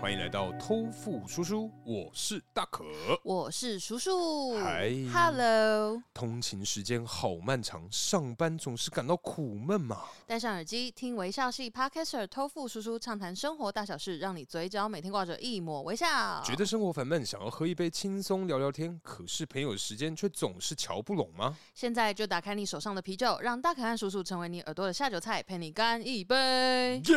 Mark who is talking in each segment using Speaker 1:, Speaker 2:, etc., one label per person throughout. Speaker 1: 欢迎来到偷富叔叔，我是大可。
Speaker 2: 我是叔叔。
Speaker 1: 嗨
Speaker 2: Hello，
Speaker 1: 通勤时间好漫长，上班总是感到苦闷嘛。
Speaker 2: 戴上耳机听微笑系 Podcaster 偷富叔叔畅谈生活大小事，让你嘴角每天挂着一抹微笑。
Speaker 1: 觉得生活烦闷，想要喝一杯轻松聊聊天，可是朋友的时间却总是瞧不拢吗？
Speaker 2: 现在就打开你手上的啤酒，让大可汗叔叔成为你耳朵的下酒菜，陪你干一杯。
Speaker 3: 嗯
Speaker 1: 耶、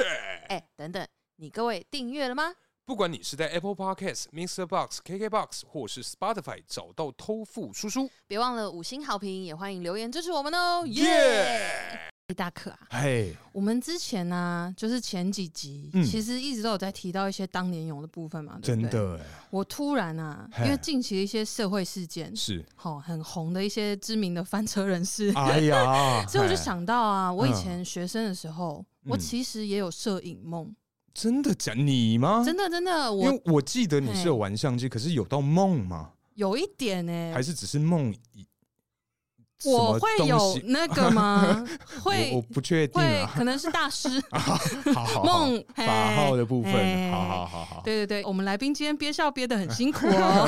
Speaker 2: 哎、等等，你各位订阅了吗？
Speaker 1: 不管你是在 Apple Podcast、Mr. Box、KK Box 或是 Spotify 找到偷富叔叔，
Speaker 2: 别忘了五星好评，也欢迎留言支持我们哦。耶、大可啊，
Speaker 1: 嘿，
Speaker 2: 我们之前呢、就是前几集、
Speaker 3: 嗯
Speaker 2: 其实一直都有在提到一些当年勇的部分嘛，对
Speaker 3: 真
Speaker 2: 不对？
Speaker 3: 的哎，
Speaker 2: 我突然啊，
Speaker 3: 嘿
Speaker 2: 因为近期的一些社会事件，
Speaker 1: 是
Speaker 2: 好、很红的一些知名的翻车人士，，
Speaker 3: 哎呀
Speaker 2: 所以我就
Speaker 3: 哎，
Speaker 2: 想到啊，我以
Speaker 3: 嗯
Speaker 2: 前学生的时候，
Speaker 3: 嗯
Speaker 2: 我其实也有摄影梦，
Speaker 3: 真的假你吗？
Speaker 2: 真的真的，
Speaker 3: 啊因
Speaker 2: 我
Speaker 3: 为我记得你是有玩相机，可是有到梦吗？
Speaker 2: 有一点呢、欸
Speaker 3: 还是只是梦遗？
Speaker 2: 我会
Speaker 3: 什么东
Speaker 2: 有
Speaker 3: 西
Speaker 2: 那个吗？
Speaker 3: 我我
Speaker 2: 会
Speaker 3: 不确定
Speaker 2: 会
Speaker 3: 啊。
Speaker 2: 可能是大师
Speaker 3: 好好好
Speaker 2: 梦
Speaker 3: 法号
Speaker 2: 嘿
Speaker 3: 的部
Speaker 2: 嘿
Speaker 3: 分，好好好好，
Speaker 2: 对对对，我们来宾今天憋笑憋得很 辛苦哦。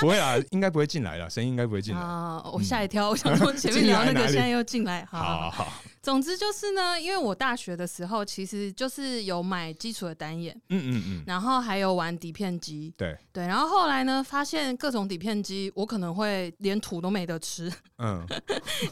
Speaker 3: 不会啦，应该不会进来了，声音应该不会进来。嗯
Speaker 2: 啊，我吓一跳，我 想说前面
Speaker 3: 进来
Speaker 2: 聊那个，
Speaker 3: 哪里
Speaker 2: 现在又进来，好好好
Speaker 3: 好好好，
Speaker 2: 总之就是呢，因为我大学的时候其实就是有买基础的单眼，
Speaker 3: 嗯嗯嗯，
Speaker 2: 然后还有玩底片机，
Speaker 3: 对，
Speaker 2: 对，然后后来呢，发现各种底片机我可能会连土都没得吃，
Speaker 3: 嗯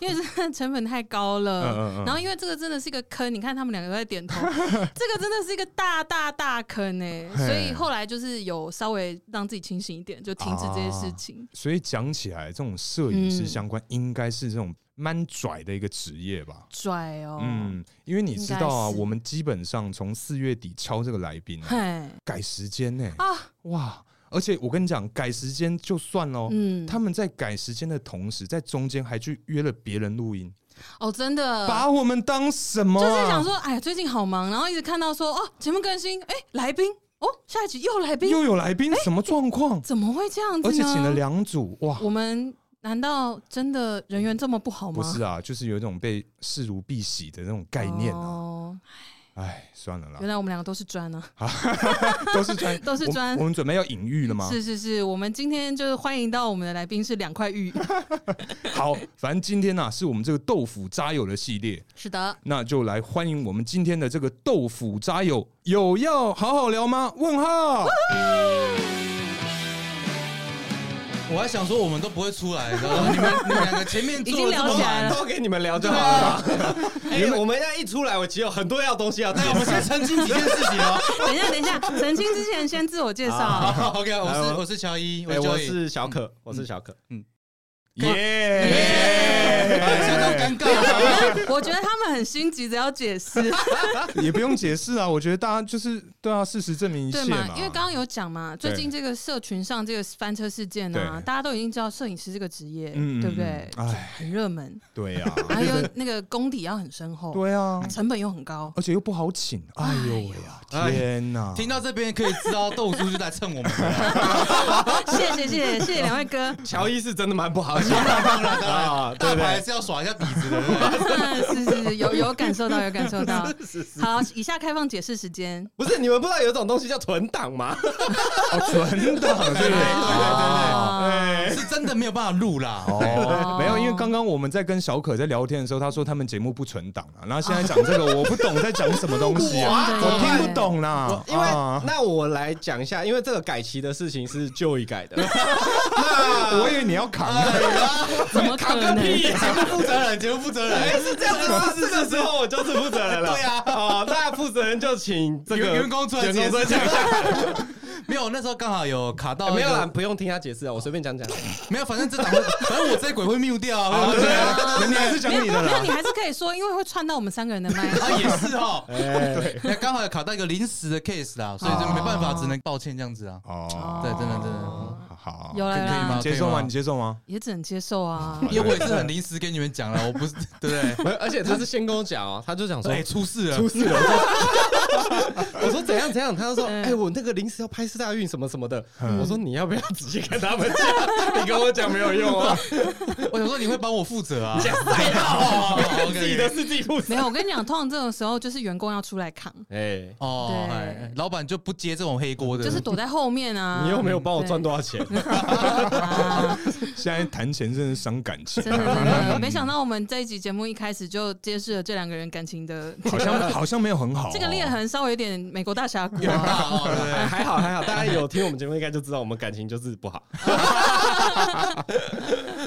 Speaker 2: 因为真的成本太高了。
Speaker 3: 嗯嗯嗯
Speaker 2: 呃然后因为这个真的是一个坑，你看他们两个都在 点头，这个真的是一个大大大坑呢、
Speaker 3: 嘿
Speaker 2: 所以后来就是有稍微让自己清醒一点，就停止这些事情。
Speaker 3: 所以讲起来，这种摄影
Speaker 2: 嗯
Speaker 3: 师相关应该是这种蛮拽的一个职业吧。
Speaker 2: 拽哦，
Speaker 3: 嗯，因为你知道啊，
Speaker 2: 应该是
Speaker 3: 我们基本上从四月底敲这个来宾啊、
Speaker 2: 嘿，
Speaker 3: 改时间呢、
Speaker 2: 啊
Speaker 3: 哇！而且我跟你讲，改时间就算喽、
Speaker 2: 嗯，
Speaker 3: 他们在改时间的同时，在中间还去约了别人录音，
Speaker 2: 哦，真的，
Speaker 3: 把我们当什么、啊？
Speaker 2: 就是想说，哎，最近好忙，然后一直看到说，哦，节目更新，哎，来宾，哦，下一集又来宾，
Speaker 3: 又有来宾，什么状况？
Speaker 2: 怎么哎会这样子呢？
Speaker 3: 而且请了两组，哇！
Speaker 2: 我们难道真的人缘这么不好吗？
Speaker 3: 不是啊，就是有一种被视如敝屣的那种概念啊。
Speaker 2: 哦，
Speaker 3: 哎、算了啦
Speaker 2: 原，来我们两个都是砖啊！
Speaker 3: 都是专，
Speaker 2: 都是专
Speaker 3: 我们我们准备要隐喻了吗？
Speaker 2: 是是是，我们今天就是欢迎到我们的来宾是两块玉，
Speaker 3: 好，反正今天呢、啊是我们这个豆腐渣友的系列，
Speaker 2: 是的，
Speaker 3: 那就来欢迎我们今天的这个豆腐渣友，有要好好聊吗？问号。
Speaker 4: 我还想说我们都不会出来，你知道 吗？你们你们两个前面
Speaker 2: 已经
Speaker 4: 坐了这
Speaker 2: 聊
Speaker 4: 么啊
Speaker 2: 起来
Speaker 4: 满，
Speaker 2: 了。
Speaker 5: 都给你们聊就好了。哎、我们现在一出来，我其实有很多要东西要讲
Speaker 4: 那。我们先澄清几件事
Speaker 5: 哎
Speaker 4: 情哦。
Speaker 2: 等一下，等 一下，澄清之前先自我介绍。啊
Speaker 4: 好，OK，我
Speaker 5: 来
Speaker 4: 是
Speaker 5: 我
Speaker 4: 我是嗯乔伊，
Speaker 5: 哎、
Speaker 4: 是
Speaker 5: 我
Speaker 4: Joey
Speaker 5: 是小可，我是小可。
Speaker 3: 耶！
Speaker 4: 哎相当尴尬。
Speaker 2: 我觉得他们很心急着要 解释，
Speaker 3: 也不用解释啊，我觉得大家就是对啊，事实证明一
Speaker 2: 对
Speaker 3: 切
Speaker 2: 嘛
Speaker 3: 嘛。？
Speaker 2: 因为刚刚有讲嘛，最近这个社群上这个翻车事件啊，
Speaker 3: 对
Speaker 2: 大家都已经知道摄影师这个职业，
Speaker 3: 嗯嗯
Speaker 2: 对不哎对？
Speaker 3: 嗯哎，
Speaker 2: 很热门，
Speaker 3: 对啊，
Speaker 2: 然后又那个功底要很深厚，
Speaker 3: 对啊，
Speaker 2: 成本又很高。
Speaker 3: 而且又不好请，哎呦喂啊，
Speaker 4: 哎
Speaker 3: 天哪！
Speaker 4: 听到这边可以知道豆叔就在蹭 我们
Speaker 5: 啊
Speaker 4: 了，
Speaker 2: 谢谢谢谢谢谢两位哥，
Speaker 5: 乔伊是真的蛮不好笑的 啊，对
Speaker 4: 大
Speaker 5: 不
Speaker 4: 牌
Speaker 5: 对？
Speaker 4: 是要耍一下底子的，对不对
Speaker 2: 是是是，有有感受到有感受到。好，以下开放解释时间。
Speaker 5: 不是你们不知道有一种东西叫存档 吗？
Speaker 3: 哦，存档对不对？
Speaker 2: 哦对
Speaker 4: 是真的没有办法录啦。
Speaker 3: 哦，没有，因为刚刚我们在跟小可在聊天的时候，他说他们节目不存档啊，然后现在讲这个，我不懂在讲什么东西啊，
Speaker 2: 哇
Speaker 3: 我听不懂啦，
Speaker 5: 因为、
Speaker 3: 啊
Speaker 5: 那我来讲一下，因为这个改期的事情是 Joey 改 的，
Speaker 3: 我以为你要扛，
Speaker 2: 哦怎么可能？
Speaker 4: 啊 节目负责人，节目负责人，
Speaker 5: 哎，是这样子吗，是这个时候我就是负责人了。
Speaker 4: 对啊
Speaker 5: 哦，那负责人就请这个
Speaker 4: 员员工出来
Speaker 5: 员
Speaker 4: 解
Speaker 5: 工
Speaker 4: 释
Speaker 5: 出来讲一下，
Speaker 4: 没有，那时候刚好哦有卡到一个
Speaker 5: 没有啦，，不用听他解释啊，我随便讲 讲。
Speaker 4: 没有，反正这档会，反正我这鬼会 mute 掉啊， 对不
Speaker 3: 对
Speaker 4: 对？
Speaker 3: 啊，你还是讲你的
Speaker 2: 没有，
Speaker 3: 啦
Speaker 2: 你，还是可以说，因为会串到我们三个人的麦。
Speaker 4: 啊，也是哦，
Speaker 5: 哎，
Speaker 4: 那刚好有卡到一个临时的 case 啦，所以就没办法，只能抱歉这样子啊。
Speaker 3: 哦，
Speaker 4: 对，真的真的。
Speaker 3: 好好，
Speaker 6: 有
Speaker 4: 可
Speaker 6: 来
Speaker 4: 以可以
Speaker 6: 啦
Speaker 4: 吗，
Speaker 3: 你接受
Speaker 4: 可以
Speaker 3: 吗？
Speaker 4: 吗
Speaker 3: 你接受吗？
Speaker 6: 也只能接受啊。
Speaker 4: 因为我也是很临时跟你们讲了，我 不是对不对？
Speaker 5: 没有而且他是先跟我讲哦，他就讲说
Speaker 4: 哎，出事了
Speaker 5: 出，事了。我说啊 我说怎样怎样，他就说
Speaker 6: 嗯
Speaker 5: 哎、我那个临时要拍四大运什么什么的。
Speaker 3: 嗯
Speaker 5: 我说你要不要直接跟他们讲？你跟我讲没有用啊，
Speaker 4: 我想说你会帮我负责啊，
Speaker 5: 赛 道
Speaker 4: 哦
Speaker 5: 自己的事自己负责
Speaker 2: 没。有，我跟你讲，通常这种时候就是员工要出来扛，
Speaker 5: 哎，
Speaker 4: 哦，
Speaker 2: 对
Speaker 4: 哎老板就不接这种黑锅的，
Speaker 2: 就是躲在后面啊。
Speaker 5: 哎你又没有帮我赚多少钱，
Speaker 2: 啊，
Speaker 3: 现在谈钱真的伤感情
Speaker 2: 真，的真 的，没想到我们这一集节目一开始就揭示了这两个人感情的
Speaker 3: 好像好像没有很好哦。
Speaker 2: 这个裂痕，稍微有点美国大峡谷
Speaker 4: 很
Speaker 2: 啊。
Speaker 4: 大哦， 对不对？？
Speaker 5: 哎还好还好，大家有听我们节目应该就知道我们感情就是不好。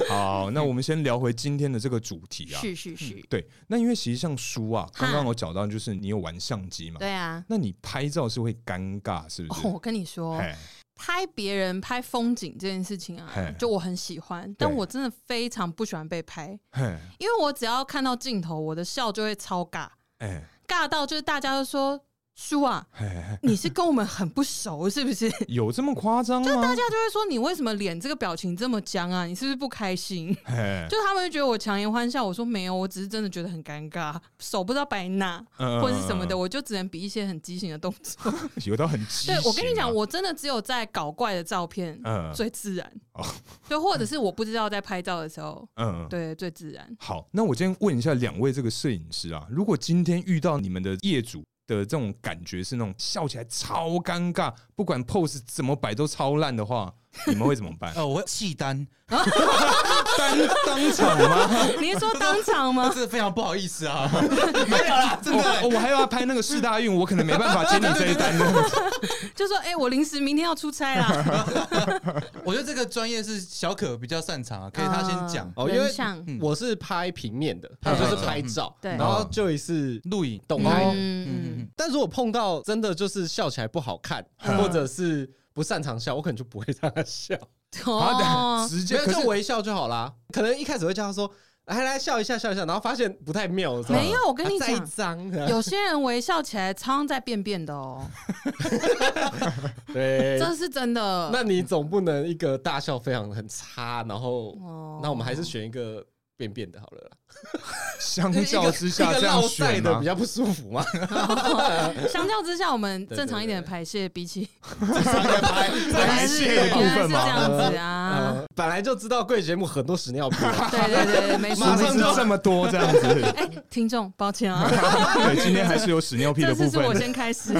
Speaker 3: 好，那我们先聊回今天的这个主题啊。
Speaker 2: 是是是，
Speaker 3: 对，那因为其实像书啊，
Speaker 2: 哈
Speaker 3: 刚刚我讲到就是你有玩相机嘛，
Speaker 2: 对啊。
Speaker 3: 那你拍照是会尴尬，是不
Speaker 2: 哦
Speaker 3: 是，？
Speaker 2: 我跟你说，
Speaker 3: 哎，
Speaker 2: 拍别人拍风景这件事情啊
Speaker 3: 嘿，
Speaker 2: 就我很喜欢，但我真的非常不喜欢被拍，
Speaker 3: 嘿，
Speaker 2: 因为我只要看到镜头，我的笑就会超尬，
Speaker 3: 哎，
Speaker 2: 尬到就是大家都说叔啊，
Speaker 3: 嘿，
Speaker 2: 你是跟我们很不熟是 不是？大
Speaker 3: 有这么夸张吗？
Speaker 2: 家就会说你为什么脸这个表情这么僵啊？你是不是不开心？
Speaker 3: 嘿，
Speaker 2: 就他们会觉得我强颜欢笑，我说没有，我只是真的觉得很尴尬，手不知道摆哪
Speaker 3: 嗯
Speaker 2: 或者是什么的，，我就只能比一些很畸形的动作。
Speaker 3: 有到很畸形
Speaker 2: 对
Speaker 3: 啊。
Speaker 2: 我跟你讲，我真的只有在搞怪的照片
Speaker 3: 嗯
Speaker 2: 最自然
Speaker 3: 哦，
Speaker 2: 就或者是我不知道在拍照的时候，
Speaker 3: 嗯。
Speaker 2: 对最自然。
Speaker 3: 好，那我今天问一下两位这个摄影师啊，如果今天遇到你们的业主的这种感觉是那种笑起来超尴尬，不管 pose 怎么摆都超烂的话，你们会怎么办
Speaker 4: 呃，我会弃单，
Speaker 3: 当当场吗？
Speaker 2: 你是说当场 吗？
Speaker 4: 这个非常不好意思啊， 没有啦， 真的。
Speaker 3: 我我还要拍那个四大运，我可能没办法接你这一单的。
Speaker 2: 就说哎、我临时明天要出差啊啦，
Speaker 4: 我觉得这个专业是小可比较擅长啊，可以他先讲
Speaker 5: 哦因为
Speaker 2: 人像
Speaker 4: 嗯
Speaker 5: 我是拍平面的，他就是拍照，
Speaker 2: 对
Speaker 5: 然后 Joy 是
Speaker 4: 录影。
Speaker 5: 动拍的。
Speaker 2: 嗯嗯
Speaker 5: 但如果碰到真的就是笑起来不好看，
Speaker 3: 嗯
Speaker 5: 或者是不擅长笑，我可能就不会让他笑，
Speaker 2: 嗯，
Speaker 3: 好的，
Speaker 2: 哦，
Speaker 3: 直
Speaker 5: 没
Speaker 3: 接
Speaker 5: 有
Speaker 3: 可
Speaker 5: 就是微笑就好啦。可能一开始会叫他说：“来来笑一下，笑一下。”然后发现不太妙，是吧
Speaker 2: 没有，我跟你
Speaker 5: 啊再一
Speaker 2: 讲。
Speaker 5: 张，
Speaker 2: 有些人微笑起来，常常在便便的哦，
Speaker 5: 对。
Speaker 2: 这是真的。
Speaker 5: 哎那你总不能一个大笑非常很差，然后
Speaker 2: 哦
Speaker 5: 那我们还是选一个便便的好了啦。
Speaker 3: 相较之下
Speaker 5: 一个
Speaker 3: 这样
Speaker 5: 绕赛
Speaker 3: 选
Speaker 5: 的
Speaker 3: 吗
Speaker 5: 比？较不舒服 嘛，
Speaker 2: 相较之下，我们
Speaker 5: 对
Speaker 2: 正常一点的排泄，比起
Speaker 5: 本
Speaker 2: 原来是
Speaker 3: 泄的部
Speaker 2: 原来
Speaker 3: 分
Speaker 2: 是这
Speaker 3: 嘛
Speaker 2: 样子啊。
Speaker 5: 本来就知道贵节目很多屎尿屁，
Speaker 2: 对对对，没错
Speaker 5: 马
Speaker 2: 没
Speaker 5: 上
Speaker 2: 错。
Speaker 5: 就
Speaker 3: 这么多这样子，
Speaker 2: 哎，听众，抱歉啊，
Speaker 3: 对，今天还是有屎尿屁
Speaker 2: 这
Speaker 3: 的部
Speaker 2: 次是我
Speaker 3: 分。
Speaker 2: 先开始。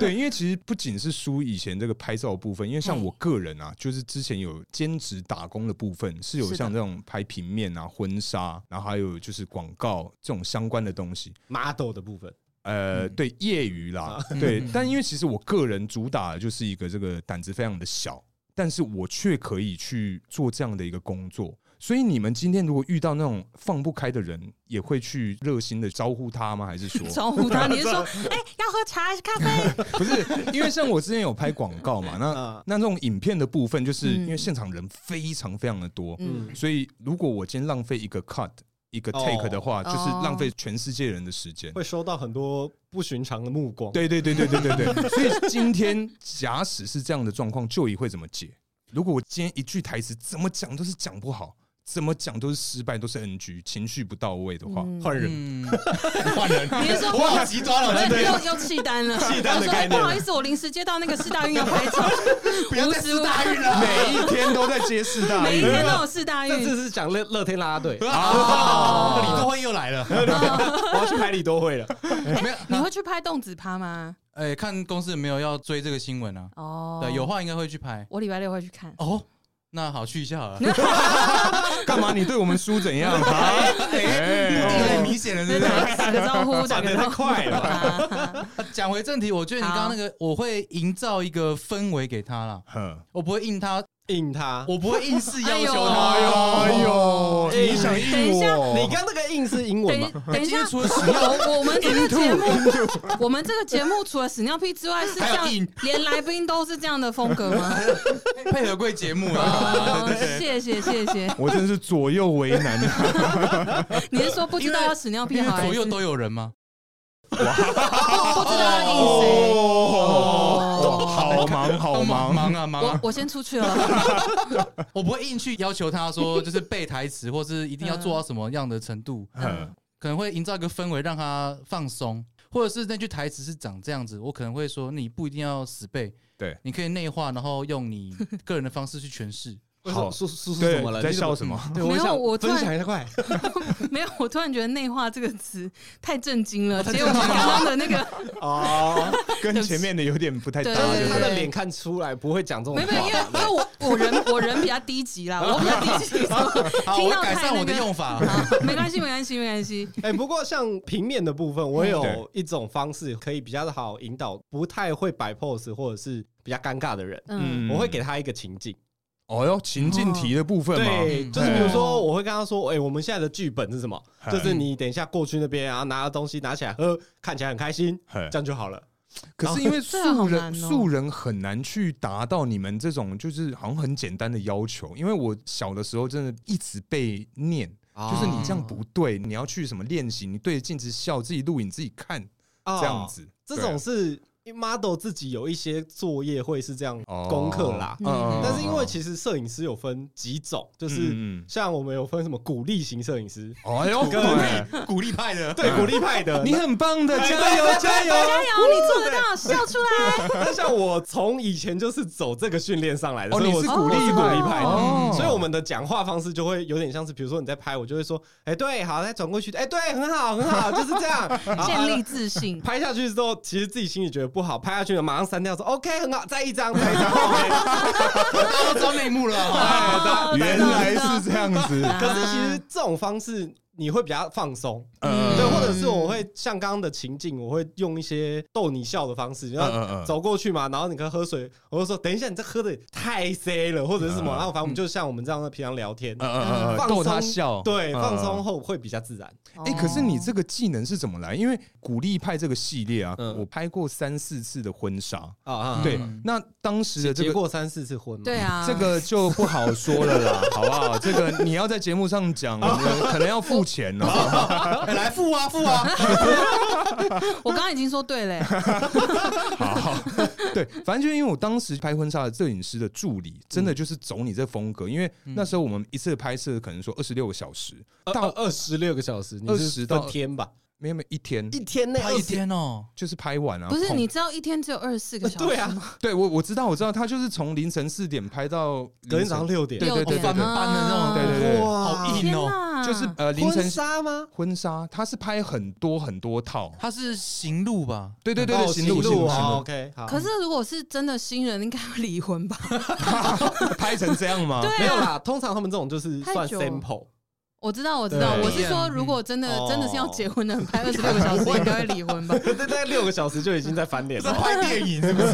Speaker 3: 对，因为其实不仅是书以前这个拍照的部分，因为像我个人啊，就是之前有兼职打工的部分，是有
Speaker 2: 是的
Speaker 3: 像这种拍平面啊、婚纱，然后还有就是广告这种相关的东西。
Speaker 5: model 的部分，
Speaker 3: 呃，
Speaker 4: 嗯
Speaker 3: 对，业余
Speaker 2: 啊
Speaker 3: 啦，
Speaker 4: 嗯
Speaker 3: 对
Speaker 4: 嗯，
Speaker 3: 但因为其实我个人主打的就是一个这个胆子非常的小，但是我却可以去做这样的一个工作。所以你们今天如果遇到那种放不开的人，也会去热心的招呼他吗？还是说
Speaker 2: 招呼他，你是说，哎，要喝茶还是咖啡？
Speaker 3: 不是？因为像我之前有拍广告嘛，那
Speaker 5: 啊，
Speaker 3: 那这种影片的部分，就是
Speaker 2: 嗯
Speaker 3: 因为现场人非常非常的多，
Speaker 2: 嗯，
Speaker 3: 所以如果我今天浪费一个 cut 一个
Speaker 5: 哦
Speaker 3: take 的话，就是
Speaker 2: 哦
Speaker 3: 浪费全世界人的时间。
Speaker 5: 会收到很多不寻常的目光。
Speaker 3: 对对对对对对对， 所以今天假使是这样的状况，就以会怎么解？如果我今天一句台词怎么讲都是讲不好，怎么讲都是失败，都是 NG，情绪不到位的话，
Speaker 2: 嗯
Speaker 5: 换人，
Speaker 4: 嗯，换 人，
Speaker 2: 你是说
Speaker 4: 我嗯好急抓了，
Speaker 2: 又又弃单了，
Speaker 5: 弃单的
Speaker 2: 我说哎
Speaker 5: 概念
Speaker 2: 不好意思，我临时接到那个四大运要拍照，无时无刻
Speaker 4: 运了，
Speaker 3: 每一天都在揭示大
Speaker 2: 每一
Speaker 3: 运。
Speaker 2: 天都有四大
Speaker 5: 这
Speaker 2: 运。
Speaker 5: 次是讲乐乐天啦
Speaker 2: 哦
Speaker 5: 啦
Speaker 4: 哦
Speaker 5: 队，
Speaker 4: 啊，李多惠又来了。
Speaker 5: 我要去拍李多惠了。
Speaker 2: 你会去拍动子趴吗？
Speaker 4: 哎，看公司有没有要追这个新闻啊？
Speaker 2: 哦，
Speaker 4: 对，有，话应该会去拍。
Speaker 2: 我礼拜六会去看。
Speaker 4: 哦，那好，去一下好了。
Speaker 3: 干嘛？你对我们输怎 样？
Speaker 2: 哎
Speaker 3: 啊
Speaker 4: 有
Speaker 3: 哎
Speaker 4: 点明显了，是不是？
Speaker 2: 打打个招呼，打个招呼，啊
Speaker 5: 快了
Speaker 2: 了。
Speaker 4: 讲回正题，我觉得你刚刚那个，我会营造一个氛围给他啦，
Speaker 3: 哼
Speaker 4: 我不会硬他，
Speaker 5: 应他，
Speaker 4: 我不会硬是要求
Speaker 2: 哎呦
Speaker 4: 他。
Speaker 3: 哎呦，
Speaker 5: 哎
Speaker 3: 你想
Speaker 2: 等
Speaker 3: 硬
Speaker 2: 一下
Speaker 3: 我？
Speaker 5: 你刚那个应是英文
Speaker 2: 等一
Speaker 5: 吗？
Speaker 2: 等一
Speaker 4: 今
Speaker 2: 下
Speaker 4: 天，除了屎尿，
Speaker 2: 我我们这个节目，我们这个节目除了屎尿屁之外，是这样
Speaker 4: 还有硬，
Speaker 2: 连来宾都是这样的风格吗？
Speaker 4: 配合贵节目啊，
Speaker 2: 哦
Speaker 4: 对对
Speaker 2: 谢
Speaker 4: 对
Speaker 2: 谢谢谢。
Speaker 3: 我真是左右为难啊！
Speaker 2: 你是说 不知道要屎尿屁
Speaker 4: 因为
Speaker 2: 好，
Speaker 4: 左右都有人嘛。
Speaker 2: 不知道要硬谁？
Speaker 3: 哦，
Speaker 2: 哦
Speaker 3: 好忙好
Speaker 4: 忙
Speaker 3: 忙，
Speaker 4: 忙啊忙
Speaker 2: 我
Speaker 4: 啊！
Speaker 2: 我先出去了。
Speaker 4: 我不会硬去要求他说，就是背台词，或是一定要做到什么样的程度，
Speaker 3: 嗯
Speaker 4: 可能会营造一个氛围让他放松，或者是那句台词是长这样子，我可能会说你不一定要死背，
Speaker 3: 对，
Speaker 4: 你可以内化，然后用你个人的方式去诠释。
Speaker 3: 好
Speaker 5: 叔叔叔
Speaker 3: 对
Speaker 5: 怎么了？
Speaker 3: 在
Speaker 5: 你怎
Speaker 3: 笑什么？
Speaker 5: 对，我
Speaker 2: 没有
Speaker 5: 想
Speaker 2: 我突
Speaker 5: 分
Speaker 2: 然
Speaker 5: 享一下，快！
Speaker 2: 没有，我突然觉得“内化”这个词太震惊了，结果刚刚的那个
Speaker 3: 哦，跟前面的有点不太搭，
Speaker 2: 对
Speaker 5: 但
Speaker 3: 对
Speaker 5: 是
Speaker 3: 不
Speaker 5: 他
Speaker 3: 对？
Speaker 5: 的脸看出来不会讲这种
Speaker 2: 没
Speaker 5: 话
Speaker 2: 有，没有，因为因为我我人我人比较低级啦，我比较低级，
Speaker 4: 好，
Speaker 2: 听
Speaker 4: 我
Speaker 2: 到
Speaker 4: 改
Speaker 2: 太
Speaker 4: 善
Speaker 2: 那
Speaker 4: 我的
Speaker 2: 个
Speaker 4: 用法。
Speaker 2: 好，没关系，没关系，没关系。
Speaker 5: 哎、不过像平面的部分，我
Speaker 3: 对
Speaker 5: 有一种方式可以比较好引导不太会摆 pose 或者是比较尴尬的人，
Speaker 6: 嗯，
Speaker 5: 我会给他一个情境。
Speaker 3: 哦哟情境题的部分嘛，
Speaker 5: 对，就是比如说，我会跟他说：“哎、我们现在的剧本是什么？
Speaker 3: 嘿
Speaker 5: 就是你等一下过去那边，然后拿了东西拿起来喝，看起来很开心，
Speaker 3: 嘿
Speaker 5: 这样就好了。
Speaker 3: 可是因为
Speaker 2: 这
Speaker 3: 素
Speaker 2: 好
Speaker 3: 人、
Speaker 2: 难哦
Speaker 3: 素人很难去达到你们这种就是好像很简单的要求，因为我小的时候真的一直被念，就是你这样不对，你要去什么练习，你对着镜子笑，自己录影自己看
Speaker 5: 啊
Speaker 3: 这样，子，
Speaker 5: 这种是 model 自己有一些作业会是这样功课啦。
Speaker 3: 对哦
Speaker 5: 但是因为其实摄影师有分几种，就是
Speaker 3: 嗯嗯
Speaker 5: 像我们有分什么鼓励型摄影师，
Speaker 3: 嗯哎呦，
Speaker 5: 跟
Speaker 3: 对
Speaker 4: 鼓励派的，
Speaker 5: 对鼓励派的，
Speaker 3: 你很棒的，
Speaker 5: 哎
Speaker 3: 加油
Speaker 5: 对对
Speaker 3: 加油！
Speaker 2: 加油，你做得到，笑出来。
Speaker 5: 那像我从以前就是走这个训练上来的，
Speaker 3: 哦，
Speaker 5: 所以
Speaker 3: 你
Speaker 5: 我
Speaker 3: 是
Speaker 5: 是
Speaker 3: 鼓励
Speaker 5: 我是鼓励派的。
Speaker 3: 哦
Speaker 5: 所以我们的讲话方式就会有点像是，比如说你在拍，我就会说，哎、对，好，再转过去，哎、对，很好，很好，就是这 样。然后
Speaker 2: 建立自信。
Speaker 5: 拍下去之后，其实自己心里觉得不好，拍下去了马上删掉，说 OK，很好，再一张，再一张。OK
Speaker 4: 大家都知道内幕了。
Speaker 2: 哦
Speaker 3: 哎原来是这样子，
Speaker 2: 啊
Speaker 5: 可是其实这种方式你会比较放松，
Speaker 3: 嗯
Speaker 5: 对，或者是我会像刚刚的情境，我会用一些逗你笑的方式，然后
Speaker 3: 嗯
Speaker 5: 走过去嘛，然后你可以喝水，我就说等一下，你这喝的太塞了，或者是什么，
Speaker 3: 嗯
Speaker 5: 然后反正我们就像我们这样的平常聊天，
Speaker 3: 嗯
Speaker 5: 放松
Speaker 3: 逗他笑，
Speaker 5: 对，
Speaker 3: 嗯
Speaker 5: 放松后会比较自然。
Speaker 3: 哎、可是你这个技能是怎么来？因为鼓励派这个系列啊，
Speaker 5: 嗯
Speaker 3: 我拍过三四次的婚纱，
Speaker 5: 啊啊
Speaker 3: 对
Speaker 4: 嗯，
Speaker 3: 那当时的这
Speaker 5: 结
Speaker 3: 个。
Speaker 5: 过三四次婚嘛，
Speaker 2: 对啊，
Speaker 3: 这个就不好说了啦，好不好？这个你要在节目上 讲，可能要付钱哦。
Speaker 4: 哎来付啊付 啊！
Speaker 2: 我刚刚已经说对嘞，
Speaker 3: 好， 对，反正就是因为我当时拍婚纱的摄影师的助理，真
Speaker 2: 嗯
Speaker 3: 的就是走你这风格，因为那时候我们一次拍摄可能说二十六个小时，
Speaker 5: 到二十六个小时，你
Speaker 3: 20
Speaker 5: 是
Speaker 3: 到
Speaker 5: 分天吧？
Speaker 3: 没有没有一天
Speaker 5: 一天内
Speaker 4: 他一天哦，
Speaker 3: 就是拍完啊。
Speaker 2: 不是？
Speaker 3: 碰
Speaker 2: 你知道一天只有二十四个小时吗？
Speaker 5: 对啊，
Speaker 3: 对我我知道我知道，他就是从凌晨四点拍到凌
Speaker 5: 隔天
Speaker 3: 晨
Speaker 5: 早上六点
Speaker 3: 对，对对对
Speaker 2: 六点
Speaker 4: 翻班的那种
Speaker 3: 对对对
Speaker 4: 好硬
Speaker 2: 天
Speaker 4: 哦。
Speaker 2: 哪，
Speaker 3: 就是呃凌晨
Speaker 5: 婚纱吗？
Speaker 3: 婚纱，他是拍很多很多套，
Speaker 4: 他是行路吧？
Speaker 3: 对对对对，
Speaker 5: 哦
Speaker 3: 行路
Speaker 5: 行
Speaker 3: 行路
Speaker 5: 路
Speaker 3: 行
Speaker 5: 啊
Speaker 3: 路，
Speaker 5: ，OK，好。
Speaker 2: 可是如果是真的新人，应该会离婚吧？
Speaker 3: 拍成这样吗？
Speaker 2: 对啊
Speaker 5: 没 有啦，通常他们这种就是
Speaker 2: 太
Speaker 5: 算
Speaker 2: 久
Speaker 5: sample，
Speaker 2: 我知道，我知道，
Speaker 5: 对
Speaker 2: 我是说，如果真的
Speaker 5: 嗯
Speaker 2: 真的是要结婚的，人拍二十六个小时，应该会离婚吧？
Speaker 5: 对对对，六个小时就已经在翻 脸
Speaker 4: 是
Speaker 5: 了。
Speaker 4: 拍电影是不是？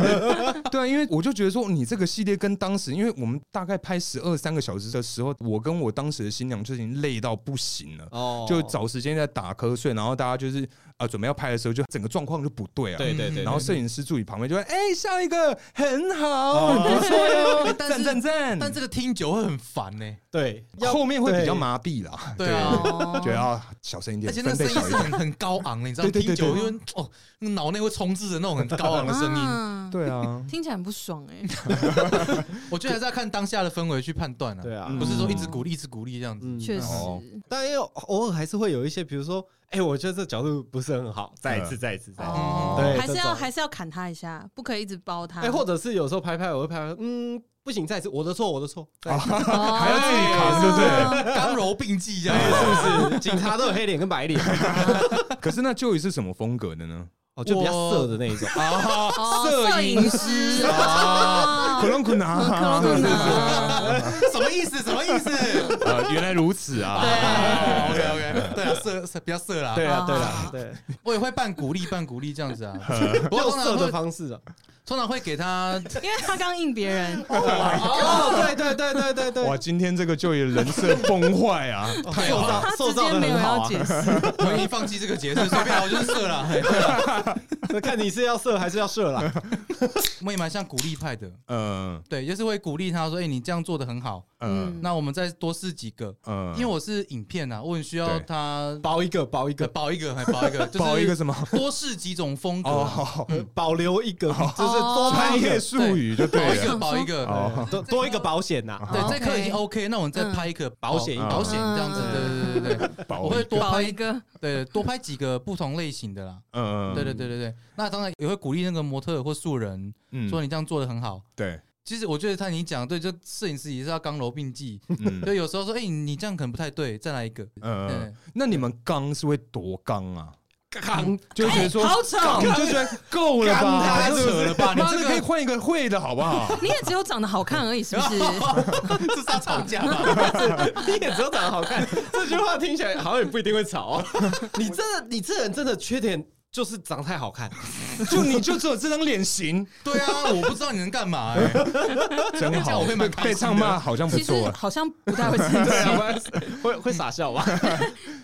Speaker 3: 对啊，因为我就觉得说，你这个系列跟当时，因为我们大概拍十二三个小时的时候，我跟我当时的新娘就已经累到不行了，
Speaker 5: 哦
Speaker 3: 就找时间在打瞌睡，然后大家就是啊、呃准备要拍的时候，就整个状况就不对啊。
Speaker 5: 对对对，
Speaker 3: 然后摄影师助理旁边就会，哎、笑一个，很好，
Speaker 5: 哦
Speaker 3: 很不错哟，
Speaker 4: 但是
Speaker 3: 赞赞赞。
Speaker 4: 但这个听久会很烦呢。
Speaker 5: 对，要
Speaker 3: 后面会比较
Speaker 5: 对
Speaker 3: 麻痹啦，
Speaker 4: 对啊，
Speaker 3: 觉得要小声一点，
Speaker 4: 而且那
Speaker 3: 分
Speaker 4: 个
Speaker 3: 贝
Speaker 4: 声音
Speaker 3: 小一
Speaker 4: 是
Speaker 3: 点。
Speaker 4: 很很高昂的，你知道，
Speaker 3: 对对对
Speaker 4: 听久
Speaker 3: 对
Speaker 4: 因为哦，那个脑内会充斥着那种很高昂的声音。
Speaker 2: 音，
Speaker 3: 对啊，
Speaker 2: 听起来很不爽哎。
Speaker 4: 我觉得还是要看当下的氛围去判断啊。
Speaker 5: 对啊
Speaker 3: 嗯，
Speaker 4: 不是说一直鼓励一直鼓励这样子。
Speaker 5: 嗯
Speaker 2: 确实，
Speaker 3: 哦
Speaker 5: 但又偶尔还是会有一些，比如说，哎，我觉得这角度不是很好，再一次，
Speaker 3: 嗯
Speaker 5: 再一次，再一次。
Speaker 3: 哦
Speaker 5: 对
Speaker 2: 还是
Speaker 5: 这
Speaker 2: 要
Speaker 5: 种
Speaker 2: 还是要砍他一下，不可以一直包他。
Speaker 5: 哎，或者是有时候拍拍，我会拍拍，嗯，不行，再一次，我的错，我的错，再一次
Speaker 2: 还
Speaker 3: 要自己扛对不
Speaker 2: 啊
Speaker 3: 对？
Speaker 4: 啊刚柔并济这样
Speaker 5: 哎，
Speaker 4: 子。
Speaker 5: 是不是？警察都有黑脸跟白脸，
Speaker 3: 可是那 Joey 是什么风格的呢？
Speaker 5: 哦，就比较色的那一种。
Speaker 4: 啊，
Speaker 2: 哦
Speaker 3: 摄
Speaker 2: 摄
Speaker 3: 影
Speaker 2: 影
Speaker 3: 师
Speaker 2: 师啊，
Speaker 3: 可隆可拿，
Speaker 2: 可 能啊
Speaker 4: 什么意思？什么意思
Speaker 3: 呃，原来如此啊。
Speaker 4: ？OK OK，对啊，色色比较色啦。
Speaker 5: 对
Speaker 2: 哦
Speaker 5: 啊，对啊，对，
Speaker 4: 我也会半鼓励半鼓励这样子 啊。我
Speaker 5: 用
Speaker 4: 通
Speaker 5: 色
Speaker 4: 常
Speaker 5: 的
Speaker 4: 会
Speaker 5: 方式啊。
Speaker 4: 通常会给他
Speaker 2: 因为他刚应别人，
Speaker 5: 哦，对对对对对对，
Speaker 3: 哇，今天这个 Joey 的人设崩坏 啊！
Speaker 5: 太好了
Speaker 2: 他
Speaker 5: 塑
Speaker 2: 直
Speaker 5: 造
Speaker 2: 接
Speaker 5: 的
Speaker 2: 没有
Speaker 5: 很好
Speaker 2: 要
Speaker 5: 啊。
Speaker 2: 解释。
Speaker 4: 我已经放弃这个 角色，随便啊我就是色啦。 嘿
Speaker 5: 那 看你是要射还是要射啦。
Speaker 4: 我也蛮像鼓励派的，
Speaker 3: 嗯
Speaker 4: 对，就是会鼓励他说：“哎，你这样做的很好，
Speaker 3: 嗯
Speaker 6: 嗯
Speaker 4: 那我们再多试几个，
Speaker 3: 嗯，
Speaker 4: 因为我是影片啊，我很需要
Speaker 3: 对
Speaker 4: 它
Speaker 5: 保一个，保一
Speaker 4: 呃
Speaker 5: 个，
Speaker 4: 保一个，还保一个，就是
Speaker 3: 保一个什么？
Speaker 4: 多试几种风格
Speaker 3: 哦，
Speaker 4: 啊，
Speaker 3: 好好
Speaker 5: 保留一个，就是多
Speaker 6: 哦
Speaker 5: 拍
Speaker 3: 专
Speaker 5: 一
Speaker 3: 业
Speaker 5: 个，
Speaker 3: 术语就
Speaker 4: 保
Speaker 3: 对
Speaker 4: 一
Speaker 3: 了。
Speaker 4: 个，保一个，
Speaker 3: 哦，
Speaker 5: 多多一个保险呐。
Speaker 4: 对
Speaker 2: 哦，
Speaker 4: 这颗已经 OK，那我们再
Speaker 2: 嗯
Speaker 4: 拍一个
Speaker 5: 保险一个
Speaker 4: 保险这样子，对对对对对，
Speaker 3: 哦保
Speaker 4: 我会
Speaker 3: 一个
Speaker 4: 多
Speaker 2: 保
Speaker 4: 拍
Speaker 2: 一个，
Speaker 4: 对，多拍几个不同类型的啦。
Speaker 3: 嗯，
Speaker 4: 对对对对对，那当然也会鼓励那个模特或素人
Speaker 3: 嗯，
Speaker 4: 说你这样做的很好。
Speaker 3: 对，
Speaker 4: 其实我觉得他你讲对，就摄影师也是要刚柔并济。
Speaker 3: 嗯
Speaker 4: 对，有时候说，哎，你这样可能不太对，再来一个。
Speaker 3: 嗯，
Speaker 4: 嗯，
Speaker 3: 那你们刚是会多刚啊？
Speaker 5: 刚
Speaker 3: 就觉得说
Speaker 2: 哎好哦丑！
Speaker 3: 你就觉得够了
Speaker 5: 刚
Speaker 3: 吧，
Speaker 5: 他
Speaker 3: 太
Speaker 5: 是不是
Speaker 3: 扯了吧？你
Speaker 4: 妈的
Speaker 3: 这个可以换一个会的好不好？
Speaker 2: 你也只有长得好看而已，是不是？
Speaker 4: 这是要吵架吧？
Speaker 5: 你也只有长得好看，这句话听起来好像也不一定会吵哦。 你真的，你这人真的缺点就是长太好看，
Speaker 3: 就你就只有这张脸型，
Speaker 4: 对啊，我不知道你能干嘛哎。
Speaker 3: 真
Speaker 4: 这样
Speaker 3: 好
Speaker 4: 我会蛮，开心
Speaker 3: 被
Speaker 4: 的
Speaker 3: 唱骂好像不
Speaker 2: 其实
Speaker 3: 错。啊
Speaker 2: 好像不 太会生气。
Speaker 5: 对啊，不然会会傻笑吧？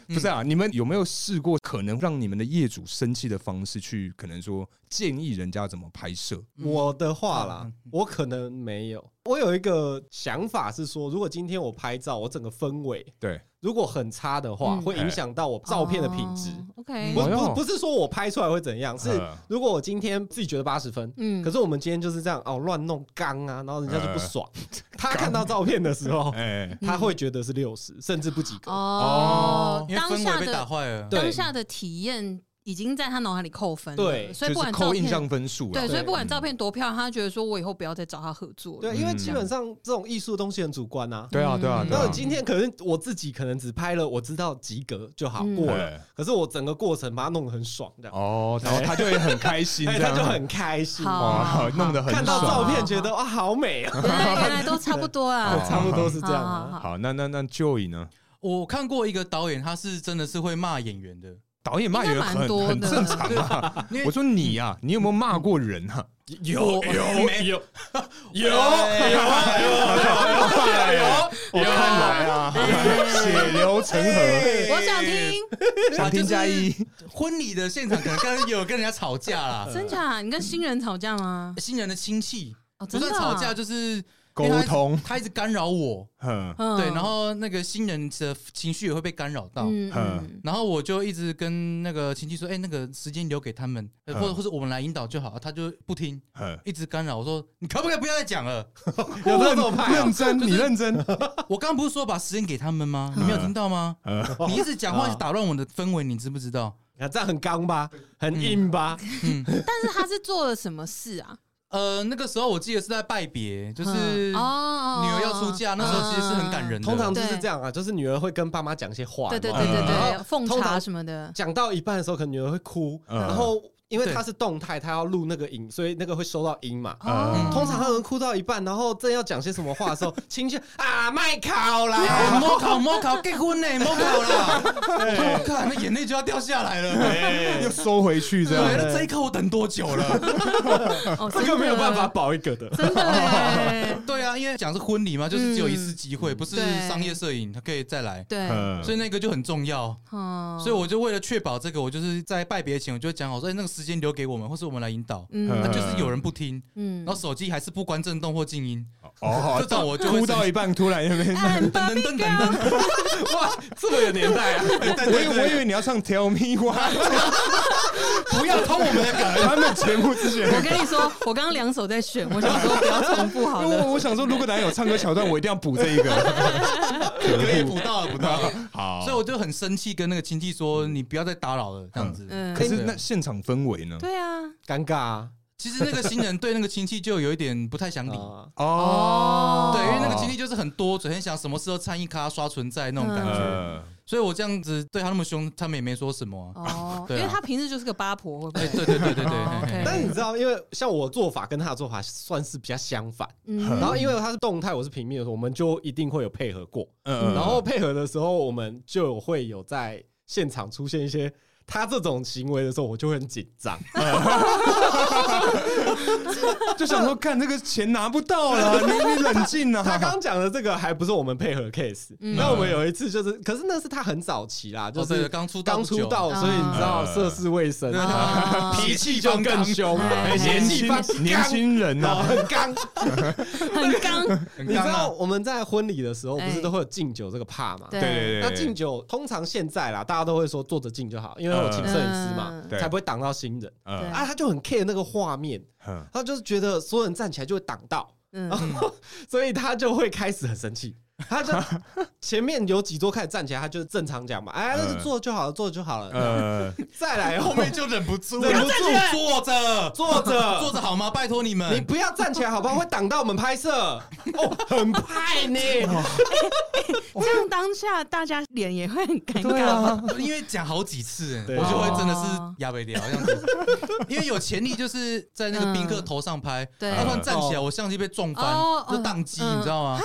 Speaker 3: 不是啊，你们有没有试过可能让你们的业主生气的方式去，可能说建议人家怎么拍摄？
Speaker 5: 我的话啦
Speaker 4: 嗯，
Speaker 5: 我可能没有。我有一个想法是说，如果今天我拍照，我整个氛围
Speaker 3: 对，
Speaker 5: 如果很差的话，
Speaker 2: 嗯
Speaker 5: 会影响到我照片的品质。
Speaker 6: 哦 OK，
Speaker 5: 不
Speaker 3: 哎呦
Speaker 5: 不不是说我拍出来会怎样，是
Speaker 3: 呃
Speaker 5: 如果我今天自己觉得八十分，
Speaker 6: 嗯
Speaker 5: 可是我们今天就是这样哦乱弄刚啊，然后人家就不爽。
Speaker 2: 呃
Speaker 5: 他看到照片的时 候，
Speaker 3: 哎，
Speaker 2: 嗯
Speaker 5: 他会觉得是六十，甚至不及
Speaker 2: 哦
Speaker 5: 格。
Speaker 6: 哦，
Speaker 4: 因为
Speaker 2: 当
Speaker 4: 氛
Speaker 2: 下
Speaker 4: 围被打
Speaker 2: 的
Speaker 4: 坏了。
Speaker 5: 对
Speaker 2: 当下的体验已经在他脑海里扣分了，
Speaker 5: 对
Speaker 3: 就
Speaker 2: 所以
Speaker 3: 是
Speaker 2: 不管照
Speaker 3: 扣印
Speaker 2: 片，
Speaker 3: 象分数啊啦
Speaker 2: 对，所以
Speaker 5: 对
Speaker 2: 不管照片多漂亮，他觉得说我以后不要再找他合作了。
Speaker 5: 对，因为基本上这种艺术的东西很主观啊。
Speaker 3: 对啊，对
Speaker 2: 嗯
Speaker 3: 啊，对
Speaker 5: 那
Speaker 3: 啊
Speaker 5: 我，今天可能我自己可能只拍了，我知道及格就好
Speaker 6: 嗯
Speaker 5: 过了，
Speaker 3: 哎
Speaker 5: 可是我整个过程把它弄得很爽这样，
Speaker 3: 哦，然后他就会很开 心，
Speaker 5: 哎，
Speaker 3: 这
Speaker 5: 他
Speaker 3: 样
Speaker 5: 就很开心，
Speaker 2: 啊好
Speaker 3: 哇，弄得很
Speaker 5: 看到
Speaker 3: 爽啊
Speaker 5: 照片觉得哇好美啊，
Speaker 2: 原来原来都差不多啊。
Speaker 3: 哦
Speaker 5: 差不多是这样啊。
Speaker 2: 好，
Speaker 3: 好，那那那 Joy 呢？
Speaker 4: 我看过一个导演，他是真的是会骂演员的，
Speaker 3: 导演骂
Speaker 2: 应该
Speaker 3: 人
Speaker 2: 蛮
Speaker 3: 很
Speaker 2: 多
Speaker 3: 很
Speaker 2: 的
Speaker 3: 正常啊
Speaker 4: 因为。
Speaker 3: 我说你啊，你有没有骂过人 啊？
Speaker 4: 有有没
Speaker 2: 哦
Speaker 3: 有有有
Speaker 4: 有
Speaker 3: 哎 有有，看来啊，血流成河。
Speaker 2: 我想听，
Speaker 3: 想听加一，
Speaker 4: 婚礼的现场可能跟有跟人家吵架啦，
Speaker 2: 真假？你跟新人吵架吗？
Speaker 4: 新人的亲戚
Speaker 2: 哦，
Speaker 4: 呃不
Speaker 2: 真的
Speaker 4: 算
Speaker 2: 啊
Speaker 4: 吵架，就是
Speaker 3: 沟
Speaker 4: 因为他一直
Speaker 3: 通
Speaker 4: 他一直干扰我，
Speaker 3: 嗯
Speaker 2: 嗯
Speaker 4: 对，然后那个新人的情绪也会被干扰到。
Speaker 2: 嗯嗯，
Speaker 4: 然后我就一直跟那个亲戚说：“哎、那个时间留给他们，呃
Speaker 3: 嗯
Speaker 4: 或者或者我们来引导就好。”啊他就不听，
Speaker 3: 嗯，
Speaker 4: 一直干扰。我说：“你可不可以不要再讲了？
Speaker 5: 有这么派啊哦
Speaker 3: 认真，你认真，
Speaker 4: 我刚刚不是说把时间给他们吗？你没有听 到吗？
Speaker 3: 嗯
Speaker 4: 你一直讲话，
Speaker 5: 哦
Speaker 4: 一直打乱我的氛围，你知不知道？嗯
Speaker 5: 你啊看这样很刚吧，
Speaker 2: 嗯
Speaker 5: 很硬吧？
Speaker 2: 但是他是做了什么事啊？
Speaker 4: 呃，那个时候我记得是在拜别，就是
Speaker 2: 嗯哦，
Speaker 4: 女儿要出嫁，那时候其实是很感人的。
Speaker 5: 通常
Speaker 2: 对
Speaker 5: 就是这样啊，就是女儿会跟爸妈讲一些话，
Speaker 2: 对对
Speaker 5: 有没
Speaker 2: 对
Speaker 5: 有
Speaker 2: 对
Speaker 5: 然
Speaker 2: 对，
Speaker 5: 后
Speaker 2: 奉
Speaker 5: 通
Speaker 2: 茶
Speaker 5: 常
Speaker 2: 什么的，
Speaker 5: 讲到一半的时候，可能女儿会哭，
Speaker 3: 嗯
Speaker 5: 然后因为
Speaker 4: 对
Speaker 5: 它是动态，它要录那个影，所以那个会收到音嘛。
Speaker 3: 嗯
Speaker 5: 通常他们哭到一半，然后正要讲些什么话的 时候，亲戚啊，麦考
Speaker 4: 哎，
Speaker 5: 啦，
Speaker 4: 莫考莫考，结婚呢，莫考啦！我靠，那眼泪就要掉下来 了。
Speaker 3: 又收回去这
Speaker 4: 对，
Speaker 3: 样。
Speaker 4: 那这一刻我等多久了？嗯
Speaker 2: 哦，
Speaker 5: 这
Speaker 2: 真
Speaker 5: 个
Speaker 2: 的
Speaker 5: 没有办法，保一个的。
Speaker 2: 真的 耶
Speaker 4: 对啊，因为讲是婚礼嘛，就是只有一次机会，不是
Speaker 2: 对
Speaker 4: 商业摄影，他可以再来，
Speaker 2: 对，
Speaker 3: 嗯
Speaker 4: 所以那个就很重要。
Speaker 2: 哦，
Speaker 4: 所以我就为了确保这个，我就是在拜别前，我就讲好说，哎，那个时间留给我们，或是我们来引导。那
Speaker 3: 嗯
Speaker 4: 就是有人不听，
Speaker 2: 嗯
Speaker 4: 然后手机还是不关震动或静音，
Speaker 3: 哦
Speaker 4: 这，种我就会
Speaker 3: 哭到一半，突然那 边，
Speaker 4: 噔噔噔噔噔，
Speaker 5: 哇，这么有年代啊！
Speaker 3: 我以我以为你要唱 Tell Me Why，
Speaker 4: 不要偷我们的梗。
Speaker 3: 他们节目之前
Speaker 2: 我跟你说，我刚刚两首在选，我想说不要重复好
Speaker 3: 因为
Speaker 2: 了。
Speaker 3: 我我想说，如果男友唱歌桥段，我一定要补这一个。
Speaker 4: 可以补到了，补到了。
Speaker 3: 好
Speaker 4: 所以我就很生气，跟那个亲戚说：“你不要再打扰了。”这样子。
Speaker 2: 嗯
Speaker 3: 可是那现场氛围呢？
Speaker 2: 对啊，
Speaker 5: 尴尬啊
Speaker 4: 其实那个新人对那个亲戚就有一点不太想 理，
Speaker 5: 啊！
Speaker 3: 哦
Speaker 4: 对，因为那个亲戚就是很多嘴，很想什么事都参与咖刷存在那种感
Speaker 2: 嗯
Speaker 4: 觉。
Speaker 3: 呃，
Speaker 4: 所以我这样子对他那么凶，他们也没说什么啊。
Speaker 2: 哦，因
Speaker 4: 对啊
Speaker 2: 为他平时就是个八婆，会不
Speaker 4: 哎，
Speaker 2: 会？
Speaker 4: 对对对对对
Speaker 2: 哦
Speaker 4: 嘿嘿
Speaker 2: OK
Speaker 5: 但是你知道，因为像我做法跟他的做法算是比较相反。
Speaker 2: 嗯
Speaker 5: 然后因为他是动态，我是平面的时候，我们就一定会有配合过。
Speaker 3: 嗯
Speaker 5: 然后配合的时候，我们就有会有在现场出现一些他这种行为的时候，我就会很紧张。
Speaker 3: 就想说，看这个钱拿不到 了，你你冷静
Speaker 5: 他
Speaker 3: 啊！
Speaker 5: 刚讲的这个还不是我们配合 case，
Speaker 2: 嗯
Speaker 5: 那我们有一次就是，可是那是他很早期啦，就
Speaker 4: 哦对
Speaker 5: 是
Speaker 4: 刚出道
Speaker 5: 刚
Speaker 4: 不久
Speaker 5: 出道，所以你知道
Speaker 3: 嗯
Speaker 5: 涉世未深，
Speaker 2: 啊
Speaker 5: 脾气就更凶，
Speaker 2: 哎
Speaker 3: 年
Speaker 5: 年
Speaker 3: 轻
Speaker 5: 轻
Speaker 3: 年轻人呐、
Speaker 5: 脑
Speaker 3: 啊，
Speaker 5: 哦很刚。
Speaker 2: 很刚，
Speaker 4: 很
Speaker 5: 你知
Speaker 4: 刚
Speaker 5: 道
Speaker 4: 啊，
Speaker 5: 我们在婚礼的时候，
Speaker 2: 哎
Speaker 5: 不是都会有敬酒这个怕嘛？
Speaker 2: 对
Speaker 3: 对对对，
Speaker 5: 那敬酒通常现在啦，大家都会说坐着敬就好，因为有请摄影师嘛
Speaker 2: 嗯，
Speaker 3: 对
Speaker 5: 才不会挡到新人。
Speaker 3: 嗯
Speaker 5: 啊，他就很 care 那个画面，
Speaker 3: 嗯
Speaker 5: 他就是觉得所有人站起来就会挡到，
Speaker 2: 嗯，
Speaker 4: 哦
Speaker 5: 所以他就会开始很生气。他 就前面有几桌开始站起来，他就正常讲嘛，
Speaker 4: 嗯
Speaker 5: 哎，那就坐就好了，坐就好了。
Speaker 3: 呃，
Speaker 5: 再来
Speaker 4: 后
Speaker 5: 后
Speaker 4: 面
Speaker 5: 面
Speaker 4: 就忍不住，
Speaker 5: 忍不住
Speaker 4: 坐着，
Speaker 5: 坐
Speaker 4: 坐
Speaker 5: 着，
Speaker 4: 着好吗？拜托你
Speaker 5: 你
Speaker 4: 们，
Speaker 5: 不要站起来好不好？会挡到我们拍摄哦，很派呢。
Speaker 4: 哦
Speaker 2: 这样当下大家脸也会很尴
Speaker 3: 对
Speaker 2: 尬。
Speaker 3: 啊，
Speaker 4: 因为讲好几次，哎
Speaker 5: 对
Speaker 4: 我就会真的
Speaker 2: 哦
Speaker 4: 是哑巴掉这样子。 因为有潜力就是在那个宾客头上拍，
Speaker 2: 嗯对
Speaker 4: 他突然站起来，我相机被撞翻
Speaker 2: 哦，
Speaker 4: 就宕机，
Speaker 2: 嗯
Speaker 4: 你知道吗？
Speaker 5: 啊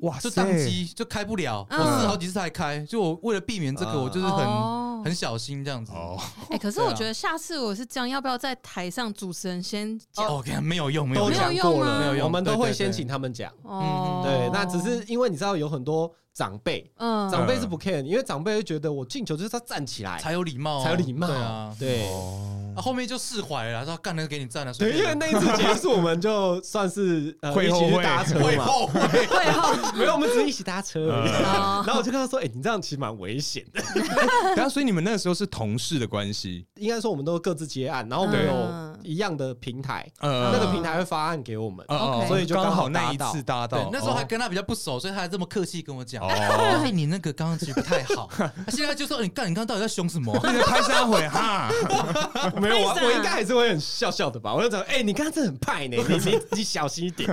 Speaker 3: 哇
Speaker 4: 就
Speaker 3: 塞，
Speaker 4: 宕机，就开不了。我
Speaker 2: 嗯
Speaker 4: 试了好几次才开，就我为了避免这
Speaker 5: 啊
Speaker 4: 个，我就是很
Speaker 2: 哦
Speaker 4: 很小心这样子。
Speaker 3: 哦，
Speaker 2: 哎、可是
Speaker 4: 对啊
Speaker 2: 我觉得下次我是这样，要不要在台上主持人先讲？
Speaker 4: 哦，看没有用，没有
Speaker 5: 都
Speaker 4: 用
Speaker 5: 讲
Speaker 2: 没有用
Speaker 5: 过
Speaker 2: 吗没有
Speaker 5: 了，
Speaker 4: 用
Speaker 5: 我们都
Speaker 4: 对
Speaker 5: 会
Speaker 4: 对
Speaker 5: 先
Speaker 4: 对
Speaker 5: 请他们讲。
Speaker 4: 嗯
Speaker 2: 哦，
Speaker 5: 对，那只是因为你知道有很多长辈，
Speaker 2: 嗯
Speaker 5: 长辈是不 care，因为长辈会觉得我进球就是要站起来
Speaker 4: 才有礼貌哦，
Speaker 5: 才有礼貌
Speaker 4: 对啊，，
Speaker 5: 对。
Speaker 3: 哦
Speaker 4: 啊后面就释怀了，说干那个给你站了，随
Speaker 5: 对，因为
Speaker 4: 便
Speaker 5: 那一次结束，我们就算是呃
Speaker 3: 会
Speaker 5: 一
Speaker 3: 后
Speaker 5: 起去
Speaker 3: 会
Speaker 5: 搭车
Speaker 4: 会
Speaker 5: 嘛，哦
Speaker 4: 后悔。
Speaker 2: 会后
Speaker 5: 没有，我们只是一起搭车而已。
Speaker 2: 哦
Speaker 5: 然后我就跟他说：“哎，你这样其实蛮危险的。
Speaker 3: 然啊后所以你们那个时候是同事的关系，
Speaker 5: 应该说我们都各自接案，然后我们
Speaker 3: 对
Speaker 2: 嗯
Speaker 5: 有一样的平台，
Speaker 3: 呃
Speaker 5: 那个平台会发案给我们。
Speaker 3: 哦
Speaker 2: OK
Speaker 5: 所以就
Speaker 3: 刚
Speaker 5: 刚好
Speaker 3: 那一
Speaker 5: 搭到
Speaker 3: 次搭
Speaker 4: 对
Speaker 3: 到，，
Speaker 4: 那时候还
Speaker 3: 哦
Speaker 4: 跟他比较不熟，所以他还这么客气跟我讲。
Speaker 3: 哦
Speaker 4: 哎，你那个刚刚其实不太 好，他现在就说你干，你刚刚到底在凶什么？
Speaker 3: 那个拍三回哈，
Speaker 5: 没有，啊我
Speaker 2: 为啥
Speaker 5: 我应该还是会很笑笑的吧？我就讲：“哎，你刚刚真的很派呢， 你你你小心一点。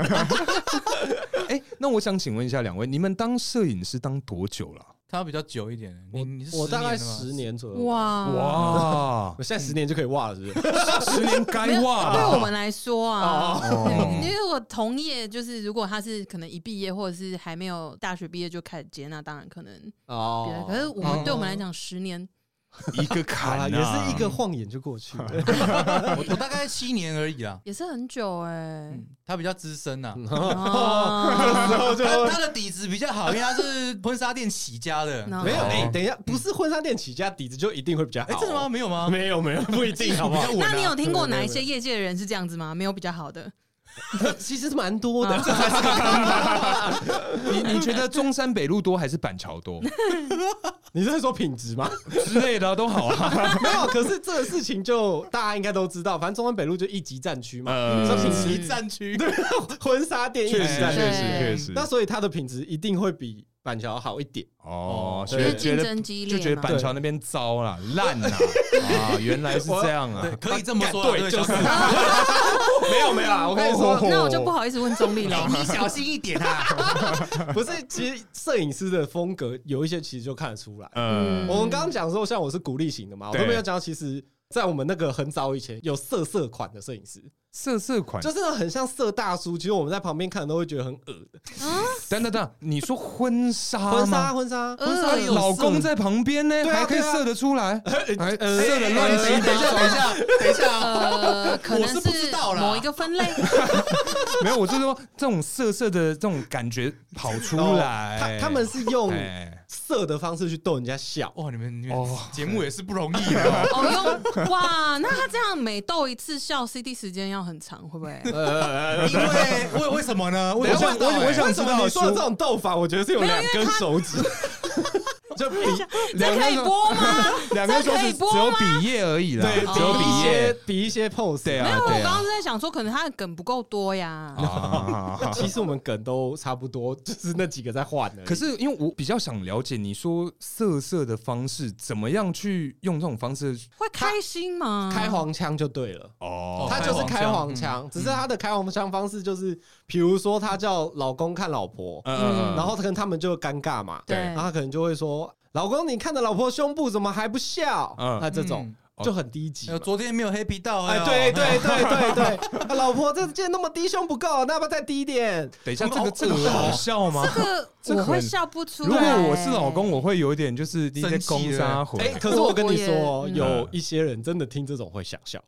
Speaker 3: 哎，那我想请问一下两位，你们当摄影师当多久了？
Speaker 4: 他比较久一点，你你”是
Speaker 5: 我大
Speaker 4: 10年
Speaker 5: 概
Speaker 4: 了吗
Speaker 5: 十，年左右。
Speaker 2: 哇，
Speaker 3: 哇
Speaker 5: 我，现在十年就可以哇了，是不 是？
Speaker 3: 十年
Speaker 2: 没
Speaker 3: 该
Speaker 2: 有
Speaker 3: 哇
Speaker 2: 对我
Speaker 3: 吧？
Speaker 2: 们来说啊。
Speaker 3: 哦
Speaker 2: 因为我同业就是，如果他是可能一毕业或者是还没有大学毕业就开始接，那当然可能别的。
Speaker 5: 哦
Speaker 2: 可是我们对我们来讲，十年
Speaker 3: 一个坎
Speaker 5: 啊，
Speaker 3: 啊
Speaker 5: 也是一个晃眼就过去了。
Speaker 4: 我我大概七年而已啦。
Speaker 2: 也是很久哎。
Speaker 4: 嗯他比较资深呐，
Speaker 2: 哦
Speaker 5: 嗯然后就
Speaker 4: 他他的底子比较好，因为他是婚纱店起家的。
Speaker 2: 那
Speaker 5: 没有
Speaker 4: 哦
Speaker 5: 哎，等一下，不是婚纱店起家底子就一定会比较好。
Speaker 4: 哎，真的吗？？没有吗？
Speaker 5: 没有没有，不一定，好不好？
Speaker 2: 那你有听过哪一些业界的人是这样子吗？没有比较好的，
Speaker 5: 其实蛮多的
Speaker 2: 啊，
Speaker 5: 这 才是刚
Speaker 3: 你你觉得中山北路多还是板桥 多
Speaker 5: 你是在说品质吗？
Speaker 3: 之类的啊都好啊？
Speaker 5: 没有，可是这个事情就大家应该都知道，反正中山北路就一级战区嘛，
Speaker 3: 呃
Speaker 5: 所以品质
Speaker 4: 集战区，
Speaker 5: 婚纱店一级
Speaker 3: 确实
Speaker 5: 战区，
Speaker 3: 确实确
Speaker 2: 对
Speaker 3: 实
Speaker 5: 那所以它的品质一定会比板桥好一点。
Speaker 3: 哦，觉
Speaker 5: 对
Speaker 2: 因为
Speaker 3: 得
Speaker 5: 对
Speaker 3: 觉
Speaker 2: 竞
Speaker 3: 得
Speaker 2: 争激烈
Speaker 3: 就觉得
Speaker 2: 嘛
Speaker 3: 板桥那边糟啦，烂啦，啊，原来是这样啊
Speaker 4: 对，。可以这么说
Speaker 5: 干
Speaker 4: 啦，
Speaker 5: 对
Speaker 4: 哎对， 就是
Speaker 5: 没有没有啦，我跟你说，
Speaker 2: 那我就不好意思问钟丽了。
Speaker 4: 你小心一点啊！
Speaker 5: 不是，其实摄影师的风格有一些其实就看得出来。
Speaker 2: 嗯
Speaker 3: 呃，
Speaker 5: 我们刚刚讲说，像我是鼓励型的嘛，我
Speaker 3: 对
Speaker 5: 都没有讲到，其实，在我们那个很早以前有色色款的摄影师，
Speaker 3: 色色款
Speaker 5: 就，是那种很像色大叔，其实我们在旁边看都会觉得很恶的。
Speaker 3: 等等等，你说婚纱吗
Speaker 5: 婚纱，婚纱，
Speaker 2: 呃
Speaker 3: 哎老公在旁边呢，
Speaker 5: 对啊
Speaker 3: 还可以
Speaker 5: 对啊
Speaker 3: 射得出来， 还
Speaker 5: 哎
Speaker 4: 哎
Speaker 3: 射得乱
Speaker 4: 等一
Speaker 3: 七八
Speaker 4: 下，等
Speaker 3: 糟。
Speaker 4: 一下， 等一下啊，
Speaker 2: 呃，可能
Speaker 4: 我是不知道啦
Speaker 2: 某一个分类，。
Speaker 3: 没有，我就说这种色色的这种感觉跑出来，
Speaker 5: 哦他他们是用
Speaker 3: 哎
Speaker 5: 色的方式去逗人家笑。
Speaker 4: 哇，你们你
Speaker 3: 哦
Speaker 4: 们节目也是不容易的
Speaker 2: 哦用哇，那他这样每逗一次笑，CD 时间要很长，会不会？
Speaker 5: 呃，
Speaker 4: 因为为为什么呢？我
Speaker 5: 我想
Speaker 4: 问到
Speaker 5: 我
Speaker 4: 欸
Speaker 5: 我想知
Speaker 3: 为什么
Speaker 5: 道
Speaker 3: 你
Speaker 5: 你
Speaker 3: 说
Speaker 5: 说
Speaker 3: 的这
Speaker 5: 的这种斗法，我觉得是有两根手指，就比
Speaker 2: 这可以播吗？哦
Speaker 3: 两个
Speaker 2: 这
Speaker 3: 手
Speaker 2: 可以
Speaker 3: 指
Speaker 2: 播
Speaker 3: 只有比耶而已啦，
Speaker 5: 对
Speaker 3: 只有
Speaker 5: 比
Speaker 3: 比
Speaker 5: 一些
Speaker 3: 耶。
Speaker 5: 比一些 pose。
Speaker 3: 对
Speaker 2: 没
Speaker 3: 啊
Speaker 2: 有，我
Speaker 3: 对
Speaker 2: 刚
Speaker 3: 啊
Speaker 2: 刚是在想说，可能他的梗不够多呀。
Speaker 3: 啊，
Speaker 5: 其实我们梗都差不多，就是那几个在换的。
Speaker 3: 可是因为我比较想了解你说色色的方式，怎么样去用这种方式？
Speaker 2: 会开心吗？
Speaker 5: 开黄腔就对了，
Speaker 3: 哦
Speaker 5: 他就是开黄
Speaker 4: 开黄
Speaker 5: 腔，
Speaker 4: 腔
Speaker 5: 只是他的开黄腔方式就是，比如说他叫老公看老婆，
Speaker 3: 嗯
Speaker 5: 然后可能他们就尴尬嘛，
Speaker 2: 对
Speaker 5: 然后他可能就会说：“老公，你看着老婆胸部怎么还不笑？”
Speaker 3: 嗯
Speaker 5: 那这种就很低级嘛
Speaker 4: 呃，。昨天没有黑皮哦到
Speaker 5: 哎，对，对对对对，啊老婆，这件那么低胸不够，那要不要再低一点？
Speaker 3: 等一下，这个这
Speaker 5: 哦
Speaker 3: 个好笑吗？这
Speaker 2: 这
Speaker 3: 个
Speaker 2: 我会
Speaker 3: 很
Speaker 2: 笑不出来。
Speaker 3: 如果我是老公，我会有一点就是你在攻杀回。
Speaker 5: 哎，可是我嗯跟你说，
Speaker 2: 我也
Speaker 5: 有一些人真的听这种会想笑，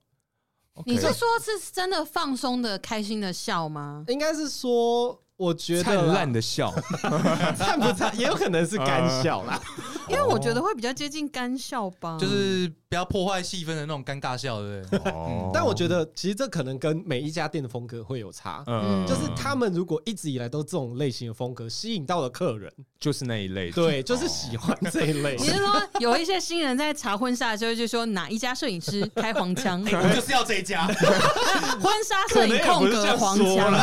Speaker 2: 你是
Speaker 3: OK
Speaker 2: 说是真的放松的、开心的笑吗？
Speaker 5: 应该是说，我觉得
Speaker 3: 灿
Speaker 5: 啦
Speaker 3: 烂的笑，
Speaker 5: 灿不灿，也有可能是干笑 啦。
Speaker 2: 因为我觉得会比较接近干笑吧，
Speaker 4: 就是不要破坏气氛的那种尴尬笑，对不对？
Speaker 3: 哦
Speaker 5: 但我觉得其实这可能跟每一家店的风格会有差。
Speaker 3: 嗯
Speaker 5: 就是他们如果一直以来都这种类型的风格吸引到了客人，
Speaker 3: 就是那一类的，
Speaker 5: 对，就是喜欢这一 类。
Speaker 2: 你是说有一些新人在查婚纱的时候就说哪一家摄影师开黄腔，
Speaker 4: 哎我就是要这一家，
Speaker 2: 婚纱摄影空格黄腔，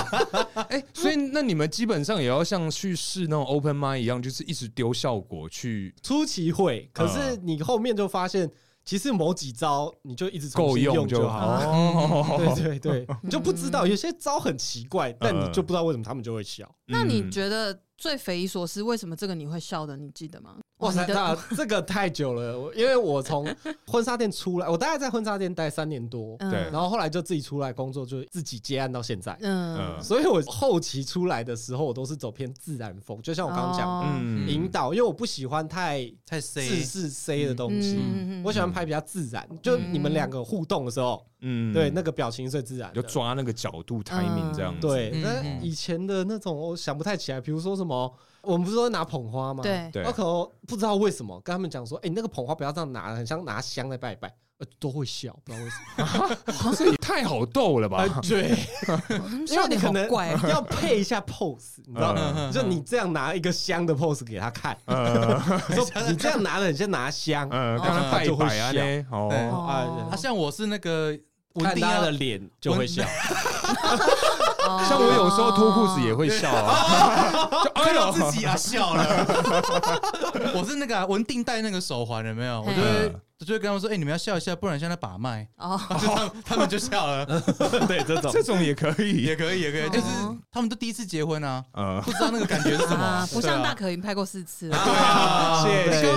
Speaker 3: 哎、所以那你们基本上也要像去试那种 open mind 一样，就是一直丢效果去
Speaker 5: 初期会，可
Speaker 3: 嗯
Speaker 5: 是你后面就发现，其实某几招你就一直重
Speaker 3: 够
Speaker 5: 新
Speaker 3: 用
Speaker 5: 就
Speaker 3: 好。
Speaker 5: 好。
Speaker 3: 哦，
Speaker 5: 对对 对，你就不知道有些招很奇怪，但你就不知道为什么他们就会笑。
Speaker 2: 那你
Speaker 3: 嗯
Speaker 2: 觉得最匪夷所思？为什么这个你会笑的？你记得吗？
Speaker 5: 哇塞，
Speaker 2: 你的
Speaker 5: 那这个太久了，我因为我从婚纱店出来，我大概在婚纱店待三年多，
Speaker 2: 嗯
Speaker 3: 对
Speaker 5: 然后后来就自己出来工作，就自己接案到现在。
Speaker 2: 嗯
Speaker 5: 所以我后期出来的时候，我都是走偏自然风，就像我刚刚讲的
Speaker 2: 哦
Speaker 3: 嗯
Speaker 5: 引导，因为我不喜欢太
Speaker 4: 太
Speaker 5: 自
Speaker 4: C，
Speaker 5: 是 C 的东西，
Speaker 2: 嗯嗯嗯
Speaker 5: 我喜欢拍比较自然，就你们两个互动的时候，
Speaker 3: 嗯
Speaker 5: 对那个表情最自然
Speaker 3: 就
Speaker 5: 的。
Speaker 3: 抓那个角度 timing 这样子，
Speaker 5: 对，
Speaker 4: 嗯
Speaker 5: 那
Speaker 4: 嗯
Speaker 5: 以前的那种我想不太起来，比如说什么，我们不是都拿捧花吗？
Speaker 2: 对
Speaker 3: 对
Speaker 5: 我哦可能不知道为什么跟他们讲说，哎、你那个捧花不要这样拿，很像拿香在拜拜，呃，都会笑，不知道为 什么。
Speaker 3: 这也太好逗了吧？
Speaker 5: 呃对， 因
Speaker 2: 笑
Speaker 5: 为你
Speaker 2: 点
Speaker 5: 可
Speaker 2: 好
Speaker 5: 能
Speaker 2: 怪哦，
Speaker 5: 要配一下 pose，你知道吗？
Speaker 4: 嗯
Speaker 5: 就你这样拿一个香的 pose 给他看，
Speaker 3: 呃
Speaker 5: 说你这样拿的很像拿香啊，
Speaker 3: 呃，刚刚拜
Speaker 5: 就会
Speaker 3: 拜啊
Speaker 5: 笑
Speaker 3: 呢，
Speaker 4: 对
Speaker 3: 哦，
Speaker 5: 啊
Speaker 4: 啊，像我是那个，我一
Speaker 5: 看
Speaker 4: 定
Speaker 5: 他
Speaker 4: 要
Speaker 5: 的脸就会笑。
Speaker 2: 哦
Speaker 3: 像我有时候脱裤子也会笑啊， 就 哎
Speaker 4: 看到
Speaker 3: 呦
Speaker 4: 自己啊笑了。 我是那个啊文定戴那个手环，有没有？我就会
Speaker 3: 嗯
Speaker 4: 我就会跟他们说，哎，你们要笑一下，不然像在 把脉。
Speaker 2: 哦，
Speaker 4: 就他们他们就笑了，
Speaker 5: 对，这种
Speaker 3: 这种也可以
Speaker 4: 也，可以，也可以，就是
Speaker 2: 哦
Speaker 4: 他们都第一次结婚啊，
Speaker 3: 呃，
Speaker 4: 不知道那个感觉是什
Speaker 2: 啊
Speaker 4: 么，，
Speaker 2: 不像大可已经拍过四次了，
Speaker 4: 对啊，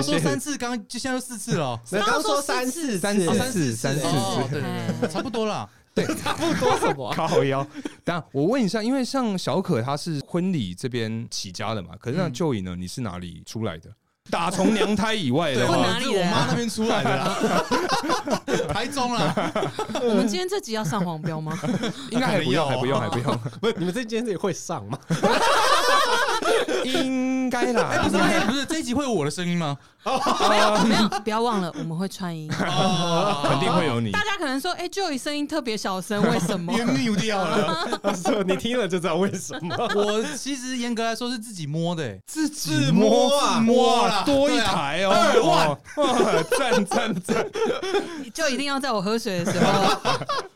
Speaker 4: 你刚
Speaker 5: 谢谢
Speaker 4: 刚说
Speaker 5: 谢谢
Speaker 4: 三次，刚刚就现在就四次了哦，
Speaker 5: 那刚刚说三四次
Speaker 3: 三四
Speaker 5: 哦
Speaker 3: 次
Speaker 4: 次
Speaker 3: 三四
Speaker 4: 哦
Speaker 3: 次
Speaker 4: 对对对，差不多啦。
Speaker 5: 说什
Speaker 4: 哦
Speaker 5: 么？
Speaker 3: 靠腰。等下我问一下，因为像小可她是婚礼这边起家的嘛，可是那
Speaker 4: 嗯
Speaker 3: 旧影呢？你是哪里出来 的？打从娘胎以外的
Speaker 4: 我
Speaker 2: 混
Speaker 3: 话，
Speaker 2: 哪
Speaker 4: 哦是
Speaker 2: 里
Speaker 4: 我
Speaker 2: 人啊
Speaker 4: 妈那边出来的啦，台 中啦，
Speaker 2: 我们今天这集要上黄标吗？
Speaker 3: 应该还不用，
Speaker 4: 啊
Speaker 3: 还不用，还不 用，
Speaker 5: 不，你们这件事情会上 吗？
Speaker 3: 应该
Speaker 4: 哎，
Speaker 3: 啦
Speaker 4: 不。是哎不是，这一集会有我的声音吗？
Speaker 2: 没有，不要忘了我们会穿衣。
Speaker 4: 哦，
Speaker 3: 肯 定会有你
Speaker 2: 大，家可能说，哎，Joey 声音特别小声，为什么？
Speaker 4: mute 掉了。
Speaker 5: 说你听了就知道为什么。
Speaker 4: 我其实严格来说是自己摸的，哎
Speaker 3: 自
Speaker 5: 己摸啊
Speaker 3: 自摸啊
Speaker 4: 哇
Speaker 3: 多一
Speaker 4: 对啊
Speaker 3: 台哦，
Speaker 4: 二万
Speaker 3: 哦， 哇赞赞赞！
Speaker 2: 就一定要在我喝水的时候，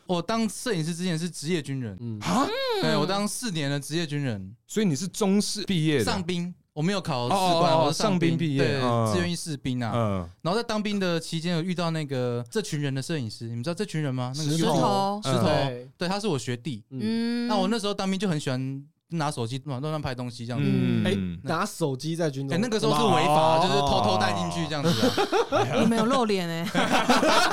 Speaker 4: 我当摄影师之前是职业军人，
Speaker 5: 嗯
Speaker 3: 啊
Speaker 4: 对我当四年的职业军人，
Speaker 3: 所以你是中式毕业
Speaker 4: 上
Speaker 3: 的，
Speaker 4: 兵，我没有考士
Speaker 3: 哦
Speaker 4: 官，
Speaker 3: 哦哦
Speaker 4: 我是上
Speaker 3: 上兵毕业
Speaker 4: 对
Speaker 3: 嗯，
Speaker 4: 志愿役士兵啊。
Speaker 3: 嗯，
Speaker 4: 然后在当兵的期间有遇到那个这群人的摄影师，你们知道这群人吗？那个
Speaker 5: 石嗯
Speaker 2: 石头，
Speaker 4: 石头
Speaker 5: 对，
Speaker 4: 对，他是我学弟。
Speaker 2: 嗯，
Speaker 4: 那我那时候当兵就很喜欢拿手机乱乱拍东西这样子。
Speaker 3: 嗯，哎，
Speaker 5: 拿手机在军
Speaker 4: 哎、
Speaker 5: 中，
Speaker 4: 那个时候是违法，
Speaker 5: 哦
Speaker 4: 就是偷偷带进去这样子、啊。
Speaker 2: 我没有露脸哎，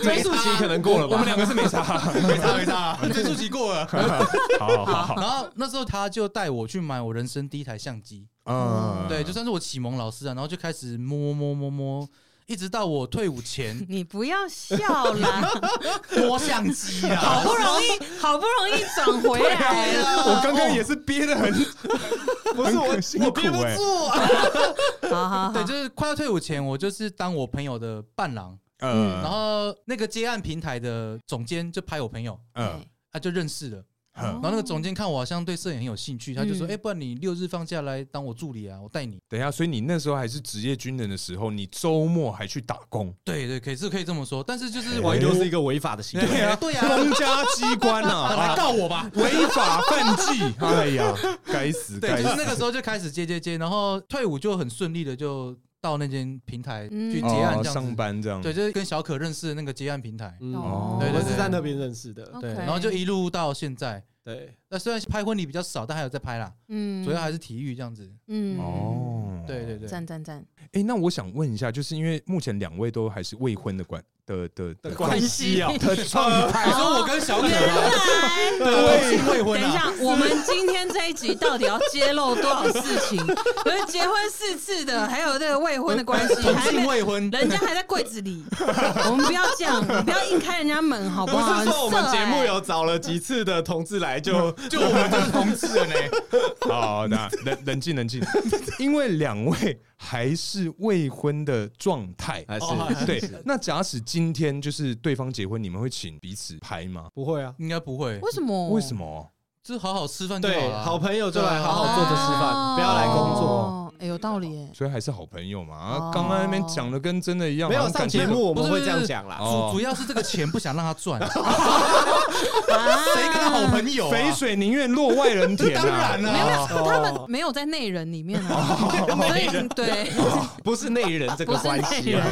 Speaker 5: 追溯
Speaker 4: 啊
Speaker 5: 期可能
Speaker 4: 哎
Speaker 5: 过了吧？
Speaker 3: 我们两个是没 差，
Speaker 4: 没差没差，追溯期过了。
Speaker 3: 好好好，
Speaker 4: 然后那时候他就带我去买我人生第一台相机，
Speaker 3: 嗯，
Speaker 4: 对，就算是我启蒙老师啊，然后就开始摸摸摸摸，一直到我退伍 前
Speaker 2: 你不要笑啦，
Speaker 4: 摸相机啊，
Speaker 2: 好不容 易，好不容易转回来了，
Speaker 3: 我刚刚也是憋得很，
Speaker 5: 不是
Speaker 3: 很
Speaker 5: 我，
Speaker 3: 辛
Speaker 5: 我
Speaker 3: 苦
Speaker 5: 憋不
Speaker 3: 哎
Speaker 5: 住啊。
Speaker 2: 好好
Speaker 4: 对，
Speaker 2: 好，
Speaker 4: 就是快要退伍前，我就是当我朋友的伴郎，
Speaker 3: 嗯，
Speaker 4: 然后那个接案平台的总监就拍我朋友，
Speaker 3: 嗯
Speaker 4: 他就认识了。
Speaker 3: 嗯
Speaker 4: 哎然后那个总监看我好像对摄影很有兴趣，他就说：“
Speaker 2: 嗯
Speaker 4: 哎、不然你六日放假来当我助理啊，我带你。
Speaker 3: 等一下，所以你那时候还是职业军人的时候，你周末还去打工”，
Speaker 4: 对对，可以是可以这么说，但是就是我
Speaker 5: 我又是一个违法的行 为。
Speaker 4: 对 啊对啊，
Speaker 3: 公家机关
Speaker 4: 啊
Speaker 3: 啊，
Speaker 4: 来告我吧。
Speaker 3: 违法犯 纪，哎呀，该死
Speaker 4: 对，
Speaker 3: 该
Speaker 4: 就是
Speaker 3: 死，
Speaker 4: 那个时候就开始接接接，然后退伍就很顺利的就到那间平台
Speaker 2: 嗯
Speaker 4: 去结案
Speaker 3: 哦
Speaker 4: 这样
Speaker 3: 上
Speaker 4: 子。
Speaker 3: 班这样，
Speaker 4: 对，就是跟小可认识的那个结案平台，
Speaker 5: 嗯
Speaker 3: 哦
Speaker 5: 我
Speaker 4: 对对
Speaker 5: 们
Speaker 4: 对
Speaker 2: 哦
Speaker 5: 是在那边认识的。
Speaker 4: 对，
Speaker 2: OK
Speaker 4: 然后就一路到现在。
Speaker 5: 对，
Speaker 4: 那虽然拍婚礼比较少，但还有在拍啦，
Speaker 2: 嗯，
Speaker 4: 主要还是体育这样子。
Speaker 2: 嗯，
Speaker 3: 哦，
Speaker 4: 对对对，
Speaker 2: 赞赞 赞，
Speaker 3: 哎、那我想问一下，就是因为目前两位都还是未婚的关的的的
Speaker 5: 关系啊，
Speaker 3: 的 状态，
Speaker 4: 哎你说我跟小可吗？
Speaker 2: 来，
Speaker 4: 对，我是
Speaker 2: 哦
Speaker 4: 未
Speaker 2: 等
Speaker 4: 婚
Speaker 2: 一
Speaker 4: 啊。
Speaker 2: 下，我们今天这一集到底要揭露多少事 情？不是结婚四次的，还有这个未婚的关系，
Speaker 4: 同
Speaker 2: 还
Speaker 4: 性
Speaker 2: 没
Speaker 4: 未婚，
Speaker 2: 人家还在柜子里，我们不要这样，不要硬开人家门，好不
Speaker 5: 不
Speaker 2: 好？
Speaker 5: 是说我们
Speaker 2: 很色
Speaker 5: 节目
Speaker 2: 欸
Speaker 5: 有找了几次的同志来就
Speaker 4: 就我们就是同志了呢。
Speaker 3: 好，那冷冷静冷 静，因为两位还是未婚的状态。
Speaker 5: 还是
Speaker 4: 哦
Speaker 3: 对，那假使今天就是对方结婚，你们会请彼此拍吗？
Speaker 5: 不会啊？
Speaker 4: 应该不会，
Speaker 2: 为什么？
Speaker 3: 为什？么？
Speaker 4: 就好好吃饭就好啊
Speaker 5: 对，
Speaker 4: 了。
Speaker 5: 好朋友就来好好坐着吃
Speaker 2: 哦
Speaker 5: 饭，不要来工作。
Speaker 2: 哦，哎，有道理耶。
Speaker 3: 所以还是好朋友嘛。啊
Speaker 2: 哦
Speaker 3: 刚刚那边讲的跟真的一样，
Speaker 5: 没
Speaker 3: 好
Speaker 5: 有
Speaker 3: 像
Speaker 5: 上
Speaker 3: 感情
Speaker 5: 节目我们
Speaker 4: 不是
Speaker 5: 会这样讲啦
Speaker 3: 不。哦
Speaker 4: 主主要是这个钱不想让他赚，
Speaker 2: 谁
Speaker 4: 谁跟他好朋 友啊？
Speaker 3: 肥水宁愿落外人田 啊！
Speaker 4: 当然
Speaker 2: 没有没
Speaker 4: 了，
Speaker 2: 有，他们没有在内人里面啊，所以对，
Speaker 5: 不是内人这
Speaker 2: 不
Speaker 5: 个
Speaker 2: 是
Speaker 5: 关
Speaker 2: 内
Speaker 5: 系啊，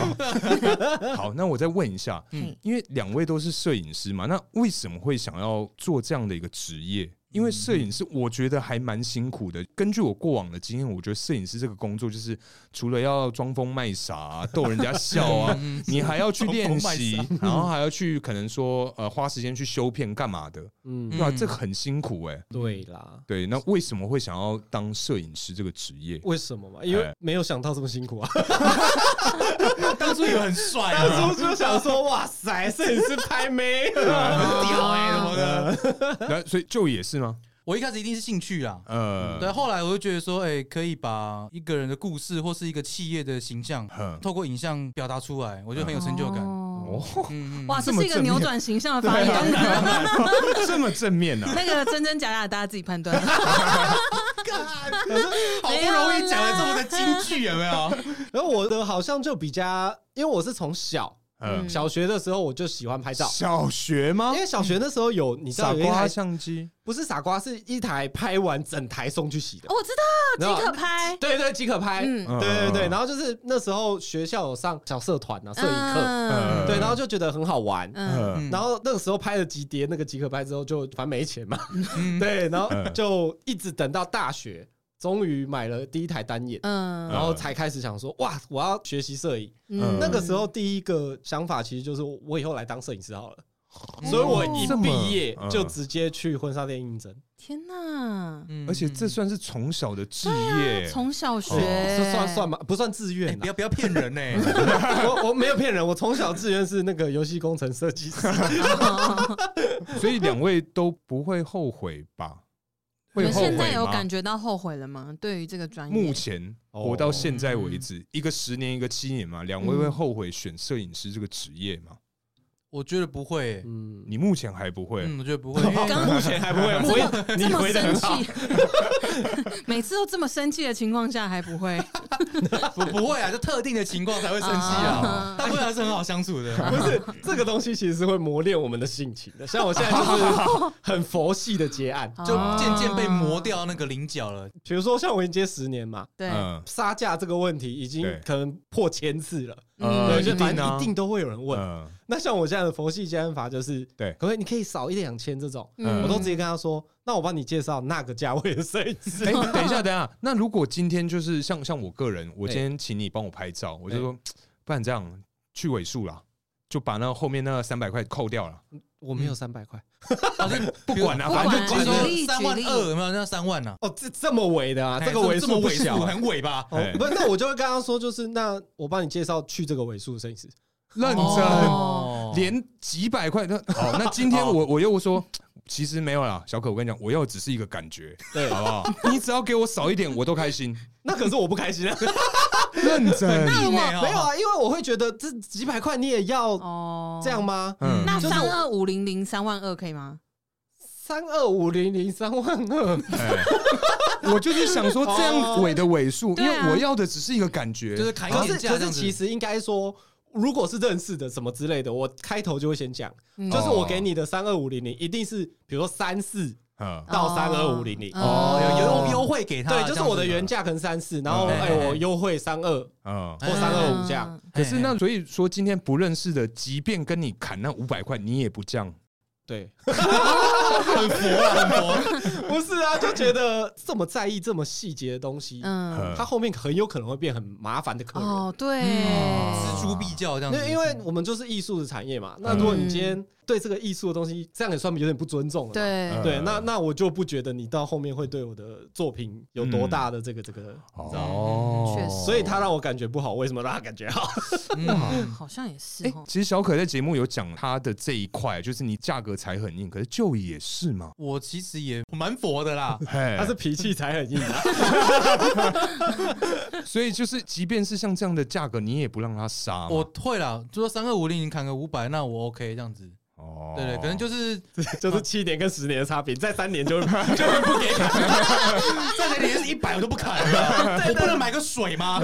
Speaker 2: 人，
Speaker 3: 好，那我再问一下，嗯
Speaker 4: 嗯，
Speaker 3: 因为两位都是摄影师嘛，那为什么会想要做这样的一个职业？因为摄影师，我觉得还蛮辛苦的。根据我过往的经验，我觉得摄影师这个工作，就是除了要装疯卖傻啊、逗人家笑
Speaker 4: 嗯
Speaker 3: 啊，你还要去练习
Speaker 4: 装，
Speaker 3: 然后还要去可能说呃花时间去修片干嘛的，
Speaker 5: 嗯，
Speaker 3: 对吧、这个很辛苦哎、
Speaker 5: 对啦。
Speaker 3: 对，那为什么会想要当摄影师这个职 业？
Speaker 5: 为什么嘛？因为
Speaker 3: 哎
Speaker 5: 没有想到这么辛苦啊！
Speaker 4: 嗯当初以为很帅
Speaker 5: 当
Speaker 4: 啊，
Speaker 5: 初就想说，哇塞，摄影师拍妹，
Speaker 4: 很屌哎，什
Speaker 2: 哦
Speaker 4: 么的。
Speaker 3: 那所以就也是吗？
Speaker 4: 我一开始一定是兴趣啊啦，
Speaker 3: 呃，
Speaker 4: 对，后来我就觉得说，哎，可以把一个人的故事或是一个企业的形象，
Speaker 3: 哼
Speaker 4: 透过影像表达出来，我觉得很有成就感。
Speaker 2: 哦
Speaker 3: 哦，
Speaker 4: 嗯，嗯
Speaker 2: 哇，这是一个
Speaker 3: 这么正面啊
Speaker 2: 扭转形象的发言，
Speaker 3: 这么正面啊！
Speaker 2: 那个真真假假的大家自己判断。
Speaker 4: 好不容易讲了这么的京剧，有没 有？
Speaker 5: 然后我的好像就比较，因为我是从小
Speaker 3: 嗯，
Speaker 2: 嗯
Speaker 5: 小学的时候我就喜欢拍照，
Speaker 3: 小学吗
Speaker 5: 因？为小学那时候有你知道
Speaker 3: 傻
Speaker 5: 有一台
Speaker 3: 瓜相机，
Speaker 5: 不是傻瓜，是一台拍完整台送去洗的
Speaker 2: 哦，，我知道，
Speaker 5: 然后
Speaker 2: 即可拍，
Speaker 5: 对对，即可拍，
Speaker 2: 嗯，
Speaker 5: 对对对。然
Speaker 3: 后
Speaker 5: 后就是那时候学校有上小社团啊，摄影课，
Speaker 3: 嗯
Speaker 5: 对，然后就觉得很好玩。
Speaker 2: 嗯，
Speaker 4: 嗯
Speaker 5: 然后那个时候拍了几碟那个即可拍之后，就反正没钱嘛，对，然后
Speaker 3: 嗯
Speaker 5: 就一直等到大学，终于买了第一台单眼，
Speaker 2: 嗯
Speaker 5: 然后才开始想说，哇，我要学习摄影。
Speaker 3: 嗯
Speaker 5: 那个时候第一个想法其实就是我以后来当摄影师好了，所以我一
Speaker 3: 这么
Speaker 5: 毕业就
Speaker 3: 嗯
Speaker 5: 直接去婚纱店应征，
Speaker 2: 天哪，
Speaker 4: 嗯
Speaker 3: 而且这算是从小的置业，
Speaker 2: 啊从小学
Speaker 3: 哦
Speaker 5: 这算 算吗？不算自
Speaker 4: 哎
Speaker 5: 愿
Speaker 4: 不
Speaker 5: 啦，
Speaker 4: 要不要骗人呢，
Speaker 5: 我我没有骗人，我从小志愿是那个游戏工程设计师，
Speaker 3: 所以两位都不会后悔吧？
Speaker 2: 你
Speaker 3: 会
Speaker 2: 们
Speaker 3: 后悔
Speaker 2: 现在有
Speaker 3: 吗
Speaker 2: 感觉到后悔了吗？对于这个专业，
Speaker 3: 目前活到现在为止，一个十年，一个七年嘛，两位会后悔选摄影师这个职业吗？
Speaker 4: 我觉得不会，
Speaker 5: 嗯，
Speaker 3: 你目前还不会，嗯
Speaker 4: 嗯，我觉得不会，因为
Speaker 2: 刚
Speaker 5: 目前 还不会，我
Speaker 2: 这
Speaker 5: 你
Speaker 2: 么
Speaker 5: 回的
Speaker 2: 生
Speaker 5: 很好，
Speaker 2: 气， 每次都这么生气的情况下还不会，
Speaker 4: 不不会啊，就特定的情况才会生气
Speaker 2: 啊，
Speaker 4: 啊大部分还是很好相处的。
Speaker 5: 不是这个东西其实是会磨练我们的性情的，像我现 在就是很佛系的结案，
Speaker 2: 哦
Speaker 4: 就渐渐被磨掉那个棱角了，
Speaker 5: 比如说像我已经接十年嘛，
Speaker 2: 哦对，
Speaker 3: 嗯，
Speaker 5: 杀价这个问题已经
Speaker 3: 对
Speaker 5: 可能破千次了，
Speaker 2: 嗯
Speaker 3: 呃
Speaker 5: 对，就反
Speaker 3: 一定啊
Speaker 5: 正一定都会有人问。
Speaker 3: 嗯
Speaker 5: 那像我这样的佛系结案法就是，
Speaker 3: 对
Speaker 5: 可不可以你可以少一两千这种，
Speaker 3: 嗯
Speaker 5: 我都直接跟他说，那我帮你介绍那个价位的摄影师
Speaker 3: 哎、，等一下，等一下。那如果今天就是像像我个人，我今天请你帮我拍照，我就说，嗯不然这样去尾数啦，就把那后面那三百块扣掉了，
Speaker 5: 我没有三百块。
Speaker 4: 好像
Speaker 3: 不管了，
Speaker 2: 不
Speaker 3: 反
Speaker 2: 管
Speaker 3: 正
Speaker 2: 啊
Speaker 3: 就
Speaker 4: 听
Speaker 3: 是
Speaker 2: 举
Speaker 4: 说
Speaker 2: 例
Speaker 4: 三
Speaker 2: 举
Speaker 4: 万
Speaker 2: 例
Speaker 4: 二有没有？那三万呢？
Speaker 5: 哦，这这么伪的啊，
Speaker 4: 哎
Speaker 5: 这个尾
Speaker 4: 这么
Speaker 5: 数不
Speaker 4: 尾数
Speaker 5: 小啊。
Speaker 4: 很尾吧？
Speaker 5: 哦
Speaker 3: 哎，
Speaker 5: 不，那我就会跟他说，就是那我帮你介绍去这个尾数的摄影师。
Speaker 3: 认真，
Speaker 4: 啊哦
Speaker 3: 连几百块那好，那今天我我又说。其实没有啦，小可，我跟你讲，我要的只是一个感觉，
Speaker 5: 对
Speaker 3: 好不好？你只要给我少一点，我都开心。
Speaker 5: 那可是我不开心啊，
Speaker 3: 认真，
Speaker 4: 硬
Speaker 2: 我
Speaker 4: 欸哦
Speaker 5: 没有啊，因为我会觉得这几百块你也要
Speaker 2: 哦，
Speaker 5: 这样？吗？
Speaker 3: 嗯，
Speaker 2: 那
Speaker 5: 就是
Speaker 2: 三
Speaker 5: 我
Speaker 2: 二五零零三万二可以吗？
Speaker 5: 三二五零零三万二，
Speaker 3: 哎我就是想说这样尾的尾数，因
Speaker 2: 对啊
Speaker 3: 为我要的只是一个感觉，
Speaker 4: 就是砍
Speaker 5: 可
Speaker 4: 一
Speaker 5: 是
Speaker 4: 点价
Speaker 5: 可
Speaker 4: 这
Speaker 5: 是
Speaker 4: 样子
Speaker 5: 其实应该说。如果是认识的什么之类的，我开头就会先讲，
Speaker 2: 嗯
Speaker 5: 就是我给你的三二五零零，一定是比如说三四
Speaker 3: 嗯
Speaker 5: 到
Speaker 2: 哦
Speaker 5: 三二五零零，
Speaker 4: 哦，有有
Speaker 2: 哦
Speaker 4: 优惠给他，
Speaker 5: 对，
Speaker 4: 这
Speaker 5: 就是
Speaker 4: 样子
Speaker 5: 我的原价可能三四，然后
Speaker 4: 嗯
Speaker 5: 哎我优惠三二，
Speaker 3: 嗯。
Speaker 5: 或325这样
Speaker 2: 嗯
Speaker 3: 可是那所以说，今天不认识的，即便跟你砍那五百块，你也不降。
Speaker 5: 对，
Speaker 4: 很佛啊，
Speaker 5: 哎
Speaker 4: 很佛。
Speaker 5: 不是啊，就觉得这么在意这么细节的东西，
Speaker 3: 呃
Speaker 6: 嗯，
Speaker 5: 他后面很有可能会变很麻烦的客人。
Speaker 2: 哦，对，
Speaker 5: 哎
Speaker 4: 锱铢必较这样
Speaker 5: 因
Speaker 4: 子，
Speaker 5: 为因为我们就是艺术的产业嘛，那如果你今天对这个艺术的东西，这样也算有点不尊重了嘛。
Speaker 2: 对，
Speaker 3: 呃
Speaker 5: 对，那那我就不觉得你到后面会对我的作品有多大的这个这个，
Speaker 3: 哦，
Speaker 2: 嗯确实
Speaker 5: 所以他让我感觉不好，为什么让他感觉好？
Speaker 4: 嗯
Speaker 2: 好像也是
Speaker 3: 哎、
Speaker 2: 哦。
Speaker 3: 其实小可在节目有讲他的这一块，就是你价格才很硬，可是就也是嘛，，
Speaker 4: 我其实也蛮佛的啦
Speaker 3: 嘿
Speaker 5: 他是脾气才很硬啊。
Speaker 3: 所以就是即便是像这样的价格，你也不让他杀嘛，
Speaker 4: 我会啦，就说三二五零，你砍个五百，那我 OK 这样子，
Speaker 3: 哦
Speaker 4: 对对，可能就是
Speaker 5: 就是七年跟十年的差别，在三年就会 就
Speaker 4: 再给你一百我都不砍 了，我不能买个水吗？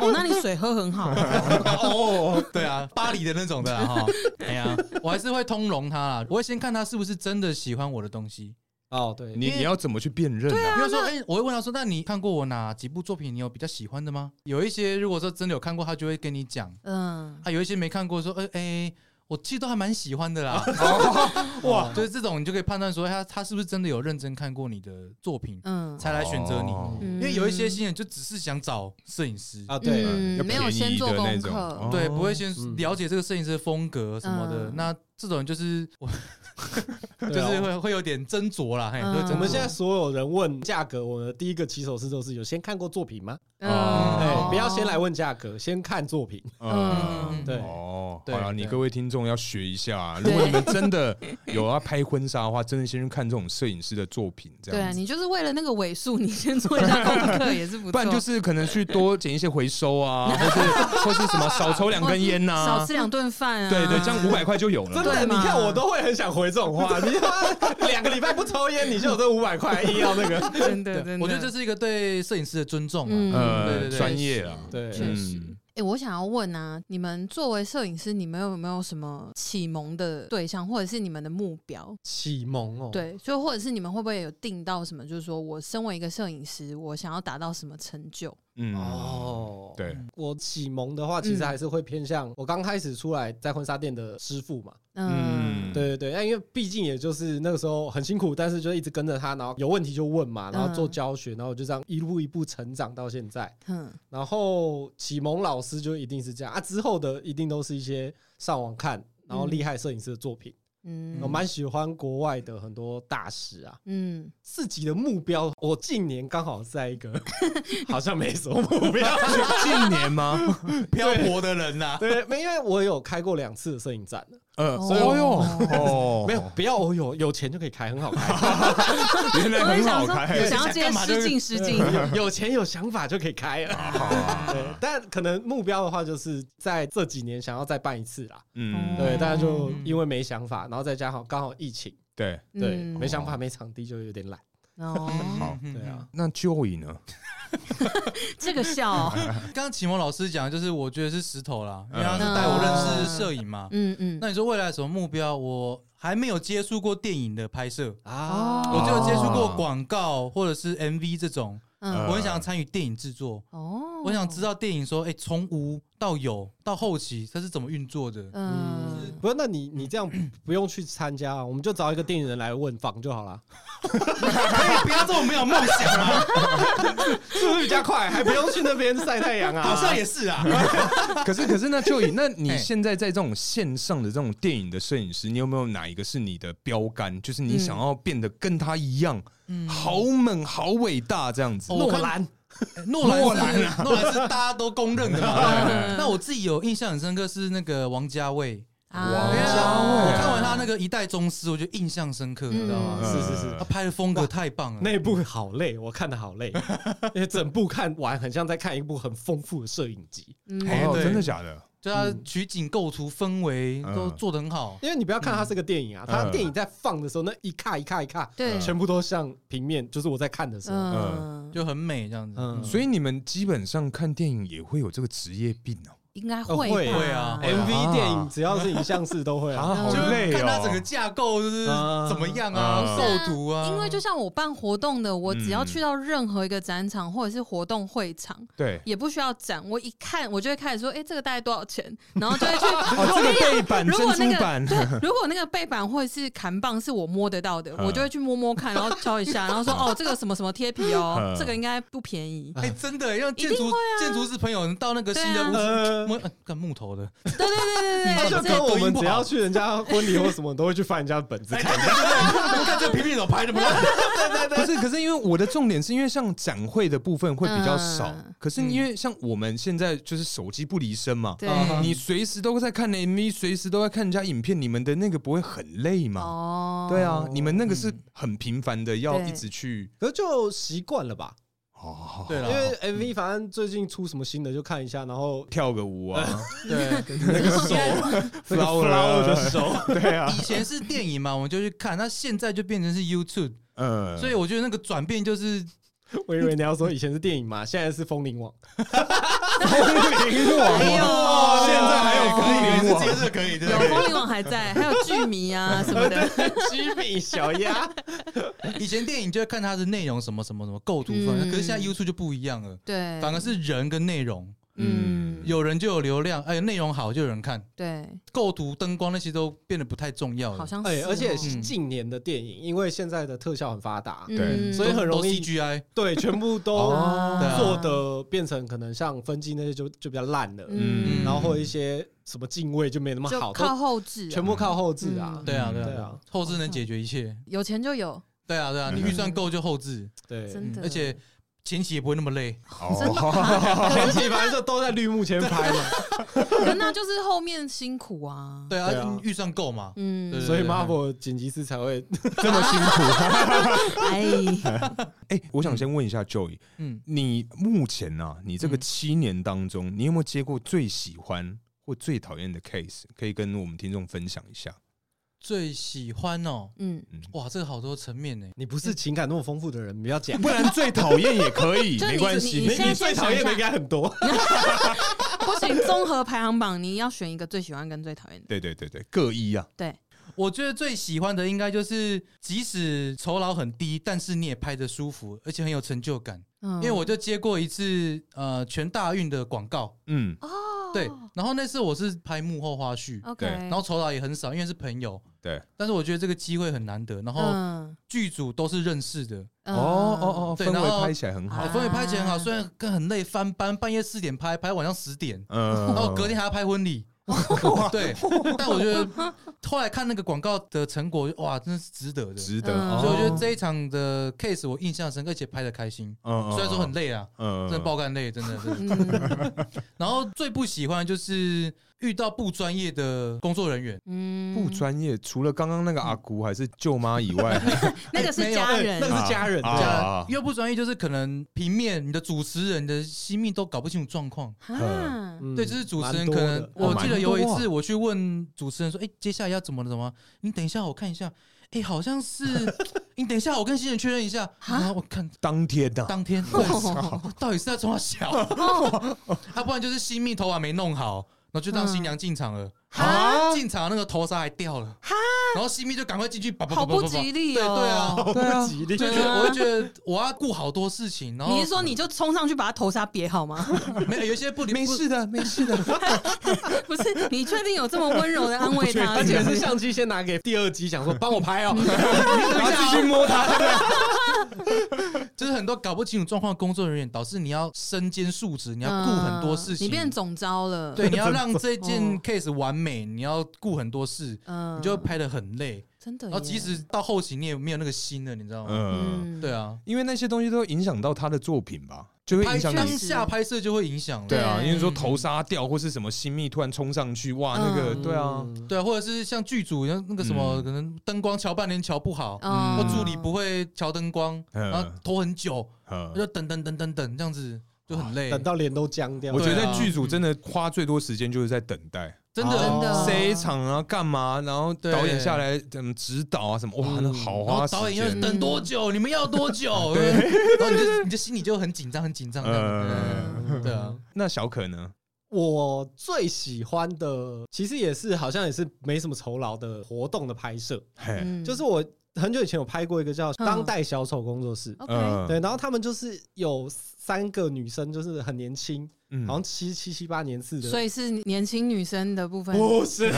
Speaker 2: 哦，那你水喝很好，
Speaker 4: 哦，对啊，巴黎的那种的啦哈。哎呀，我还是会通融他啦，我会先看他是不是真的喜欢我的东西。
Speaker 5: 哦，对，
Speaker 3: 你你要怎么去辨认、啊？
Speaker 4: 比如说，哎、我会问他说：“那你看过我哪几部作品？你有比较喜欢的吗？”有一些如果说真的有看过，他就会跟你讲；
Speaker 2: 嗯，
Speaker 4: 啊，有一些没看过，说：“呃，哎、我其实都还蛮喜欢的 啦。
Speaker 5: 哇
Speaker 4: 哇，就是这种，你就可以判断说哎他他是不是真的有认真看过你的作品，
Speaker 2: 嗯，
Speaker 4: 才来选择你。
Speaker 3: 哦
Speaker 2: 嗯
Speaker 4: 因为有一些新人就只是想找摄影师，
Speaker 5: 啊，对，
Speaker 3: 嗯
Speaker 2: 嗯
Speaker 3: 要
Speaker 2: 没有
Speaker 3: 便宜
Speaker 2: 先做
Speaker 3: 的那
Speaker 2: 功
Speaker 3: 种哦
Speaker 2: 课，
Speaker 4: 对，不会先
Speaker 5: 嗯
Speaker 4: 了解这个摄影师的风格什么的。
Speaker 2: 嗯
Speaker 4: 那这种人就是我，
Speaker 5: 对啊
Speaker 4: 就是会会有点斟酌啦。嘿，
Speaker 2: 嗯
Speaker 4: 会斟酌
Speaker 5: 我们现在所有人问价格，我的第一个起手式都是有先看过作品吗？
Speaker 3: 哦
Speaker 5: 哎，
Speaker 2: 嗯，
Speaker 5: 不要先来问价格，先看作品。
Speaker 3: 嗯，
Speaker 2: 嗯
Speaker 5: 对
Speaker 3: 哦，
Speaker 4: 对
Speaker 3: 好了，
Speaker 4: 对
Speaker 3: 你各位听众要学一下、啊，如果你们真的有要拍婚纱的话，真的先去看这种摄影师的作品，这
Speaker 2: 对啊，
Speaker 3: 样子。
Speaker 2: 你就是为了那个尾数，你先做一下功课也是不错，
Speaker 3: 不然就是可能去多捡一些回收 啊，或是或是什么少抽两根烟呐、
Speaker 2: 哦少吃两顿饭啊，
Speaker 3: 对对，这样五百块就有了嘛。
Speaker 5: 真的，
Speaker 2: 对
Speaker 5: 你
Speaker 2: 嘛
Speaker 5: 看我都会很想回这种话。你他 妈两个礼拜不抽烟，你就有这五百块，硬要那个。
Speaker 2: 真的真的，
Speaker 4: 我觉得这是一个对摄影师的尊重啊。
Speaker 2: 嗯，
Speaker 4: 对对
Speaker 3: 呃，
Speaker 4: 对
Speaker 3: 专业啊，
Speaker 5: 对，
Speaker 2: 确实。哎、我想要问啊，你们作为摄影师，你们有没有什么启蒙的对象，或者是你们的目标？
Speaker 5: 启蒙哦，，
Speaker 2: 对，就或者是你们会不会有定到什么？就是说我身为一个摄影师，我想要达到什么成就？
Speaker 3: 嗯，
Speaker 5: 哦，。
Speaker 3: 对，
Speaker 5: 我启蒙的话，其实还是会偏向我刚开始出来在婚纱店的师傅嘛，
Speaker 2: 嗯，
Speaker 5: 对对对，那因为毕竟也就是那个时候很辛苦，但是就一直跟着他，然后有问题就问嘛，然后做教学，然后就这样一步一步成长到现在。
Speaker 2: 嗯
Speaker 5: 然后启蒙老师就一定是这样啊，之后的一定都是一些上网看，然后厉害摄影师的作品。
Speaker 2: 嗯
Speaker 5: 我蛮喜欢国外的很多大师啊，
Speaker 2: 嗯，
Speaker 5: 自己的目标，我近年刚好在一 个好像没什么目标，
Speaker 3: 近年吗？
Speaker 4: 漂泊的人啊呐，
Speaker 5: 对，没因为我有开过两次的摄影展，
Speaker 3: 呃，
Speaker 2: 哦
Speaker 3: 所以哦，
Speaker 5: 没有，不要我有有钱就可以开，很好开，
Speaker 3: 原来
Speaker 2: 我也
Speaker 3: 很
Speaker 2: 想
Speaker 3: 好
Speaker 2: 说，
Speaker 3: 开
Speaker 2: 我， 想要
Speaker 4: 想
Speaker 2: 接
Speaker 4: 干嘛就
Speaker 2: 失敬失敬，
Speaker 5: 有钱有想法就可以开啊了。
Speaker 3: 啊
Speaker 4: 啊
Speaker 5: 对，但可能目标的话，就是在这几年想要再办一次啦。
Speaker 3: 嗯，
Speaker 5: 对，大家就
Speaker 4: 嗯
Speaker 5: 因为没想法，然后再加好刚好疫情，
Speaker 3: 对。
Speaker 5: 对，
Speaker 2: 嗯
Speaker 5: 没想法没场地就有点懒。
Speaker 2: 哦，
Speaker 3: 好
Speaker 4: 嗯
Speaker 5: 对啊，，
Speaker 3: 那 Joey 呢？
Speaker 2: 这个笑哦、
Speaker 4: 刚刚启蒙老师讲，就是我觉得是石头啦，因为他是
Speaker 5: 嗯
Speaker 4: 带我认识摄影嘛。
Speaker 2: 嗯嗯，
Speaker 4: 那你说未来有什么目标？我还没有接触过电影的拍摄，
Speaker 5: 啊
Speaker 4: 我
Speaker 2: 哦
Speaker 4: 只有接触过广告或者是 MV 这
Speaker 3: 呃
Speaker 2: 嗯
Speaker 4: 种。我很想参与电影制作，
Speaker 2: 哦，
Speaker 4: 我想知道电影说，哎、从无到有到后期，它是怎么运作的？
Speaker 2: 嗯，
Speaker 5: 不是，那你你这样不用去参加啊，我们就找一个电影人来问访就好了，
Speaker 4: 可以不要这么没有梦想吗？
Speaker 5: 是不是比较快？还不用去那边晒太阳啊？
Speaker 4: 好像也是啊。
Speaker 3: 可是可是那 Joey，那你
Speaker 4: 哎
Speaker 3: 现在在这种线上的这种电影的摄影师，你有没有哪一个是你的标杆？就是你想要变得跟他一样，
Speaker 4: 嗯
Speaker 2: 嗯
Speaker 3: 好猛、好伟大这样子
Speaker 4: 哦？
Speaker 5: 诺兰
Speaker 4: 诺兰，诺兰，诺兰是大家都公认 的嘛。
Speaker 2: 哦嗯
Speaker 4: 那我自己有印象很深刻是那个王家卫，
Speaker 3: 王
Speaker 4: 对啊
Speaker 3: 家卫
Speaker 4: 我看完他那个《一代宗师》，我就印象深刻，你知道吗？
Speaker 3: 嗯
Speaker 5: 是是是
Speaker 4: 他拍的风格太棒了。
Speaker 5: 那一部好累，我看的好累，因为整部看完很像在看一部很丰富的摄影集。
Speaker 2: 嗯
Speaker 3: 哦，
Speaker 4: 对
Speaker 3: 真的假的？
Speaker 4: 就他取景构图、氛围都做得很好。
Speaker 5: 因为你不要看它是个电影
Speaker 4: 嗯
Speaker 5: 啊，它电影在放的时候那一卡一卡一卡，
Speaker 2: 对，
Speaker 5: 全部都像平面，就是我在看的时候。
Speaker 2: 嗯，
Speaker 4: 就很美这样子，
Speaker 5: 嗯，
Speaker 3: 所以你们基本上看电影也会有这个职业病哦。
Speaker 2: 应该
Speaker 5: 呃会
Speaker 2: 吧
Speaker 4: 会啊
Speaker 2: 嗯
Speaker 5: ，MV 电影只要是影像式都会
Speaker 3: 啊，
Speaker 5: 啊。
Speaker 3: 好
Speaker 4: 就是
Speaker 3: 累
Speaker 4: 看它整个
Speaker 3: 哦。
Speaker 4: 架构就是
Speaker 5: 啊
Speaker 4: 怎么样
Speaker 3: 啊
Speaker 4: 啊，构图啊，
Speaker 2: 因为就像我办活动的，我只要去到任何一个展场或者是活动会场，
Speaker 3: 对，
Speaker 2: 也不需要展，我一看我就会开始说，哎、这个大概多少钱？然后就会去
Speaker 3: 哦，这个背板、
Speaker 2: 如
Speaker 3: 珍
Speaker 2: 果那
Speaker 3: 珠
Speaker 2: 个
Speaker 3: 板，
Speaker 2: 对，如果那个背板或者是砍棒是我摸得到的，
Speaker 3: 嗯
Speaker 2: 我就会去摸摸看，然后敲一下，然后说哦，这个什么什么贴皮哦
Speaker 3: 嗯，
Speaker 2: 这个应该不便 宜。
Speaker 4: 哎，真的，让建
Speaker 2: 一定啊
Speaker 4: 筑建筑师朋友到那个新的屋
Speaker 2: 对啊
Speaker 4: 子
Speaker 5: 呃，
Speaker 4: 摸，干木头 的，
Speaker 2: 对对对对
Speaker 5: 就
Speaker 2: 对，
Speaker 5: 跟
Speaker 2: 这
Speaker 5: 我们只要去人家婚礼或什么，都会去翻人家的本子看。
Speaker 4: 看这个平面怎么拍的吗？
Speaker 3: 不是，可是因为我的重点是因为像展会的部分会比较少，
Speaker 2: 嗯
Speaker 3: 可是因为像我们现在就是手机不离身嘛，
Speaker 2: 对
Speaker 3: 哦你随时都在看 MV，随时都在看人家影片，你们的那个不会很累吗？
Speaker 2: 哦，
Speaker 3: 对啊，你们那个是很频繁的，要
Speaker 2: 对
Speaker 3: 一直去
Speaker 5: 可是就习惯了吧，
Speaker 3: 哦，
Speaker 4: 对
Speaker 5: 因
Speaker 4: 了，
Speaker 5: 为 MV 反正最近出什么新的就看一下，然后
Speaker 3: 跳个舞啊，
Speaker 4: 对，
Speaker 5: 那个手，那个 flower 的手，
Speaker 3: 对啊，
Speaker 4: 以前是电影嘛，我们就去看，那现在就变成是 YouTube，
Speaker 3: 呃，
Speaker 4: 所以我觉得那个转变就是
Speaker 5: 我以为你要说以前是电影嘛，现在是风铃网。
Speaker 3: 风铃网
Speaker 2: 哎呦
Speaker 4: 哦
Speaker 3: 哇现在还有 风铃
Speaker 4: 可以
Speaker 3: 网，
Speaker 4: 这个可以，这
Speaker 2: 有风铃网还在，还有剧迷啊什么的，
Speaker 5: 居民小鸭，
Speaker 4: 以前电影就会看它的内容什么什么什么构图风格，
Speaker 2: 嗯
Speaker 4: 可是现在 YouTube 就不一样了，
Speaker 2: 对，
Speaker 4: 反而是人跟内容，
Speaker 2: 嗯
Speaker 4: 有人就有流量，哎，内容好就有人看，
Speaker 2: 对，
Speaker 4: 构图、灯光那些都变得不太重要
Speaker 2: 好
Speaker 4: 了，
Speaker 2: 像是
Speaker 5: 哎，
Speaker 2: 哦，
Speaker 5: 而且
Speaker 4: 嗯
Speaker 5: 近年的电影，因为现在的特效很发达，
Speaker 3: 对
Speaker 2: 嗯
Speaker 5: 所以很容易嗯
Speaker 4: 都 CGI，
Speaker 5: 对，全部都
Speaker 2: 啊
Speaker 4: 对啊
Speaker 5: 做的变成可能像分镜那些就就比较烂了，
Speaker 2: 嗯
Speaker 5: 然后或一些什么敬畏就没那么
Speaker 2: 就
Speaker 5: 好，
Speaker 2: 靠
Speaker 5: 都
Speaker 2: 后置啊，
Speaker 5: 全部靠后置啊
Speaker 2: 嗯。
Speaker 4: 对啊，对
Speaker 5: 对
Speaker 4: 啊
Speaker 5: 啊，
Speaker 4: 后置能解决一切，
Speaker 2: 有钱就有，
Speaker 4: 对啊，对啊，你预算够就后置，
Speaker 5: 对，啊
Speaker 2: 真
Speaker 4: 嗯
Speaker 2: 的，
Speaker 4: 而且前期也不会那么累，
Speaker 3: 哦，
Speaker 5: 前期反正就都在绿幕前拍 嘛，
Speaker 2: 可那啊就是后面辛苦啊，
Speaker 4: 对
Speaker 5: 对
Speaker 4: 啊
Speaker 5: 啊，
Speaker 4: 预算够嘛，
Speaker 2: 嗯，
Speaker 4: 对
Speaker 5: 所以 Marvel 剪辑师才会，
Speaker 3: 这么辛 苦。
Speaker 2: 哎，
Speaker 3: 哎，我想先问一下 Joey，
Speaker 4: 嗯，
Speaker 3: 你目前啊，你这个
Speaker 4: 嗯
Speaker 3: 七年当中，你有没有接过最喜欢或最讨厌的 case？可以跟我们听众分享一下。
Speaker 4: 最喜欢哦，
Speaker 2: 嗯，
Speaker 3: 嗯，
Speaker 4: 哇，这个好多层面呢
Speaker 5: 你不是情感那么丰富的人，不要讲。
Speaker 3: 不然最讨厌也可以，
Speaker 2: 就你
Speaker 3: 没关系。
Speaker 2: 你现在
Speaker 5: 你最
Speaker 2: 先
Speaker 5: 讨
Speaker 2: 想一
Speaker 5: 厌的应
Speaker 2: 下，
Speaker 5: 该很多，
Speaker 2: 不行，综合排行榜你要选一个最喜欢跟最讨厌的，
Speaker 3: 对对对对，各一啊。
Speaker 2: 对，
Speaker 4: 我觉得最喜欢的应该就是，即使酬劳很低，但是你也拍的舒服，而且很有成就感。
Speaker 2: 嗯
Speaker 4: 因为我就接过一次呃全大运的广告，
Speaker 3: 嗯，
Speaker 2: 哦，
Speaker 4: 对，然后那次我是拍幕后花絮，
Speaker 2: ，OK，
Speaker 3: 对
Speaker 4: 然后酬劳也很少，因为是朋友。
Speaker 3: 对。
Speaker 4: 但是我觉得这个机会很难得，然后
Speaker 2: 嗯，
Speaker 4: 剧组都是认识的，
Speaker 2: 嗯
Speaker 3: 哦哦哦，
Speaker 4: 对
Speaker 3: 氛
Speaker 4: 然后
Speaker 3: 围拍起来很好
Speaker 4: 好，。
Speaker 2: 啊
Speaker 4: 氛围拍起来很好，虽然跟很累，翻班，半夜四点拍，拍晚上十点，
Speaker 3: 嗯，
Speaker 4: 然后哦隔天还要拍 婚礼。对，但我觉得后来看那个广告的成果，哇，真是值得的。所
Speaker 3: 值得。
Speaker 2: 嗯
Speaker 4: 以我觉得
Speaker 3: 哦
Speaker 4: 这一场的 case 我印象深刻，而且拍的开心。
Speaker 3: 嗯
Speaker 4: 虽然说很，累啊，
Speaker 3: 嗯
Speaker 4: 真的爆肝累，真的。真的
Speaker 2: 嗯
Speaker 4: 然后最不喜欢的就是遇到不专业的工作人员，
Speaker 2: 嗯，
Speaker 3: 不专业，除了刚刚那个阿姑还是舅妈以 外，
Speaker 2: 那个是家人
Speaker 5: 那，个是家人
Speaker 3: 啊
Speaker 4: 这
Speaker 5: 的，
Speaker 4: 样越不专业就是可能平面你的主持人的心命都搞不清楚状况。
Speaker 2: 啊，
Speaker 5: 嗯
Speaker 4: 对，就是主持人
Speaker 5: 蛮多
Speaker 4: 可
Speaker 5: 的
Speaker 4: 能，我记得有一
Speaker 3: 蛮多
Speaker 4: 次我去问主持人说：“哎，接下来要怎么了怎么了？你等一下，我看一下。”哎，好像是你等一下，我跟新人确认一下。然后我看
Speaker 3: 当天啊的
Speaker 4: 当
Speaker 2: 啊
Speaker 4: 天 对，到底是要冲他小，要不然就是新密头发没弄好，然后就让新娘进场了。
Speaker 2: 啊
Speaker 4: 进场那个头纱还掉了，然后新密就赶快进去，叭叭叭
Speaker 2: 好
Speaker 4: 叭叭
Speaker 2: 不
Speaker 4: 叭
Speaker 2: 吉利
Speaker 4: 对对啊
Speaker 2: 哦。，
Speaker 5: 好不吉利。
Speaker 4: 就觉得我就觉得我要顾好多事情，然后
Speaker 2: 你是说你就冲上去把他头纱别好吗？
Speaker 4: 没有有一些不理
Speaker 3: 没
Speaker 4: 不
Speaker 3: 事的，没事 的。
Speaker 2: 不是，你确定有这么温柔的安慰他？
Speaker 5: 而且是相机先拿给第二机，想说帮我 拍哦，
Speaker 3: 然后继续摸他。
Speaker 4: 就是很多搞不清楚状况的工作人员，导致你要身兼数职，你要顾很多事
Speaker 2: 嗯
Speaker 4: 情，
Speaker 2: 你变总招了，
Speaker 4: 对，你要让这件
Speaker 2: 哦
Speaker 4: case 完美，你要顾很多事，
Speaker 2: 嗯
Speaker 4: 你就拍的很累，
Speaker 2: 真的耶，
Speaker 4: 然后即使到后期你也没有那个心了，你知道吗？
Speaker 3: 嗯，
Speaker 2: 嗯，
Speaker 4: 对啊，
Speaker 3: 因为那些东西都会影响到他的作品吧，就会
Speaker 4: 拍
Speaker 3: 影响
Speaker 4: 当
Speaker 3: 你。
Speaker 2: 确实
Speaker 4: 下拍摄就会影响了，
Speaker 3: 对啊，
Speaker 2: 对
Speaker 3: 因为说头纱掉或是什么新密突然冲上去，哇，那个
Speaker 2: 嗯
Speaker 3: 对啊，
Speaker 4: 对啊，或者是像剧组那那个什么，
Speaker 3: 嗯
Speaker 4: 可能灯光调半天调不好，
Speaker 2: 哦
Speaker 4: 嗯或助理不会调灯光，
Speaker 3: 嗯
Speaker 4: 然后拖很久，
Speaker 3: 呃
Speaker 4: 就等等等等等这样子就很累，
Speaker 5: 等到脸都僵掉
Speaker 3: 我
Speaker 5: 了。
Speaker 3: 觉
Speaker 4: 对
Speaker 3: 得
Speaker 4: 啊
Speaker 3: 剧组真的花最多时间就是在等待，
Speaker 4: 真的
Speaker 2: 真的
Speaker 3: 塞场啊，干嘛，然后
Speaker 4: 对
Speaker 3: 导演下来怎么指导啊什么，哇，
Speaker 5: 嗯
Speaker 3: 那好
Speaker 4: 然
Speaker 3: 花
Speaker 4: 后
Speaker 3: 时
Speaker 4: 导演要
Speaker 3: 间。啊
Speaker 4: 等多久？你们要多久？对，
Speaker 2: 嗯
Speaker 4: 然后你就你就心里就很紧张，很紧张这样子。
Speaker 5: 嗯
Speaker 3: 呃，
Speaker 4: 对啊，
Speaker 3: 那小可呢？
Speaker 5: 我最喜欢的，其实也是好像也是没什么酬劳的活动的拍摄，
Speaker 3: 嘿，
Speaker 2: 嗯
Speaker 5: 就是我很久以前有拍过一个叫“当代小丑工作室”，
Speaker 2: OK，
Speaker 3: 嗯
Speaker 5: 对，然后他们就是有三个女生，就是很年轻，
Speaker 3: 嗯
Speaker 5: 好像七七七八年次的，
Speaker 2: 所以是年轻女生的部分。啊
Speaker 5: 不是。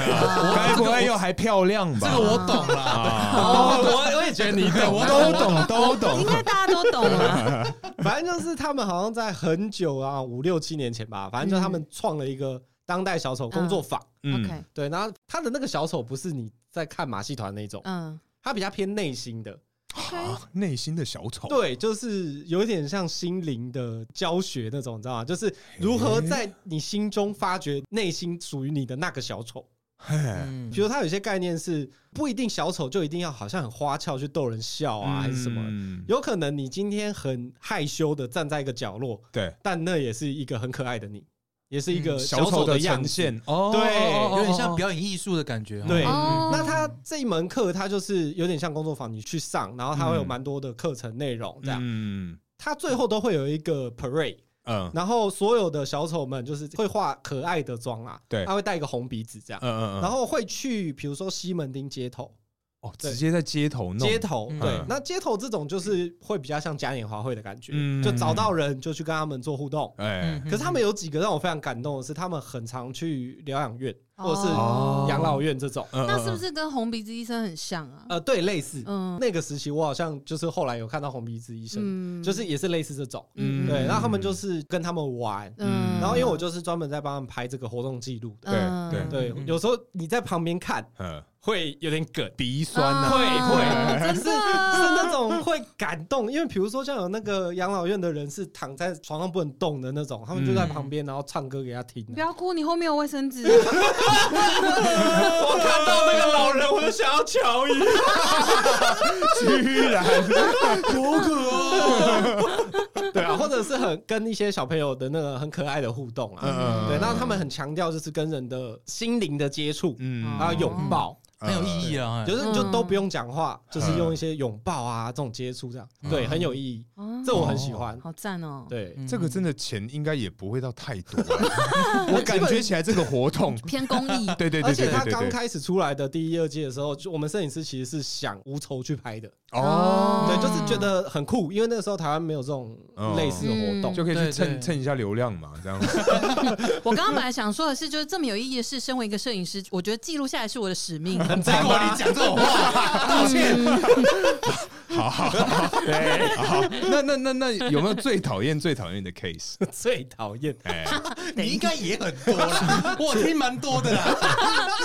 Speaker 3: 该不会又还漂亮吧？
Speaker 4: 这个我懂啦，
Speaker 3: 啊，
Speaker 5: 哦，我我也觉得你懂，
Speaker 4: 啊
Speaker 3: 我都懂，都懂
Speaker 2: 应。该大家都懂了。
Speaker 5: 反正就是他们好像在很久啊，五六七年前吧，反正就他们创了一个当代小丑工作坊。
Speaker 3: 嗯
Speaker 2: OK，
Speaker 5: 对，然后他的那个小丑不是你在看马戏团那种，
Speaker 2: 嗯，
Speaker 5: 他比较偏内心的，
Speaker 3: 啊内心的小丑，
Speaker 5: 对，就是有一点像心灵的教学那种，你知道吗？就是如何在你心中发掘内心属于你的那个小丑。
Speaker 3: 嘿，
Speaker 4: 嗯
Speaker 5: 比如他有些概念是不一定小丑就一定要好像很花俏去逗人笑啊，还是什么。
Speaker 3: 嗯？
Speaker 5: 有可能你今天很害羞的站在一个角落，
Speaker 3: 对，
Speaker 5: 但那也是一个很可爱的你，也是一个
Speaker 3: 嗯
Speaker 5: 丑
Speaker 3: 的
Speaker 5: 样
Speaker 3: 呈
Speaker 5: 子。
Speaker 3: 现哦，
Speaker 5: 对
Speaker 3: 哦
Speaker 4: 有点像，表演艺术的感觉，嗯
Speaker 5: 对，嗯
Speaker 2: 哦
Speaker 5: 那他这一门课，他就是有点像工作坊，你去上，然后他会有蛮多的课程内容这样。
Speaker 3: 嗯
Speaker 5: 他最后都会有一个 parade，
Speaker 3: 嗯
Speaker 5: 然后所有的小丑们就是会画可爱的妆啊，
Speaker 3: 对
Speaker 5: 他会带一个红鼻子这样
Speaker 3: 嗯，嗯，
Speaker 5: 然后会去比如说西门町街头，
Speaker 3: 哦，
Speaker 5: 对
Speaker 3: 直接在街头弄
Speaker 5: 街，头
Speaker 4: 嗯
Speaker 5: 对
Speaker 3: 嗯，
Speaker 5: 那街头这种就是会比较像嘉年华会的感觉，
Speaker 3: 嗯
Speaker 5: 就找到人就去跟他们做互动。
Speaker 4: 嗯
Speaker 2: 嗯
Speaker 3: 哎，
Speaker 5: 可是他们有几个让我非常感动的是，他们很常去疗养院或者是
Speaker 2: 哦
Speaker 5: 养老院这种，
Speaker 3: 嗯
Speaker 2: 那是不？是跟红鼻子医生很像啊？
Speaker 5: 呃，对，类似。
Speaker 2: 嗯
Speaker 5: 那个时期，我好像就是后来有看到红鼻子医生，
Speaker 2: 嗯
Speaker 5: 就是也是类似这种，
Speaker 2: 嗯
Speaker 5: 对，然后他们就是跟他们玩，
Speaker 3: 嗯
Speaker 5: 然后因为我就是专门在帮他们拍这个活动记录的，
Speaker 2: 嗯
Speaker 3: 对
Speaker 5: 对，有时候你在旁边看
Speaker 3: 嗯，
Speaker 5: 会有点 梗，
Speaker 3: 鼻酸
Speaker 2: 啊
Speaker 3: 呐，
Speaker 5: 会会，
Speaker 2: 真
Speaker 5: 是是
Speaker 2: 的啊
Speaker 5: 那种会感动，因为比如说像有那个养老院的人是躺在床上不能动的那种，他们就在旁边然后唱歌给他听啊
Speaker 2: 你，不要哭，你后面有卫生 纸。
Speaker 5: 我看到那个老人我就想要瞧一 眼，
Speaker 3: 居然好可爱，
Speaker 5: 对啊，或者是很跟一些小朋友的那个很可爱的互动啊，
Speaker 3: 嗯
Speaker 5: 对，那他们很强调就是跟人的心灵的接触，
Speaker 3: 嗯
Speaker 5: 啊还有拥抱。
Speaker 4: 很有意义啊，
Speaker 5: 就是你就
Speaker 2: 嗯
Speaker 5: 都不用讲话，就是用一些拥抱啊这种接触，这样对很有意义，
Speaker 2: 啊
Speaker 5: 这我很喜欢。
Speaker 2: 好赞哦！
Speaker 5: 对，
Speaker 3: 嗯这个真
Speaker 4: 的
Speaker 3: 的钱应该也不会到太多 啊，我感觉起来这个活动，
Speaker 2: 偏公益
Speaker 3: 对对对
Speaker 5: 而
Speaker 3: 对对
Speaker 5: 且他
Speaker 3: 对
Speaker 5: 刚
Speaker 3: 对，
Speaker 5: 开始出来的第一、二季的时候，就我们摄影师其实是想无酬去拍的，
Speaker 3: 哦，
Speaker 5: 对，就是觉得很酷，因为那个时候台湾没有这种类似的活
Speaker 2: 嗯。
Speaker 5: 动
Speaker 3: 就可以去
Speaker 4: 对
Speaker 3: 蹭
Speaker 4: 对
Speaker 3: 蹭一下流量嘛，这样，
Speaker 2: 我刚刚本来想说的是，就是这么有意义的事，身为一个摄影师，我觉得记录下来是我的使命。嗯
Speaker 4: 结果你讲这种 话，
Speaker 2: 道歉，
Speaker 3: 好好好， 对，好，那那那那有没有最讨厌最讨厌的 case？
Speaker 5: 最讨厌，
Speaker 3: 哎，
Speaker 4: 你应该也很多啦，我听蛮多的啦，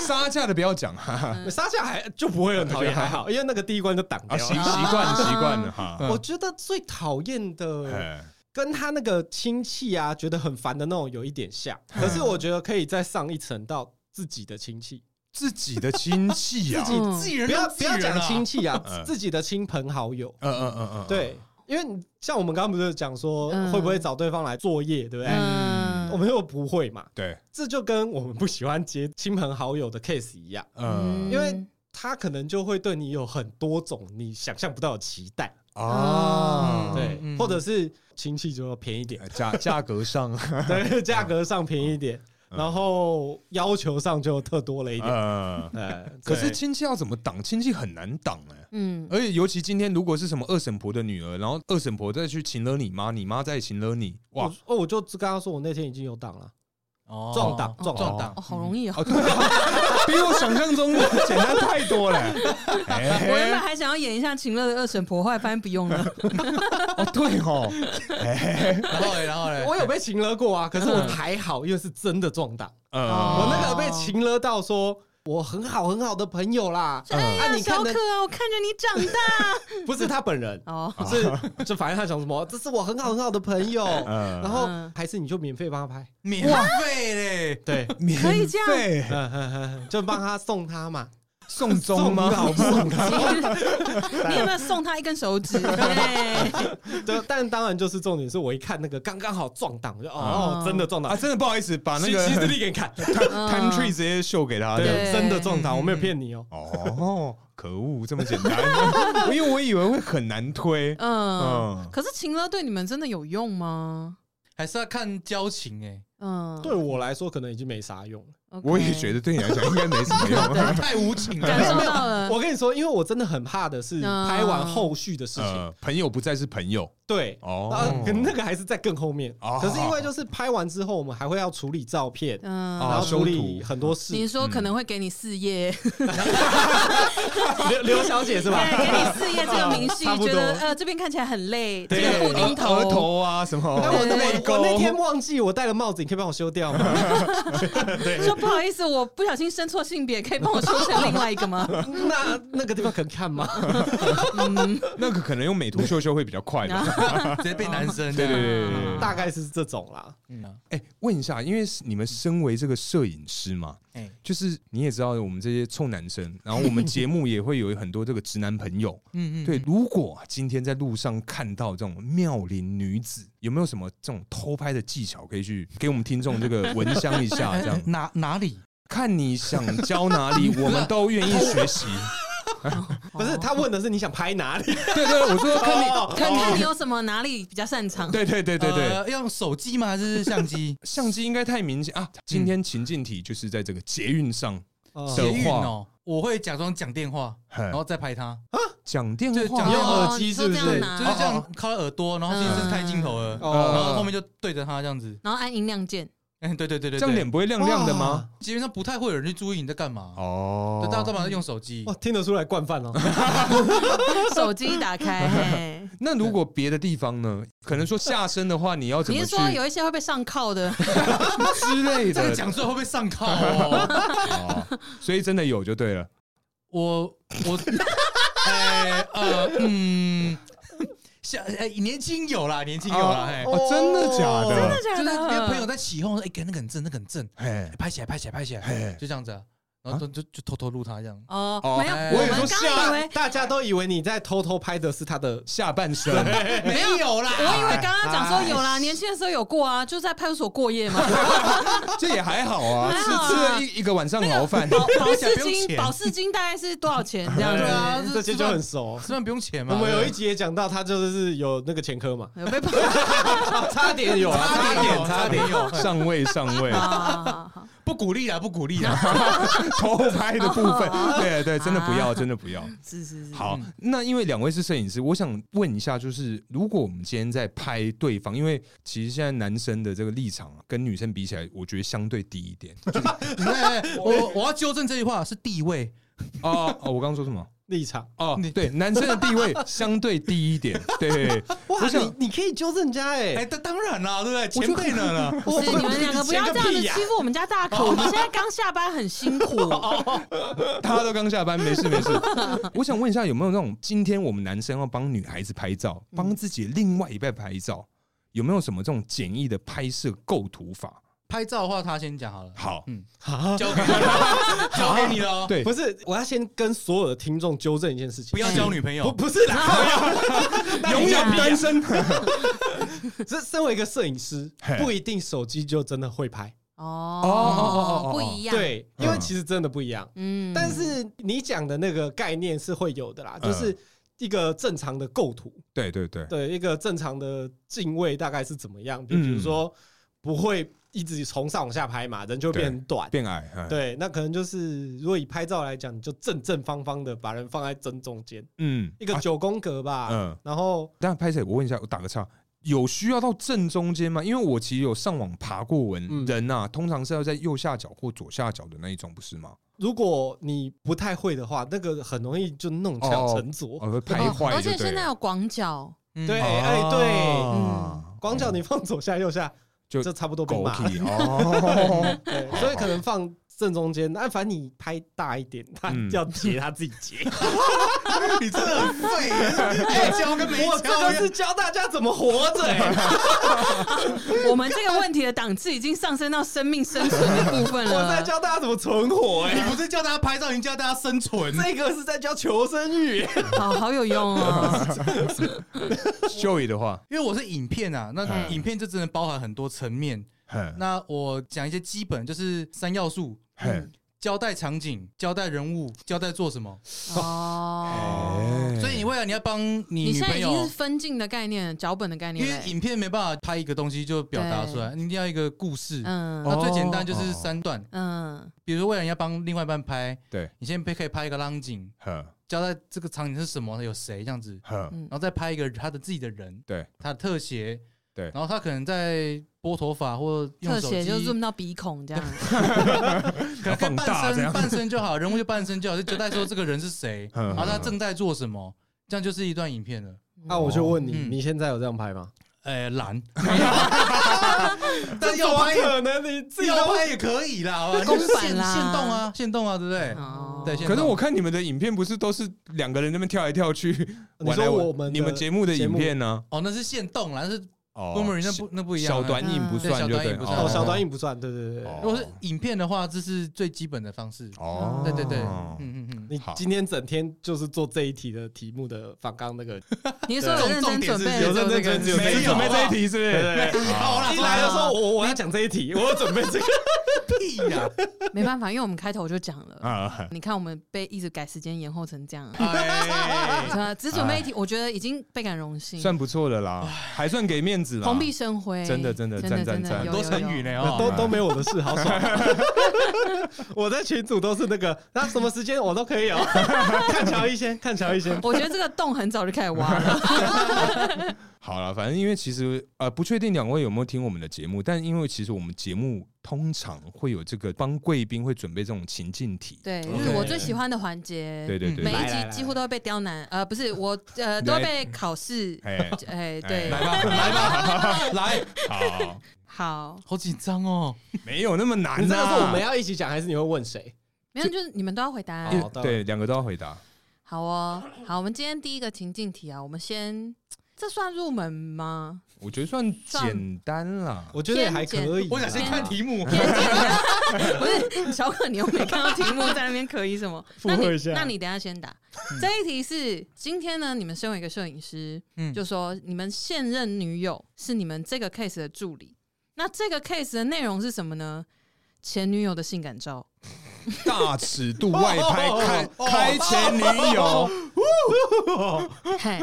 Speaker 3: 杀价的不要讲，啊哈哈，
Speaker 5: 沙夏还就不会很讨 厌，还好，因为那个第一关就挡
Speaker 3: 啊，
Speaker 5: 掉
Speaker 3: 习
Speaker 5: 了。
Speaker 3: 习惯习惯了哈，
Speaker 5: 我觉得最讨厌的
Speaker 3: 哎
Speaker 5: 跟他那个亲戚啊，觉得很烦的那种有一点像，可是我觉得可以再上一层到自己的亲戚。
Speaker 3: 自己的亲戚啊呀，
Speaker 5: 自己
Speaker 2: 嗯
Speaker 4: 自己人
Speaker 5: 不要
Speaker 4: 都
Speaker 5: 不
Speaker 4: 自己
Speaker 5: 要
Speaker 4: 人
Speaker 5: 讲
Speaker 4: 啊
Speaker 5: 亲戚啊
Speaker 3: 嗯，
Speaker 5: 自己的亲朋好友，
Speaker 3: 嗯嗯嗯嗯，
Speaker 5: 对，因为你像我们刚刚不是讲说
Speaker 2: 嗯
Speaker 5: 会不会找对方来作业，对不对？我
Speaker 2: 嗯
Speaker 5: 们又不会嘛，
Speaker 3: 对，
Speaker 5: 这就跟我们不喜欢接亲朋好友的 case 一样，
Speaker 3: 嗯
Speaker 5: 因为他可能就会对你有很多种你想象不到的期待，
Speaker 3: 啊，
Speaker 5: 对，
Speaker 4: 嗯
Speaker 5: 或者是亲戚就要便宜点，
Speaker 3: 价价格上，
Speaker 5: 对，价格上便宜一点，
Speaker 3: 嗯
Speaker 5: 然后要求上就特多 了一点，
Speaker 3: 呃，
Speaker 5: 呃，
Speaker 3: 可是
Speaker 5: 对
Speaker 3: 亲戚要怎么挡？亲戚很难挡哎。
Speaker 2: 嗯，
Speaker 3: 而且尤其今天，如果是什么二婶婆的女儿，然后二婶婆再去请了你妈，你妈再请了你，哇
Speaker 5: 我，哦，我就跟他说我那天已经有档了，
Speaker 4: 哦
Speaker 5: 撞档撞
Speaker 4: 撞档
Speaker 2: 哦，，好容易哦。
Speaker 3: 哦，对 啊比我想象中简单太多了。
Speaker 2: 我原本
Speaker 3: 哎，
Speaker 2: 还想要演一下秦乐的二婶婆，后来发现不用了。
Speaker 3: 哦，对哦，
Speaker 4: 然后嘞，然后嘞，
Speaker 5: 我有被情勒过啊，可是我还好，因为是真的撞档。
Speaker 3: 呃
Speaker 2: 哦，
Speaker 5: 我那个被情勒到说，我很好很好的朋友啦，
Speaker 3: 呃
Speaker 2: 哎
Speaker 5: 啊
Speaker 2: 呀，
Speaker 5: 你
Speaker 2: 小
Speaker 5: 看
Speaker 2: 可
Speaker 5: 的
Speaker 2: 啊，我看着你长大。
Speaker 5: 不是他本人，
Speaker 2: 哦，
Speaker 5: 是就反正他想什么， 这是我很好很好的朋友，然
Speaker 3: 呃，
Speaker 5: 后
Speaker 2: 嗯
Speaker 5: 还是你就免费帮 他拍，
Speaker 4: 免费嘞，
Speaker 5: 对，
Speaker 2: 可以这样
Speaker 3: 样
Speaker 5: 嗯嗯嗯就帮他送 他嘛，
Speaker 3: 送终吗？
Speaker 5: 送到送到
Speaker 2: 你有没有送他一根手指？对，
Speaker 5: 对，但当然 就是重点是我一看那个刚刚好撞档，我就哦
Speaker 2: 嗯
Speaker 5: 哦真的撞
Speaker 3: 啊，
Speaker 5: 档，
Speaker 3: 真的不好意思，把那
Speaker 5: 其
Speaker 3: 个
Speaker 5: 其 实力给你看，
Speaker 3: time tree 直接秀给他的。
Speaker 5: 对，真的撞档，我没有骗你哦。
Speaker 3: 哦，可恶，这么简单， 因为我以为会很难推。
Speaker 2: 嗯，
Speaker 3: 嗯，
Speaker 2: 可是秦乐对你们真的有用吗？
Speaker 4: 还是要看交情哎、
Speaker 2: 嗯，
Speaker 5: 对我来说可能已经没啥用了。
Speaker 2: OK，
Speaker 3: 我也觉得对你来讲应该没什么用。
Speaker 4: 太无情了。
Speaker 2: 感受到了，
Speaker 5: 我跟你说，因为我真的很怕的是
Speaker 2: 嗯
Speaker 5: 拍完后续的事情，
Speaker 3: 呃，朋友不再是朋友
Speaker 5: 对。啊
Speaker 3: 哦，，
Speaker 5: 可能那个还是在更后面
Speaker 3: 哦，
Speaker 5: 可是因为就是拍完之后，我们还会要处理照片，
Speaker 2: 嗯，
Speaker 5: 然后
Speaker 3: 哦修图
Speaker 5: 处理很多事
Speaker 2: 你。说可能会给你事业，
Speaker 5: 刘刘小姐是吧？
Speaker 2: 对，给你事业这个明细
Speaker 5: 差，不多
Speaker 2: 觉得呃这边看起来很累，这
Speaker 3: 对
Speaker 2: 个布丁
Speaker 3: 额额头啊什
Speaker 5: 哎，
Speaker 3: 么，
Speaker 5: 我
Speaker 2: 对
Speaker 5: 我我那天忘记我戴了帽子，你可以帮我修掉吗？
Speaker 2: 说不好意思，我不小心生错性别，可以帮我修成另外一个吗？
Speaker 5: 那那个地方可能看吗？
Speaker 3: 那个可能用美图秀秀会比较快 吧。
Speaker 2: 啊
Speaker 4: 直接变男生。
Speaker 3: 对对
Speaker 4: 对，
Speaker 3: 对对对。
Speaker 5: 大概是这种啦。
Speaker 4: 嗯啊，
Speaker 3: 哎，问一下，因为是你们身为这个摄影师嘛，
Speaker 4: 哎，
Speaker 3: 就是你也知道我们这些臭男生，然后我们节目也会有很多这个直男朋友。
Speaker 4: 嗯嗯，
Speaker 3: 对，如果今天在路上看到这种妙龄女子，有没有什么这种偷拍的技巧可以去给我们听众这个闻香一下？这样
Speaker 4: 哎哪哪里？
Speaker 3: 看你想教哪 里，我们都愿意学习。
Speaker 5: 不是，他问的是你想拍哪里？
Speaker 3: 对对，我说看
Speaker 5: 哦
Speaker 3: 你看
Speaker 2: 看
Speaker 3: 你，
Speaker 2: 你有什么哪里比较擅长？
Speaker 3: 对对对对对，？
Speaker 4: 呃，用手机吗？还是相机
Speaker 3: 相机应该太明显啊。
Speaker 4: 嗯
Speaker 3: 今天情境题就是在这个捷运上
Speaker 5: 哦
Speaker 3: 的
Speaker 4: 捷运
Speaker 3: 话
Speaker 4: 哦，我会假装讲电话，
Speaker 3: 嘿
Speaker 4: 然后再拍他，
Speaker 3: 哦讲电
Speaker 4: 就
Speaker 3: 话
Speaker 4: 讲，
Speaker 5: 用
Speaker 4: 电
Speaker 5: 耳
Speaker 2: 哦，
Speaker 5: 机
Speaker 2: 你
Speaker 5: 是
Speaker 2: 说
Speaker 5: 不
Speaker 2: 这
Speaker 5: 是
Speaker 3: 啊
Speaker 2: 样拿，哦
Speaker 4: 就是这
Speaker 3: 哦
Speaker 4: 样靠他耳朵，然后其实是开镜头了，
Speaker 3: 嗯
Speaker 5: 哦
Speaker 4: 然后后面就对着他这样子。
Speaker 2: 然后按音量键，
Speaker 4: 哎，对对对对，
Speaker 3: 这样脸
Speaker 4: 对，
Speaker 3: 不会亮亮的吗？
Speaker 4: 基本上不太会有人去注意你在干嘛。
Speaker 3: 哦
Speaker 4: 对，大家干嘛在用手机
Speaker 5: 哇，？听得出来惯 犯哦。
Speaker 2: 手机打开。嘿
Speaker 3: 那如果别的地方呢？可能说下身的话，你要怎
Speaker 2: 你
Speaker 3: 么
Speaker 2: 是
Speaker 3: 去
Speaker 2: 说有一些会被上铐的？
Speaker 3: 之类
Speaker 4: 这个
Speaker 3: 的？
Speaker 4: 讲出来会不会上 铐哦？
Speaker 3: 哦所以真的有就对了。
Speaker 4: 我我，哎呃嗯， 像哎年轻有啦，年轻有啦，哎，
Speaker 3: 哦，真的假的？
Speaker 5: 真
Speaker 3: 的
Speaker 4: 就是 跟朋友在起哄说，哎，干那个很正，那个很正，
Speaker 3: 哎
Speaker 4: 哎，拍起来，拍起来，拍起
Speaker 3: 嘿
Speaker 4: 来，就这样子啊，然后就就就偷偷录他这样。
Speaker 2: 哦
Speaker 3: 哦，
Speaker 2: 没有，
Speaker 4: 哎
Speaker 2: 我
Speaker 5: 以
Speaker 2: 们
Speaker 5: 为
Speaker 2: 刚以 为，
Speaker 5: 啊大家都以为你在偷偷拍的是他的，
Speaker 3: 下半身，
Speaker 4: 没有啦，
Speaker 2: 我以为刚刚讲说有啦，
Speaker 5: 哎
Speaker 2: 年轻的时候有过啊，就在派出所过夜嘛，
Speaker 3: 这也还好啊，
Speaker 2: 还
Speaker 3: 吃
Speaker 2: 好啊
Speaker 3: 吃了一一个晚上牢 饭。
Speaker 2: 保保释
Speaker 4: 不用
Speaker 2: 金，
Speaker 4: 钱
Speaker 2: 保释金大概是多少钱这样
Speaker 4: 对啊
Speaker 2: 子？
Speaker 4: 这
Speaker 5: 这些就很熟。
Speaker 4: 吃饭不用钱嘛。
Speaker 5: 我们有一
Speaker 4: 集
Speaker 5: 集也讲到，他就是有那个前科嘛，
Speaker 2: 有被判
Speaker 5: 差点有啊，
Speaker 4: 差
Speaker 5: 差
Speaker 4: 点有
Speaker 5: 点差点有。
Speaker 3: 上位上位，
Speaker 2: 啊？好
Speaker 4: 不鼓励啦，不鼓
Speaker 5: 啊
Speaker 4: 励啦。
Speaker 3: 偷拍的部 分，对对，真的不要，真的不要。
Speaker 2: 是是是，
Speaker 3: 好，那因为两位是摄影师，我想问一下，就是如果我们今天在拍对方，因为其实现在男生的这个立场啊，跟女生比起来，我觉得相对低一点。
Speaker 4: 哎哎我我要纠正这句话是地位，
Speaker 3: 哦哦，我刚刚说什么？
Speaker 5: 立场
Speaker 3: 哦
Speaker 4: 你，
Speaker 3: 对，男生的地位相对低一 点。对，
Speaker 5: 哇，
Speaker 3: 我想
Speaker 5: 你你可以纠正人家
Speaker 4: 哎，
Speaker 5: 啊哎，
Speaker 4: 当当然啦，对不对？前辈呢呢？
Speaker 5: 我
Speaker 2: 是你们两个不要这样子
Speaker 5: 你
Speaker 2: 欺负我们家大可，我们现在刚下班很辛苦。
Speaker 3: 大家都刚下班，没事没 事。我想问一下，有没有那种今天我们男生要帮女孩子拍照，帮自己另外一半拍照，有没有什么这种简易的拍摄构图法？
Speaker 4: 拍照的话，他先讲好了，
Speaker 3: 好，
Speaker 5: 啊，
Speaker 4: 交给你了，交给你了哦。
Speaker 3: 对
Speaker 5: 不，是，我要先跟所有的听众纠正一件事情，
Speaker 4: 不要交女朋
Speaker 5: 不
Speaker 2: 哦
Speaker 4: 友，
Speaker 5: 不 是啦，
Speaker 3: 永远单身。
Speaker 5: 这身为一个摄影师
Speaker 3: 嘿，
Speaker 5: 不一定手机就真的会拍，
Speaker 3: 哦哦哦
Speaker 2: 不一样。，
Speaker 5: 对，因为其实真的不一样。
Speaker 2: 嗯
Speaker 5: 但是你讲的那个概念是会有的啦，
Speaker 3: 嗯
Speaker 5: 就是一个正常的构图，
Speaker 3: 对对对，
Speaker 5: 对一个正常的镜位大概是怎么样？就
Speaker 3: 嗯
Speaker 5: 比如说不会一直从上往下拍嘛，人就会变很短。
Speaker 3: 变矮。哎，
Speaker 5: 对，那可能就是如果以拍照来讲，你就正正方方的把人放在正中间，
Speaker 3: 嗯，
Speaker 5: 一个
Speaker 3: 啊
Speaker 5: 九宫格吧。
Speaker 3: 嗯
Speaker 5: 然后
Speaker 3: 但拍摄，我问一下，我打个岔，有需要到正中间吗？因为我其实有上网爬过文，
Speaker 5: 嗯
Speaker 3: 人呐、通常是要在右下角或左下角的那一种，不是吗？
Speaker 5: 如果你不太会的话，那个很容易就弄巧成拙。
Speaker 3: 哦，会拍坏
Speaker 2: 而
Speaker 3: 就
Speaker 2: 且
Speaker 3: 对
Speaker 2: 现在
Speaker 3: 了。
Speaker 2: 有广角，
Speaker 4: 嗯
Speaker 5: 对， 哎、对，广角你放左下右下，
Speaker 3: 就
Speaker 5: 就差不多被
Speaker 3: 狗
Speaker 5: 骂了。
Speaker 3: 屁哦，
Speaker 5: 对， 所以可能放正中间，那反正你拍大一点，他
Speaker 3: 嗯
Speaker 5: 要截他自己 截。
Speaker 4: 你真的很废， 哎，交跟没
Speaker 5: 我这
Speaker 4: 交
Speaker 5: 个
Speaker 4: 一
Speaker 5: 是
Speaker 4: 样。
Speaker 5: 教大家怎么活着、 欸，
Speaker 2: 我们这个问题的档次已经上升到生命生存的部分
Speaker 5: 我在
Speaker 2: 了。
Speaker 5: 教大家怎么存活、欸，
Speaker 4: 你不是叫大家拍照，你叫大家生存。
Speaker 5: 这个是在教求生欲、
Speaker 2: 好好有用哦。
Speaker 3: Joey 的话，
Speaker 4: 因为我是影片啊，那
Speaker 2: 嗯
Speaker 4: 影片就真的包含很多层面。
Speaker 3: 嘿
Speaker 4: 那我讲一些基本，就是三要素：
Speaker 3: 嘿
Speaker 4: 交代场景、交代人物、交代做什么。
Speaker 2: 哦，
Speaker 4: 所以你未来你要帮你
Speaker 2: 你
Speaker 4: 女
Speaker 2: 现在
Speaker 4: 朋
Speaker 2: 已经
Speaker 4: 友
Speaker 2: 是，分镜的概念、脚本的概
Speaker 4: 因
Speaker 2: 念
Speaker 4: 为
Speaker 2: 嘞。
Speaker 4: 影片没办法拍一个东西就表达出来，你一定要一个故事。
Speaker 2: 嗯
Speaker 4: 那最简单就
Speaker 3: 哦
Speaker 4: 是
Speaker 3: 哦
Speaker 4: 三段，
Speaker 2: 嗯，
Speaker 4: 比如说未来你要帮另外一半拍，
Speaker 3: 对，
Speaker 4: 你先可以拍一个浪景，
Speaker 3: 呵
Speaker 4: 交代这个场景是什么，有谁这样子，
Speaker 3: 呵，
Speaker 2: 嗯
Speaker 4: 然后再拍一个他的自己的人，
Speaker 3: 对，
Speaker 4: 他的特写，
Speaker 3: 对
Speaker 4: 然后他可能在拨头发或用
Speaker 2: 特
Speaker 4: 手
Speaker 2: 写就
Speaker 4: 机，
Speaker 2: 润到鼻孔这样。
Speaker 4: 可能
Speaker 3: 放
Speaker 4: 看
Speaker 3: 大
Speaker 4: 半
Speaker 3: 这
Speaker 4: 身
Speaker 3: 样
Speaker 4: 半身就好，人物就半身就好，就交代说这个人是谁，
Speaker 3: 嗯
Speaker 4: 然后他正在做什么，这样就是一段影片了。
Speaker 5: 那我就问你，
Speaker 4: 嗯
Speaker 5: 你现在有这样拍吗？
Speaker 4: 呃，懒，
Speaker 5: 这
Speaker 4: 但要拍
Speaker 5: 怎么可能你自己
Speaker 4: 要
Speaker 5: 都
Speaker 4: 拍也可以啦，好吧
Speaker 2: 公版
Speaker 4: 就是限
Speaker 2: 啦
Speaker 4: 限动啊，限动啊，对不对？
Speaker 2: 哦
Speaker 4: 对，限
Speaker 3: 可是
Speaker 4: 动
Speaker 3: 我看你们的影片不是都是两个人在那边跳来跳去，
Speaker 5: 你
Speaker 3: 玩来
Speaker 5: 说
Speaker 3: 玩
Speaker 5: 我们
Speaker 3: 你们
Speaker 5: 的
Speaker 3: 节目的影片呢？
Speaker 4: 哦，那是限动啦，那是 b
Speaker 3: 哦
Speaker 4: o o m e r 那不那不一样啊。
Speaker 3: 小短影不算就
Speaker 4: 对小
Speaker 3: 对哦
Speaker 4: 短影不算
Speaker 5: 哦，小短
Speaker 3: 影
Speaker 5: 影不算，对对对对。
Speaker 4: 如果是影片的话，这是最基本的方式。
Speaker 3: 哦，
Speaker 4: 对对对，
Speaker 3: 哦
Speaker 4: 嗯嗯嗯。
Speaker 5: 你
Speaker 3: 好
Speaker 5: 今天整天就是做这一题的题目的反刚那个，
Speaker 2: 你是说有认真准备
Speaker 5: 有
Speaker 2: 的做
Speaker 5: 认
Speaker 2: 这
Speaker 5: 真
Speaker 2: 个？
Speaker 5: 准备，
Speaker 3: 没
Speaker 5: 没
Speaker 3: 有
Speaker 5: 有
Speaker 3: 准备这一题是不
Speaker 4: 嗯
Speaker 3: 是？
Speaker 5: 对对。
Speaker 4: 好
Speaker 3: 啊
Speaker 4: 啦
Speaker 5: 一来的时候，我我要讲这一题，我有准备这个。
Speaker 4: 屁呀！
Speaker 2: 没办法，因为我们开头就讲了。
Speaker 3: 啊，
Speaker 2: 你看，我们被一直改时间延后成这样啊，
Speaker 4: 哎
Speaker 2: 对啊只准备一题，我觉得已经倍感荣
Speaker 4: 嗯
Speaker 2: 幸，
Speaker 3: 算不错的啦，还算给面子啦。
Speaker 2: 蓬荜生辉，
Speaker 3: 真的真的
Speaker 2: 真
Speaker 3: 赞
Speaker 2: 的
Speaker 3: 赞
Speaker 2: 真的
Speaker 3: 赞
Speaker 2: 有
Speaker 4: 很多
Speaker 2: 有
Speaker 4: 成
Speaker 2: 有
Speaker 4: 语呢
Speaker 5: 都
Speaker 4: 哦，
Speaker 5: 都没我的事，好爽。 我在群组都是那个，那什么时间我都可以哦。 看乔一先，看乔一先。
Speaker 2: 我觉得这个洞很早就开始挖了，
Speaker 3: 好了，反正因为其实呃不确定两位有没有听我们的节目，但因为其实我们节目通常会有这个帮贵宾会准备这种情境题，
Speaker 2: 对，
Speaker 5: OK
Speaker 2: 就是我最喜欢的环节。
Speaker 3: 对
Speaker 4: 嗯
Speaker 3: 对对，对
Speaker 2: 每一
Speaker 5: 来来
Speaker 2: 集
Speaker 5: 来
Speaker 2: 几乎都会被刁难，呃，不是我，呃，都会被考试，
Speaker 3: 哎，
Speaker 2: 哎，对，
Speaker 3: 来吧来吧，
Speaker 4: 来，
Speaker 3: 好，
Speaker 2: 好，
Speaker 4: 好紧张哦。
Speaker 3: 没有那么难
Speaker 5: 你知道是我
Speaker 3: 呐。
Speaker 5: 们要一起讲，还是你会问谁？哦
Speaker 2: 没有，就是你们都要回答啊。
Speaker 5: 好的
Speaker 3: 对，两个都要回答。
Speaker 2: 好哦，好，我们今天第一个情境题啊，我们先，这算入门吗？
Speaker 3: 我觉得算简单啦，
Speaker 5: 我觉得也还可以啦。啊
Speaker 4: 我想先看 题 目，
Speaker 2: 偏简单， 不是小可，你又没看到题目在那边可以什 么？
Speaker 5: 附
Speaker 2: 那
Speaker 5: 和
Speaker 2: 你
Speaker 5: 一下嗯
Speaker 2: 那你等一下先打。这一题是今天呢，你们身为一个摄影师，
Speaker 4: 嗯，
Speaker 2: 就说你们现任女友是你们这个 case 的助理，那这个 case 的内容是什么呢？前女友的性感 照，
Speaker 3: 大尺度外拍开
Speaker 4: 哦
Speaker 3: 开前女友，
Speaker 2: 嘿，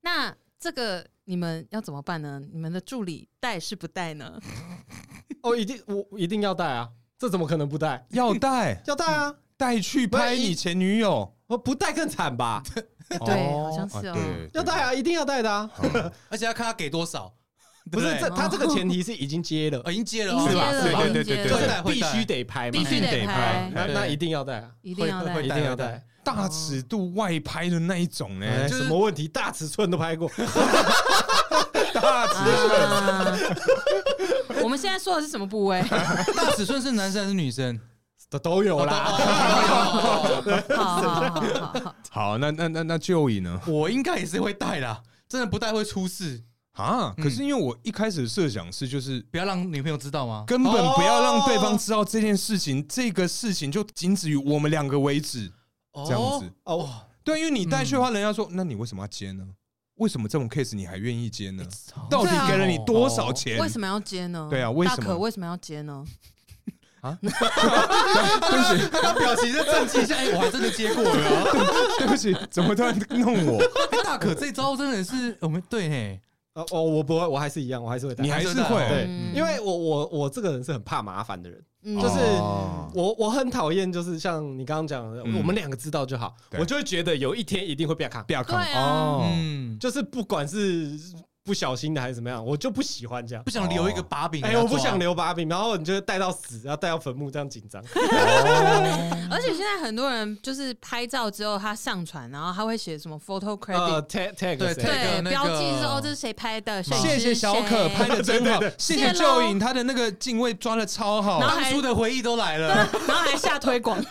Speaker 2: 那这个你们要怎么办呢？你们的助理带是不带呢？
Speaker 5: 哦，一定我一定要带啊，这怎么可能不带？
Speaker 3: 要带
Speaker 5: 要带啊，
Speaker 3: 带去拍你前女友，
Speaker 5: 我不带更惨吧？
Speaker 2: 对
Speaker 3: 哦
Speaker 2: 好像是哦
Speaker 3: 啊对
Speaker 5: 要带啊，一定要带的啊。
Speaker 4: 而且要看他给多少，对
Speaker 5: 不是
Speaker 4: 对
Speaker 5: 这，他这个前提是已经接了，
Speaker 4: 哦已经接了
Speaker 2: 迎
Speaker 4: 哦，
Speaker 2: 接
Speaker 4: 是吧
Speaker 2: 了，
Speaker 3: 对对
Speaker 2: 迎
Speaker 3: 对
Speaker 2: 接
Speaker 3: 对
Speaker 5: 就
Speaker 3: 对
Speaker 5: 是
Speaker 2: 了，
Speaker 4: 会带
Speaker 5: 必须得拍嘛，
Speaker 2: 必须
Speaker 3: 一定
Speaker 2: 得
Speaker 3: 得
Speaker 2: 拍
Speaker 3: 拍，
Speaker 5: 哎那
Speaker 4: 对
Speaker 5: 那一定要带啊，
Speaker 2: 一定要
Speaker 4: 会
Speaker 2: 带
Speaker 4: 会
Speaker 5: 一。定要带。
Speaker 3: 大尺度外拍的那一种呢，
Speaker 5: 哎，
Speaker 4: 就
Speaker 5: 什
Speaker 4: 是
Speaker 5: 么问题？大尺寸都拍过，
Speaker 3: 大尺
Speaker 2: 啊！我们现在说的是什么部位？
Speaker 4: 大尺寸是男生还是女生？
Speaker 5: 都都有啦。
Speaker 4: 哦哦
Speaker 2: 好好好好好，
Speaker 3: 好，那那那那就椅呢？
Speaker 4: 我应该也是会带啦，真的不带会出事，
Speaker 3: 啊，
Speaker 4: 嗯
Speaker 3: 可是因为我一开始的设想是，就是
Speaker 4: 不要让女朋友知道吗？
Speaker 3: 根本不要让对方知道这件事情，这个事情就仅止于我们两个为止，这样子
Speaker 4: 哦。
Speaker 5: 哦，
Speaker 3: 对，因为你带去的话，人家说，那你为什么要接呢？为什么这种 case 你还愿意接呢？到底给了你多少钱？
Speaker 2: 为什么要接呢？
Speaker 3: 对啊为什么
Speaker 2: 大可为什么要接呢？
Speaker 4: 他表情在震惊一下，哎，我还真的接过了。
Speaker 3: 对不起，怎么突然弄我？
Speaker 4: 哎，大可这招真的是我们对嘿，
Speaker 5: 哦哦，我不会，我还是一样，我还是会带
Speaker 3: 你。还是会
Speaker 5: 对
Speaker 2: 嗯
Speaker 5: 因为我我我这个人是很怕麻烦的人，
Speaker 2: 嗯
Speaker 5: 就是
Speaker 3: 哦
Speaker 5: 我我很讨厌，就是像你刚刚讲的，
Speaker 3: 嗯
Speaker 5: 我们两个知道就好，
Speaker 3: 对
Speaker 5: 我就会觉得有一天一定会被看，
Speaker 3: 不要看
Speaker 2: 对啊
Speaker 3: 哦，
Speaker 4: 嗯，
Speaker 5: 就是不管是不小心的还是怎么样，我就不喜欢这样
Speaker 4: 不。想留一个把
Speaker 3: 啊
Speaker 4: 柄。
Speaker 5: 哎，我不想。留把柄，然后你就带到死，然后带到坟墓，这样紧张。
Speaker 2: 而且现在很多人就是拍照之后，他上传，然后他会写什么 photo
Speaker 5: 呃
Speaker 2: credit，
Speaker 5: ，tag tag
Speaker 4: 对
Speaker 5: 谁
Speaker 2: 对，
Speaker 4: tag 那个
Speaker 2: 标记是哦，这是谁拍的，摄影师
Speaker 3: 谢谢小可
Speaker 2: 谁
Speaker 3: 拍的真好
Speaker 5: 对对对，
Speaker 3: 谢谢
Speaker 2: 谢喽
Speaker 3: 旧影他的那个敬畏抓的超好
Speaker 2: 然，后
Speaker 4: 当
Speaker 2: 还
Speaker 4: 初的回忆都来了，
Speaker 2: 然后还下推广，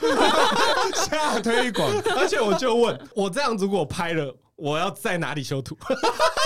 Speaker 3: 下推广。
Speaker 5: 而且我就问，我这样如果拍了，我要在哪里修图？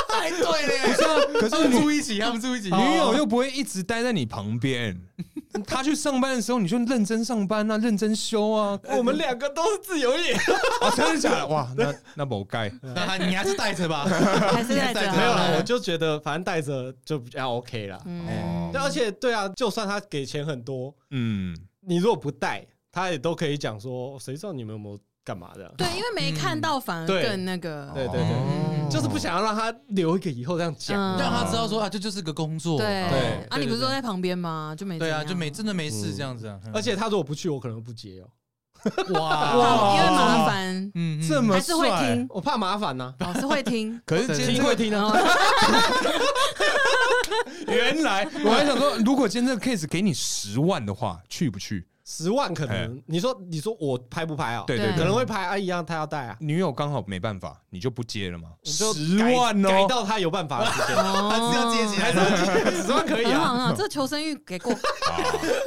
Speaker 4: 太对了。
Speaker 3: 可
Speaker 4: 他
Speaker 3: 是
Speaker 4: 们
Speaker 3: 你
Speaker 4: 住一起，他们住一起。
Speaker 3: 女友又不会一直待在你旁边， 她去上班的时候你就认真上班啊，认真修 啊。
Speaker 5: 我们两个都是自由业，
Speaker 3: 啊，真的假的？哇， 那那某盖
Speaker 4: 那还你还是带着吧，
Speaker 2: 还是在这
Speaker 4: 还
Speaker 5: 没有
Speaker 4: 啦
Speaker 5: 啦，我就觉得反正带着就比较 OK 啦。
Speaker 2: 嗯
Speaker 3: 哦
Speaker 5: 对而且对啊，就算他给钱很多，
Speaker 3: 嗯，
Speaker 5: 你如果不带，他也都可以讲说，谁知道你们有没有干嘛的？
Speaker 2: 对，因为没看到反而
Speaker 5: 对
Speaker 2: 更那个，
Speaker 3: 嗯
Speaker 5: 对对对，
Speaker 4: 哦
Speaker 5: 就是不想要让他留一个以后这样讲。
Speaker 2: 嗯
Speaker 4: 让他知道说啊，这就是个工作，
Speaker 5: 对
Speaker 2: 啊，你不是都在旁边吗？就没
Speaker 4: 对啊，
Speaker 2: 怎样
Speaker 4: 就没真的没事
Speaker 5: 嗯
Speaker 4: 这样子啊，嗯
Speaker 5: 而且他如果不去，我可能不接哦，
Speaker 4: 哇
Speaker 2: 哇，因为麻烦，
Speaker 4: 嗯嗯
Speaker 3: 这么
Speaker 2: 还是会
Speaker 3: 帅，
Speaker 2: 听，
Speaker 5: 我怕麻烦呐。
Speaker 2: 老师会听哦
Speaker 3: 可是今
Speaker 5: 听
Speaker 3: 天
Speaker 5: 会听 啊，
Speaker 3: 这个原来我还想说，如果今天这个 case 给你十万的话，去不去？
Speaker 5: 十万可能。你说你说我拍不拍啊？
Speaker 3: 哎对
Speaker 2: 对
Speaker 3: 对
Speaker 5: 可
Speaker 3: 对，
Speaker 5: 能会拍啊，一样他要带啊。
Speaker 3: 女友刚好没办法，你就不接了吗？
Speaker 5: 我就
Speaker 3: 十
Speaker 5: 改
Speaker 3: 万
Speaker 5: 改
Speaker 3: 哦，
Speaker 5: 到他有办法的时间，
Speaker 2: 哦，
Speaker 4: 只有接起来了，
Speaker 5: 十万可以
Speaker 2: 很好
Speaker 5: 啊。
Speaker 2: 很好，这求生欲给过
Speaker 3: 好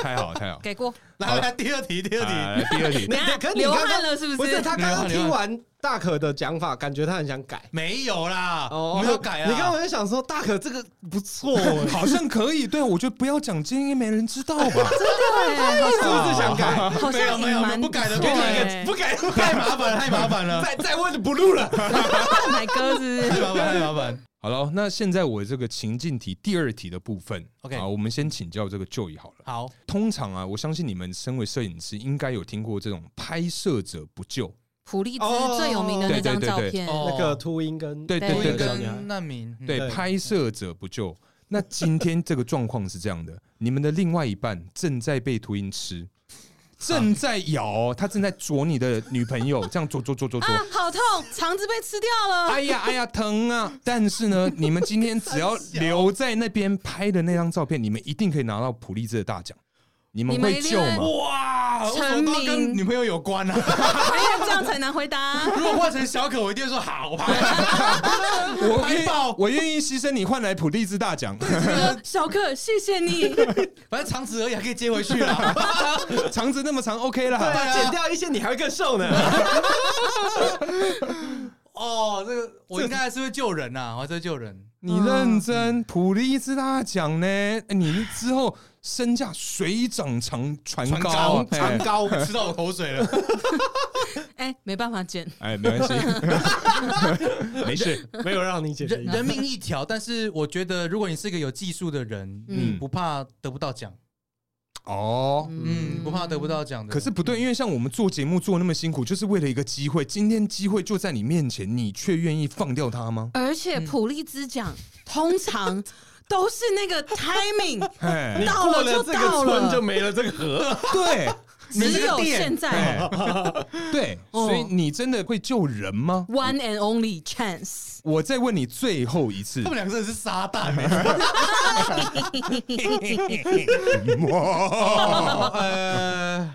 Speaker 3: 太好太好。
Speaker 2: 给过，
Speaker 4: 来来第二题，第二题，
Speaker 3: 来 第二题，
Speaker 5: 那那可是你
Speaker 2: 流
Speaker 5: 刚
Speaker 2: 汗
Speaker 5: 刚
Speaker 2: 了是不
Speaker 5: 不是
Speaker 2: 是？
Speaker 5: 他刚
Speaker 4: 流汗
Speaker 5: 刚听完大可的讲法，感觉他很想改。
Speaker 4: 没有啦，我没有改啊啦，
Speaker 5: 哦你刚刚就想说大可这个不错，哎
Speaker 3: 好像可以。对，我觉得不要讲，今天没人知道 吧？
Speaker 2: 对，好
Speaker 5: 是
Speaker 2: 像
Speaker 5: 不是想改？
Speaker 2: 好
Speaker 4: 没有
Speaker 2: 像
Speaker 4: 没有
Speaker 2: 隐瞒
Speaker 4: 不改了，不
Speaker 2: 对
Speaker 4: 改了，不改了，太麻烦了，太麻烦了，
Speaker 5: 再再问就不录了。
Speaker 2: 奶哥是不
Speaker 4: 太
Speaker 2: 是？
Speaker 4: 麻烦，太麻烦。
Speaker 3: 好了，那现在我这个情境题第二题的部分
Speaker 4: OK
Speaker 3: 啊，我们先请教这个 Joy 好了。
Speaker 4: 好，
Speaker 3: 通常啊，我相信你们身为摄影师，应该有听过这种拍摄者不救。
Speaker 2: 普利兹最有名的那张照片，啊
Speaker 4: 哦
Speaker 5: 那个秃鹰跟
Speaker 3: 对对
Speaker 2: 对
Speaker 3: 对
Speaker 2: 对
Speaker 3: 对
Speaker 4: 跟难民，嗯
Speaker 3: 对，
Speaker 5: 对
Speaker 3: 拍摄者不救。那今天这个状况是这样的： 你们的另外一半正在被秃鹰吃，正在咬哦，他正在啄你的女朋友，这样啄啄啄啄啄。
Speaker 2: 啊，好痛，肠子被吃掉 了。
Speaker 3: 哎呀哎呀，疼啊！但是呢，你们今天只要留在那边拍的那张照片，你们一定可以拿到普利兹的大奖。你们
Speaker 2: 你们
Speaker 3: 会
Speaker 2: 一定
Speaker 3: 救
Speaker 2: 会
Speaker 3: 吗？
Speaker 4: 哇，我怎么都要跟女朋友有关啊？
Speaker 2: 哎呀，这样才能回答。
Speaker 4: 如果换成小可，我一定会说好吧。
Speaker 3: 我愿
Speaker 4: 拍爆
Speaker 3: 我愿意牺牲你换来普利兹大 奖，
Speaker 2: 小可，谢谢你。
Speaker 4: 反正长此而已，还可以接回去啦。
Speaker 3: 肠子那么长，OK
Speaker 5: 对
Speaker 3: 啦。
Speaker 5: 啊，减掉一些你还会更瘦呢。
Speaker 4: 哦，这个我应该还是会救人呐，我还是会救人。
Speaker 3: 你认真，普利兹大奖呢？哎你之后身价水涨船船
Speaker 4: 船
Speaker 3: 高
Speaker 4: 高
Speaker 3: 啊，
Speaker 4: 船
Speaker 3: 哎
Speaker 4: 高，吃到我口 水了。
Speaker 2: 哎，没办法剪，
Speaker 3: 哎，没关 系，没事。
Speaker 5: 没有让你解决
Speaker 4: 人
Speaker 5: 一个，
Speaker 4: 人命一条，但是我觉得，如果你是一个有技术的人，
Speaker 2: 嗯
Speaker 4: 你不怕得不到奖，
Speaker 3: 哦，
Speaker 4: 嗯，不怕得不到奖的。
Speaker 3: 可是不对，因为像我们做节目做那么辛苦，就是为了一个机会。今天机会就在你面前，你却愿意放掉它 吗？
Speaker 2: 而且普利兹奖通常都是那个 timing，
Speaker 3: 哎，
Speaker 5: 你
Speaker 2: 到
Speaker 5: 过
Speaker 2: 了就
Speaker 5: 这
Speaker 2: 到
Speaker 5: 个村
Speaker 2: 了
Speaker 5: 就没了这个河。
Speaker 3: 对
Speaker 2: 只有现在
Speaker 3: 哎对，
Speaker 2: 哦
Speaker 3: 所以你真的会救人吗？
Speaker 2: one and only chance。
Speaker 3: 我再问你最后一次
Speaker 4: 他，们两个真的是撒 旦欸， 呃，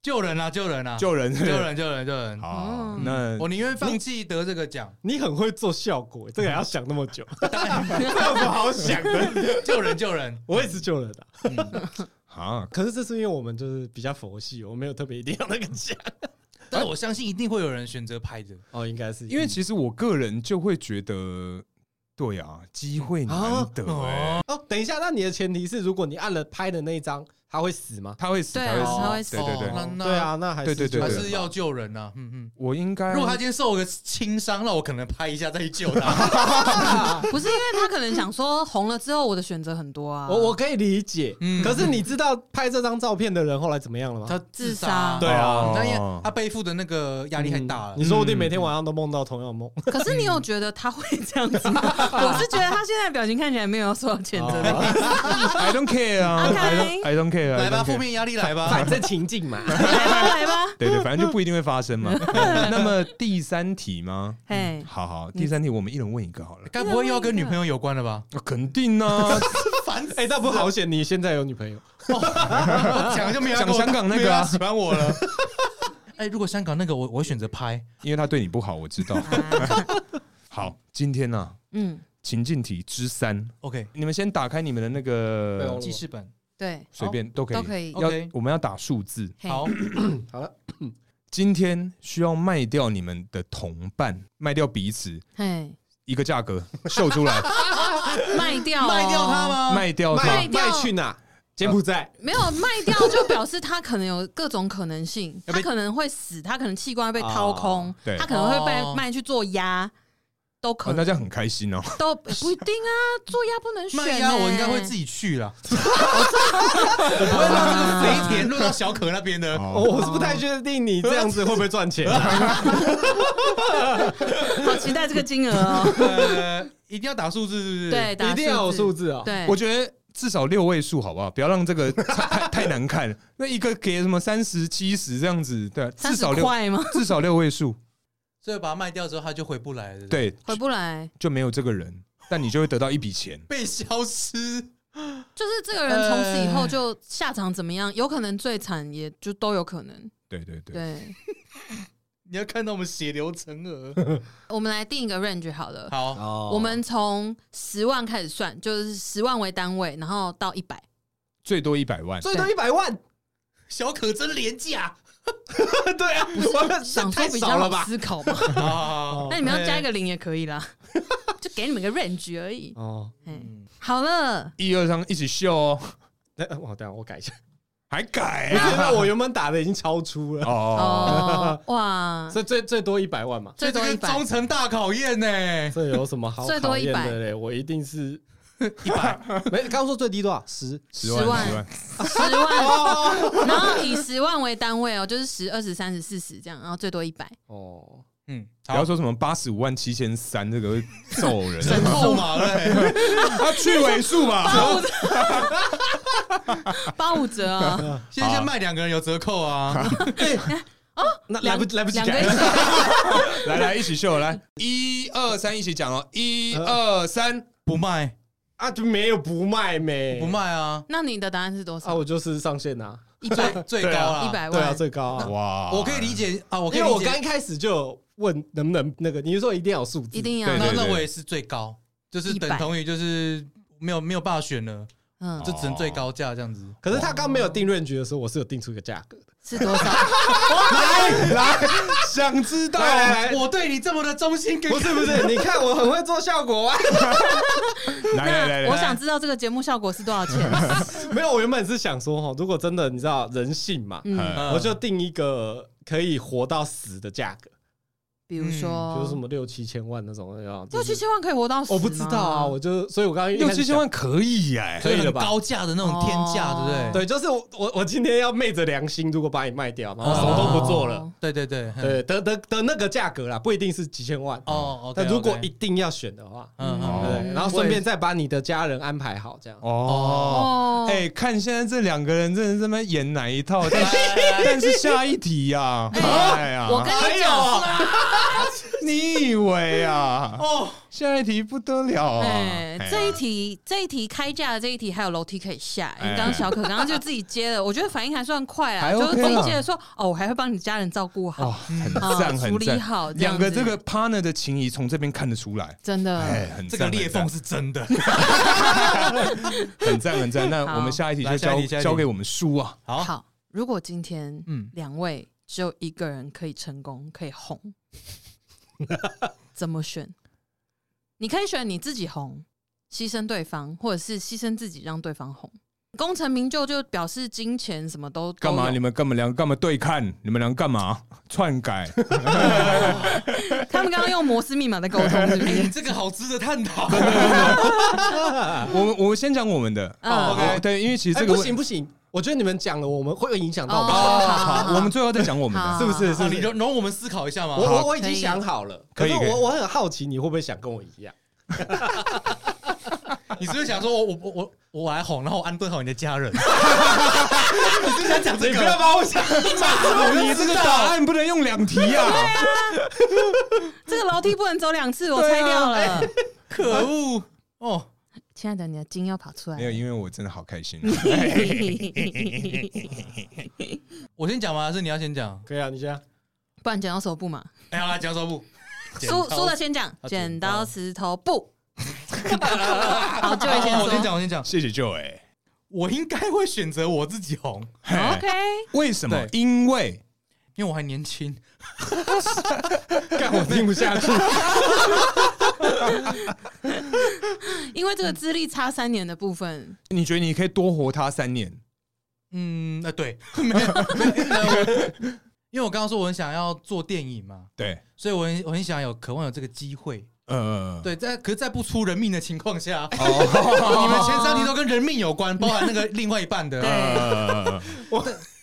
Speaker 4: 救人啊，救人啊，
Speaker 3: 救人，
Speaker 4: 救人，嗯救人，救人。
Speaker 3: 好
Speaker 2: 哦，
Speaker 3: 那
Speaker 4: 我宁愿放弃得这个奖，
Speaker 5: 你很会做效果，这个还要想那么久，这有什么好想的？
Speaker 4: 救人，救人。
Speaker 5: 我也是救了的，
Speaker 4: 嗯
Speaker 3: 啊，
Speaker 5: 可是这是因为我们就是比较佛系，我没有特别一定要那个奖。
Speaker 4: 但是我相信一定会有人选择拍的。
Speaker 5: 哦，应该是
Speaker 3: 因为其实我个人就会觉得，对啊，机会难得哎，
Speaker 5: 哦，等一下，那你的前提是，如果你按了拍的那一张，他会死吗？
Speaker 3: 他会死，
Speaker 2: 对
Speaker 3: 他
Speaker 2: 啊
Speaker 3: 会
Speaker 2: 他
Speaker 3: 死，
Speaker 2: 会死
Speaker 3: 哦对对对。
Speaker 4: 那那
Speaker 5: 对啊，那还是
Speaker 3: 对对对
Speaker 4: 还
Speaker 5: 还
Speaker 4: 是要救人啊。嗯嗯。
Speaker 3: 我应该
Speaker 4: 如果他今天受个轻伤，那我可能拍一下再去救 他。
Speaker 2: 不是因为他可能想说红了之后我的选择很多啊，
Speaker 5: 我我可以理解
Speaker 4: 嗯，
Speaker 5: 可是你知道拍这张照片的人后来怎么样了吗？
Speaker 4: 他
Speaker 2: 自
Speaker 4: 杀
Speaker 2: 杀，
Speaker 5: 对啊
Speaker 4: 但因为他背负的那个压力太大了嗯
Speaker 5: 嗯。你说不定每天晚上都梦到同样的梦。哦
Speaker 2: 可是你有觉得他会这样子吗？我是觉得他现在表情看起来没有受到谴责
Speaker 4: 哦
Speaker 2: 的。
Speaker 3: I don't care 啊
Speaker 2: OK
Speaker 3: ，I don't I don't care，
Speaker 4: 来
Speaker 3: I
Speaker 4: 吧，
Speaker 3: don't care
Speaker 4: 负面压力来吧
Speaker 5: 反。正情境嘛，
Speaker 2: 来吧，来吧，
Speaker 3: 对对，反正就不一定会发生嘛。那么第三题吗？
Speaker 2: 嘿，
Speaker 3: 好好，第三题我们一人问一个好了。
Speaker 4: 该不会又要跟女朋友有关了吧？
Speaker 3: 啊肯定啊，
Speaker 4: 烦死！
Speaker 5: 哎，那不好险，你现在有女朋友，
Speaker 4: 我 讲就没有要跟我
Speaker 3: 讲香港那个啊
Speaker 4: 没有要喜欢我了。哎，如果香港那个，我我会选择拍。
Speaker 3: 因为他对你不好，我知 道。好，今天呢、啊，
Speaker 2: 嗯，
Speaker 3: 情境题之三，
Speaker 4: OK，
Speaker 3: 你们先打开你们的那
Speaker 5: 备忘
Speaker 3: 个
Speaker 5: 录
Speaker 4: 记事本。
Speaker 2: 对，
Speaker 3: 随便都可以，
Speaker 2: 都可以。
Speaker 3: 要
Speaker 4: OK
Speaker 3: 我们要打数字。
Speaker 2: 嘿
Speaker 4: 好，
Speaker 5: 好了，
Speaker 3: 今天需要卖掉你们的同伴，卖掉彼此
Speaker 2: 嘿，
Speaker 3: 一个价 格，秀出来，
Speaker 2: 卖掉，
Speaker 4: 卖掉他？吗？
Speaker 3: 卖掉
Speaker 5: 卖
Speaker 3: 它。
Speaker 2: 哦卖掉
Speaker 5: 卖去哪？柬埔寨
Speaker 2: 没有卖掉，就表示他可能有各种可能性，他可能会死，他可能器官会被掏空
Speaker 3: 对，
Speaker 2: 他可能会被
Speaker 4: 哦
Speaker 2: 卖去做鸭，都
Speaker 3: 啊
Speaker 2: 可
Speaker 3: 大
Speaker 2: 能
Speaker 3: 家很开心哦。
Speaker 2: 都不一定啊，做鸭不能选、
Speaker 4: 卖
Speaker 2: 欸。
Speaker 4: 鸭我应该会自己去啦，我不会让这个肥田落到小可那边的。
Speaker 5: 哦，我是不太确定你这样子会不会赚钱。啊
Speaker 6: 好期待这个金额 哦。
Speaker 4: 呃，一定要打数字，是不是？
Speaker 2: 对，打
Speaker 5: 一定要有数
Speaker 2: 字。
Speaker 5: 字啊！
Speaker 2: 对，
Speaker 3: 我觉得至少六位数好不好？不要让这个 太太太难看了。那一个给什么三十七十这样子，对啊，至少
Speaker 2: 30
Speaker 3: 六
Speaker 2: 块吗？
Speaker 3: 至少六位数，
Speaker 4: 所以把它卖掉之后，他就回不来了。，
Speaker 3: 对，
Speaker 2: 回不来，
Speaker 3: 就没有这个人，但你就会得到一笔钱。
Speaker 4: 被消失。
Speaker 2: 就是这个人从此以后就下场怎么样，有可能最惨，也就都有可能。
Speaker 3: 对对对，
Speaker 2: 对，
Speaker 4: 你要看到我们血流成河。
Speaker 2: 我们来定一个 range 好了，
Speaker 4: 好，
Speaker 5: 哦
Speaker 2: 我们从十万开始算，就是十万为单位，然后到一百。
Speaker 3: 最多一百万。
Speaker 5: 最多一百万，
Speaker 4: 小可真廉价。
Speaker 5: 对啊，我们
Speaker 2: 想说
Speaker 5: 太
Speaker 2: 比
Speaker 5: 少
Speaker 2: 较
Speaker 5: 了
Speaker 2: 好
Speaker 5: 吧？
Speaker 2: 思考嘛，
Speaker 4: 好好好
Speaker 2: 那你们要加一个零也可以啦， 就给你们一个 range 而已。
Speaker 5: 哦，
Speaker 2: 嗯，
Speaker 4: 嗯
Speaker 2: 好了，
Speaker 3: 一二三，一起秀哦，
Speaker 5: 等我等下我改一下，
Speaker 3: 还改
Speaker 5: 因
Speaker 3: 啊？
Speaker 5: 为我原本打的已经超出了，
Speaker 3: 哦，
Speaker 2: 哦，哇，
Speaker 5: 所以最最多一百万嘛。
Speaker 2: 最多一
Speaker 4: 这个
Speaker 2: 百
Speaker 4: 忠，诚大考验呢，
Speaker 5: 这有什么好
Speaker 2: 最多
Speaker 5: 考验
Speaker 2: 100
Speaker 5: 的嘞？我一定 是
Speaker 4: 一百
Speaker 5: 没刚刚说最低多少十
Speaker 3: 十
Speaker 2: 十
Speaker 3: 万
Speaker 2: 万
Speaker 3: 十万，
Speaker 2: 十
Speaker 5: 哦
Speaker 2: 万，然后以十万为单位哦，就是十、二十、三十、四十这样，然后最多一百。
Speaker 5: 哦，
Speaker 4: 嗯，
Speaker 3: 不要说什么八十五万七千三，这个会揍 人。
Speaker 4: 神后马了。
Speaker 3: 啊，去尾数吧。
Speaker 2: 八五折，八五折啊！
Speaker 4: 现在先卖两个人有折扣啊。
Speaker 5: 哎 那来不来不及
Speaker 2: 哦两个
Speaker 5: 改
Speaker 2: 一，起
Speaker 3: 来来，一起秀，来，一二三，一起讲哦，一二三，
Speaker 4: 不卖，
Speaker 5: 啊，就没有不卖没
Speaker 4: 不卖啊，
Speaker 2: 那你的答案是多
Speaker 5: 啊，
Speaker 2: 少？
Speaker 5: 我就是上限啊，
Speaker 2: 一百
Speaker 4: 最最
Speaker 3: 对
Speaker 4: 高
Speaker 3: 啊
Speaker 4: 啊，
Speaker 2: 一。百
Speaker 5: 对啊，
Speaker 2: 万，
Speaker 5: 最高啊，
Speaker 3: 呃哇
Speaker 4: 我可以理，解啊，我可以
Speaker 5: 因为我
Speaker 4: 理
Speaker 5: 刚
Speaker 4: 解。
Speaker 5: 开始就有问能不能那个，你是说一定要有数字，
Speaker 2: 一定要
Speaker 3: 对
Speaker 4: 那
Speaker 3: 对
Speaker 4: 那我也是最高，就是等同于就是没有没有办法选了，
Speaker 2: 嗯
Speaker 3: 哦
Speaker 4: 就只能最高价这样子。
Speaker 5: 可是他刚没有定论局的时候，我是有定出一个价 格的。
Speaker 2: 是 多少？
Speaker 3: 想知道
Speaker 5: 来来来，
Speaker 4: 我对你这么的忠心，
Speaker 5: 不是不是，你看我很会做效果啊！哎
Speaker 3: 来来来
Speaker 2: 那我
Speaker 3: 来，
Speaker 2: 想知道这个节目效果是多少钱？
Speaker 5: 没有，我原本是想说哈，如果真的你知道人性嘛，
Speaker 2: 嗯，
Speaker 4: 嗯
Speaker 5: 我就定一个可以活到死的价格，
Speaker 2: 比如
Speaker 5: 比嗯如什
Speaker 2: 说
Speaker 5: 么六七千万那种，要
Speaker 2: 六七千万可以活到死吗？
Speaker 5: 我不知道啊，我就所以，我刚刚一开
Speaker 3: 六
Speaker 5: 始
Speaker 3: 七千万可以哎，
Speaker 5: 可以了吧
Speaker 4: 很高价的那种天价，
Speaker 2: 哦
Speaker 4: 对不对？
Speaker 5: 对，就是我我我今天要昧着良心，如果把你卖掉，然后什么都不做了，
Speaker 2: 哦。
Speaker 4: 对对
Speaker 3: 嗯
Speaker 4: 对对，
Speaker 5: 对，得得得那个价格啦，不一定是几千万
Speaker 4: 哦，OK，OK，
Speaker 5: 但如果一定要选的话，
Speaker 4: 嗯
Speaker 3: 哦
Speaker 4: 嗯
Speaker 5: 对，然后顺便再把你的家人安排好，这样。
Speaker 3: 哦。
Speaker 2: 哦，
Speaker 3: 哎，看现在这两个人真的这么演哪一套？但是
Speaker 4: 哎
Speaker 3: 但是下一题呀，哎呀，
Speaker 2: 我跟你
Speaker 5: 哎
Speaker 2: 讲，
Speaker 3: 你以为啊？
Speaker 4: 哦，
Speaker 3: 下一题不得了啊！
Speaker 2: 哎，
Speaker 3: 呀
Speaker 2: 这一题这一题开价的这一题还有楼梯可以下，因
Speaker 3: 哎
Speaker 2: 为刚刚小可刚刚就自己接了，我 觉得反应还算快啊，
Speaker 3: 还
Speaker 2: 就是自
Speaker 3: OK
Speaker 2: 己
Speaker 3: 啦
Speaker 2: 接着说哦，我还会帮你家人照顾好
Speaker 3: 哦，， 很
Speaker 2: 啊
Speaker 3: 赞，
Speaker 2: 处
Speaker 3: 很
Speaker 2: 理
Speaker 3: 赞。
Speaker 2: 好这样
Speaker 3: 两个这
Speaker 2: 子
Speaker 3: 个 partner 的情谊从这边看得出来，
Speaker 2: 真的
Speaker 3: 哎，很
Speaker 4: 这
Speaker 3: 赞
Speaker 4: 个裂缝，是真的。
Speaker 3: 很赞很 赞很赞。那我
Speaker 2: 好
Speaker 3: 们下一题
Speaker 4: 来
Speaker 3: 就
Speaker 4: 下一题下一
Speaker 3: 交交
Speaker 4: 题
Speaker 3: 给我们叔啊，
Speaker 4: 好，
Speaker 2: 好。如果今天
Speaker 4: 嗯，
Speaker 2: 两位只有一个人可以成功，可以红， 怎么选？你可以选你自己红，牺牲对方，或者是牺牲自己让对方红。功成名就就表示金钱什么都
Speaker 3: 干嘛？
Speaker 2: 都
Speaker 3: 你
Speaker 2: 有
Speaker 3: 们干嘛两个干嘛对看？你们两个干嘛篡改？
Speaker 2: 他们刚刚用摩斯密码在沟通，是不
Speaker 4: 哎，你
Speaker 2: 是？
Speaker 4: 这个好值得探讨。
Speaker 3: 我们我们先讲我们的
Speaker 2: 嗯
Speaker 3: 哦，OK，对，因为其实
Speaker 5: 哎，
Speaker 3: 这个
Speaker 5: 不
Speaker 3: 问
Speaker 5: 行不行，我觉得你们讲了，我们会影响到
Speaker 2: 哦
Speaker 5: 别人，
Speaker 2: 好好
Speaker 3: 好，
Speaker 2: 好
Speaker 3: 啊我们最后再讲我们的。
Speaker 2: 好
Speaker 5: 是不是？是
Speaker 4: 哦，
Speaker 5: 不
Speaker 4: 你
Speaker 5: 是？
Speaker 4: 容容我们思考一下吗？
Speaker 5: 我
Speaker 4: 好
Speaker 5: 我我已经
Speaker 2: 可以
Speaker 5: 想啊好了，
Speaker 3: 可以
Speaker 5: 是
Speaker 3: 可以
Speaker 5: 我我很好奇，你会不会想跟我一 样？
Speaker 4: 你是不是想说我我我我我来哄，然后我安顿好你的家 人？你是不是想讲这
Speaker 5: 你不要
Speaker 4: 个？
Speaker 5: 把我想，
Speaker 3: 你这个答案不能用两题啊呀！
Speaker 2: 这个楼梯不能走两次，我
Speaker 3: 对啊
Speaker 2: 拆掉了。
Speaker 4: 可恶！哦，
Speaker 2: 亲爱的，你的筋要跑出来
Speaker 3: 没有，因为我真的好开心。啊
Speaker 4: 我先讲吗？还是你要先讲？
Speaker 5: 可以啊，你先啊。
Speaker 2: 不然剪刀石头布嘛，
Speaker 4: 哎，好来讲手部。
Speaker 2: 输输的
Speaker 4: 的，
Speaker 2: 先讲，
Speaker 4: 啊
Speaker 2: 剪
Speaker 4: 剪
Speaker 2: 刀
Speaker 4: 刀
Speaker 2: 石头布。好，就会先
Speaker 4: 好我先
Speaker 2: 说。
Speaker 4: 讲，我先 讲。
Speaker 3: 谢谢 Joy。
Speaker 4: 我应该会选择我自己红，
Speaker 3: 嘿
Speaker 2: OK，
Speaker 3: 为什么？
Speaker 4: 对
Speaker 3: 因为
Speaker 4: 因为我还年轻。
Speaker 5: 干我听不下 去，
Speaker 2: 因为这个资历差三年的部分，
Speaker 3: 你觉得你可以多活他三年，
Speaker 4: 嗯，呃，对， 没有，呃我因为我刚刚说我很想要做电影嘛，
Speaker 3: 对，
Speaker 4: 所以我很我很想有渴望有这个机会，
Speaker 3: 呃，
Speaker 4: 对，在可是，在不出人命的情况下，
Speaker 3: 哦，
Speaker 4: 你们前三题都跟人命有关，包含那个另外一 半的。
Speaker 3: 呃，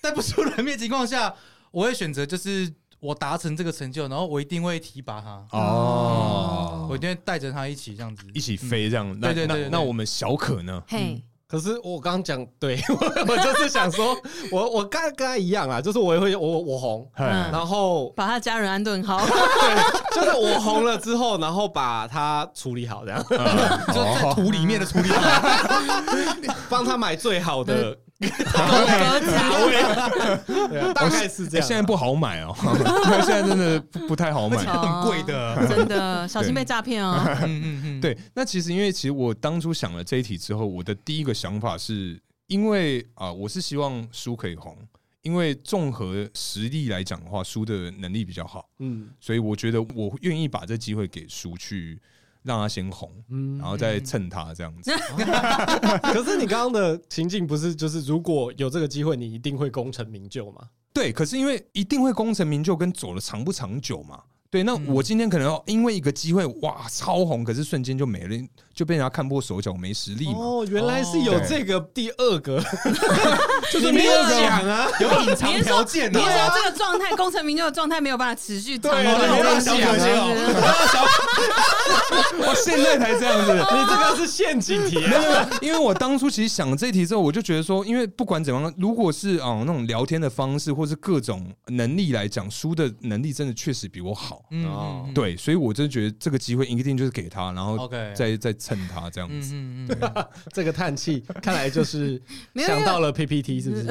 Speaker 4: 在不出人命的情况下，我会选择就是我拔成这个成就，然后我一定会提拔他，我
Speaker 3: 哦
Speaker 4: 一，定会带着他一起这样子
Speaker 3: 一起飞这样，那
Speaker 4: 对对对
Speaker 3: 那
Speaker 4: 对对
Speaker 3: 那我们小可呢？
Speaker 2: 嘿，
Speaker 5: 可是我刚刚讲，对 我我就是想说，我我刚跟他一样啊，就是我也会我我 红，
Speaker 3: 嘿
Speaker 2: 嗯
Speaker 5: 然后
Speaker 2: 把他家人安顿好。
Speaker 5: 对，就是我红了之后，然后把它处理好，这 样
Speaker 4: 就
Speaker 3: 哦
Speaker 4: 在土里面的处理好。
Speaker 5: 帮他买最好的，
Speaker 2: 鸽子，
Speaker 5: 对啊大概是这
Speaker 3: 哎
Speaker 5: 样啊。
Speaker 3: 现在不好买 哦，现在真的不不太好买。
Speaker 4: 很贵的
Speaker 2: 哦真的小心被诈骗哦。
Speaker 4: 嗯嗯 嗯，
Speaker 3: 对，那其实因为其实我当初想了这一题之后，我的第一个想法是因为啊、我是希望书可以红，因为综合实力来讲的话，书的能力比较好，
Speaker 5: 嗯
Speaker 3: 所以我觉得我愿意把这机会给书去让他先红，
Speaker 5: 嗯
Speaker 3: 然，后再蹭他这样子。
Speaker 5: 可是你刚刚的情境不是就是如果有这个机会，你一定会功成名就嘛？
Speaker 3: 对，可是因为一定会功成名就跟走了长不长久嘛。对，那
Speaker 4: 嗯
Speaker 3: 我今天可能要因为一个机会哇超红，可是瞬间就没了，就被人家看破手脚，没实力嘛。
Speaker 5: 哦，原来是有这个第二 个，
Speaker 3: 就是
Speaker 5: 没
Speaker 3: 没
Speaker 5: 有
Speaker 3: 有
Speaker 5: 讲啊，
Speaker 4: 有隐
Speaker 2: 你
Speaker 4: 藏
Speaker 2: 是
Speaker 4: 条
Speaker 2: 说
Speaker 4: 件啊
Speaker 2: 你
Speaker 4: 的
Speaker 2: 是。说这个状态，功成名就的状态没有办法持续长久？
Speaker 5: 对啊
Speaker 4: 好
Speaker 5: 我
Speaker 4: 小可惜
Speaker 2: 对
Speaker 4: 哦，好小
Speaker 3: 我现在才这样子。
Speaker 5: 你这个是陷阱题啊
Speaker 3: 没有，没有，没有因为我当初其实想这题之后，我就觉得说，因为不管怎么样，如果是啊、呃那种聊天的方式，或是各种能力来讲，书的能力真的确实比我好。啊
Speaker 4: 嗯
Speaker 5: 哦
Speaker 4: 嗯嗯
Speaker 3: 对，所以我真的觉得这个机会一定就是给他，然后
Speaker 4: ，OK，
Speaker 3: 再再蹭他这样子。
Speaker 4: 嗯嗯 嗯，
Speaker 5: 这个叹气，看来就是
Speaker 2: 没有嗯
Speaker 5: 想到了 PPT 是不是？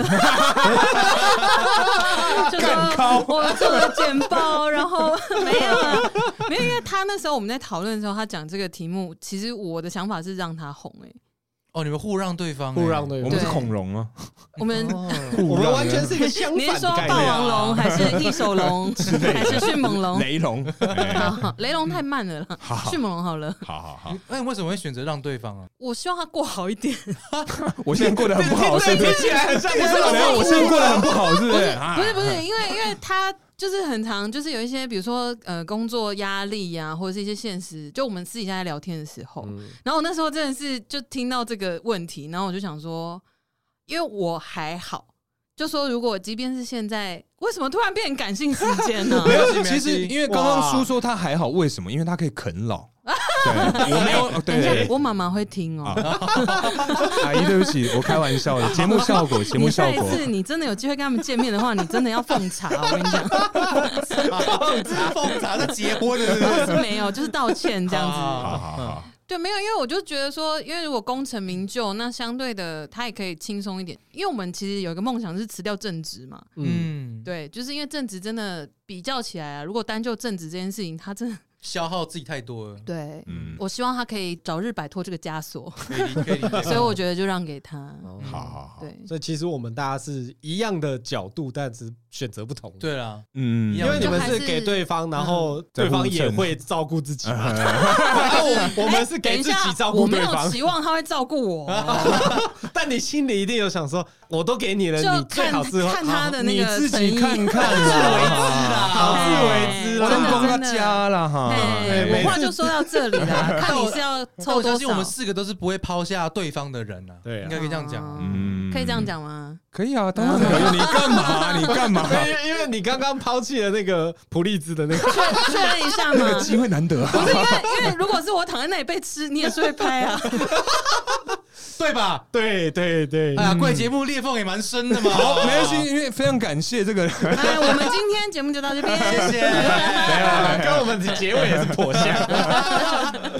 Speaker 2: 就说我做了简报，然后 没有啊，没有，因为他那时候我们在讨论的时候，他讲这个题目，其实我的想法是让他红、欸，
Speaker 4: 哦，你们互让对方，
Speaker 5: 互让对
Speaker 3: 我
Speaker 5: 方
Speaker 3: 们是
Speaker 2: 对
Speaker 3: 恐龙啊，
Speaker 2: 我们。
Speaker 4: 哦
Speaker 5: 我们完全是一个相
Speaker 2: 你是
Speaker 5: 反
Speaker 2: 说
Speaker 5: 的概
Speaker 2: 霸
Speaker 5: 念啊。
Speaker 2: 王龙还是异手龙还是迅猛龙？
Speaker 3: 雷龙。
Speaker 4: 哦
Speaker 3: 哎
Speaker 2: 好雷龙太慢了啦，
Speaker 3: 好
Speaker 2: 迅猛龙好了。
Speaker 3: 好好好，
Speaker 4: 那你为什么会选择让对方啊？
Speaker 2: 我希望他过好一点，
Speaker 3: 我现在过得很不好，是不是？
Speaker 5: 起来很像
Speaker 3: 不 是，等一下我现在过得很不好，是不
Speaker 2: 不
Speaker 3: 是
Speaker 2: 是？
Speaker 3: 啊
Speaker 2: 不是不是，因为因为他就是很常就是有一些，比如说呃工作压力呀、或者是一些现实，就我们私底下在聊天的时
Speaker 3: 嗯
Speaker 2: 候，
Speaker 5: 嗯
Speaker 2: 然后我那时候真的是就听到这个问题，然后我就想说，因为我还好，就说如果即便是现在，为什么突然变成感性时间 呢、
Speaker 3: 没
Speaker 4: 没关系
Speaker 3: 有，
Speaker 4: 没关
Speaker 3: 其
Speaker 4: 系
Speaker 3: 实因为刚刚叔说他还好，为什么？因为他可以啃 老。对，我没有。
Speaker 2: 等一下
Speaker 3: 对，，
Speaker 2: 我妈妈会听哦、
Speaker 3: 阿姨，对不起，我开玩笑的。节目效果，节目
Speaker 2: 你
Speaker 3: 效
Speaker 2: 下一
Speaker 3: 果。
Speaker 2: 次你真的有机会跟他们见面的话，你真的要奉茶。我跟你讲，
Speaker 3: 啊
Speaker 4: 奉茶，奉茶，他结婚了是不是，
Speaker 2: 是没有，就是道歉这
Speaker 4: 哦
Speaker 2: 样子。
Speaker 3: 好好好，
Speaker 2: 对，没有，因为我就觉得说，因为如果功成名就，那相对的他也可以轻松一点。因为我们其实有一个梦想是辞掉正职嘛，
Speaker 5: 嗯，
Speaker 4: 嗯，
Speaker 2: 对，
Speaker 4: 对，
Speaker 2: 就是因为正职真的比较起来啊，如果单就正职这件事情，他真的
Speaker 4: 消耗自己太多了，
Speaker 2: 对。
Speaker 3: 嗯，
Speaker 2: 我希望他可以早日摆脱这个枷锁，
Speaker 5: 嗯
Speaker 4: 可以理可以理 解。
Speaker 2: 所以我觉得就让给他。
Speaker 5: 哦
Speaker 3: 嗯好好好，
Speaker 2: 嗯对，
Speaker 5: 所以其实我们大家是一样的角度，但只是选择不同。，
Speaker 4: 对啦，
Speaker 3: 嗯
Speaker 5: 因为你们是给对方，然
Speaker 2: 嗯
Speaker 5: 后对方也会照顾自己嘛。 然后我我们是
Speaker 2: 哎等
Speaker 5: 给
Speaker 2: 一
Speaker 5: 自
Speaker 2: 下
Speaker 5: 己，照
Speaker 2: 我
Speaker 5: 顾
Speaker 2: 没
Speaker 5: 对
Speaker 2: 有
Speaker 5: 方，
Speaker 2: 期望他会照顾 我，哦
Speaker 5: 但你心里一定有想说，我都给你了，
Speaker 2: 就
Speaker 5: 你最
Speaker 2: 看
Speaker 5: 好是
Speaker 2: 看他的那
Speaker 3: 你
Speaker 2: 个
Speaker 3: 自
Speaker 2: 诚意
Speaker 3: 己 看看啦，
Speaker 5: 好自为
Speaker 2: 哎
Speaker 5: 之
Speaker 3: 真
Speaker 5: 啦。
Speaker 3: 公他家了哈。
Speaker 2: 哎
Speaker 5: 啊
Speaker 2: 我
Speaker 5: 每次
Speaker 2: 话就说到这里 了，看你是要
Speaker 4: 但
Speaker 2: 凑
Speaker 4: 我
Speaker 2: 多
Speaker 4: 相信我
Speaker 2: 少
Speaker 4: 们，四个都是不会抛下对方的人啊，
Speaker 5: 对啊
Speaker 4: 应该可以这样讲啊。
Speaker 3: 嗯
Speaker 2: 可以这样，讲嗯吗？
Speaker 3: 可以啊，当然可以。你干嘛？你干 嘛？
Speaker 2: 啊
Speaker 5: 对，因为因为你刚刚抛弃了那个普利兹的那个，
Speaker 2: 确确认一下
Speaker 3: 这
Speaker 2: 吗
Speaker 3: 个？机会难 得啊
Speaker 2: 不是因为，因为如果是我躺在那里被吃，你也是会拍啊。
Speaker 4: 对吧？
Speaker 5: 对对 对
Speaker 4: 哎，呀，怪节目裂缝也蛮深的嘛。哦
Speaker 3: 好，没关系，因为非常感谢这个
Speaker 2: 哎，我们今天节目就到这边，
Speaker 4: 谢谢。
Speaker 5: 跟我们的结尾也是颇像。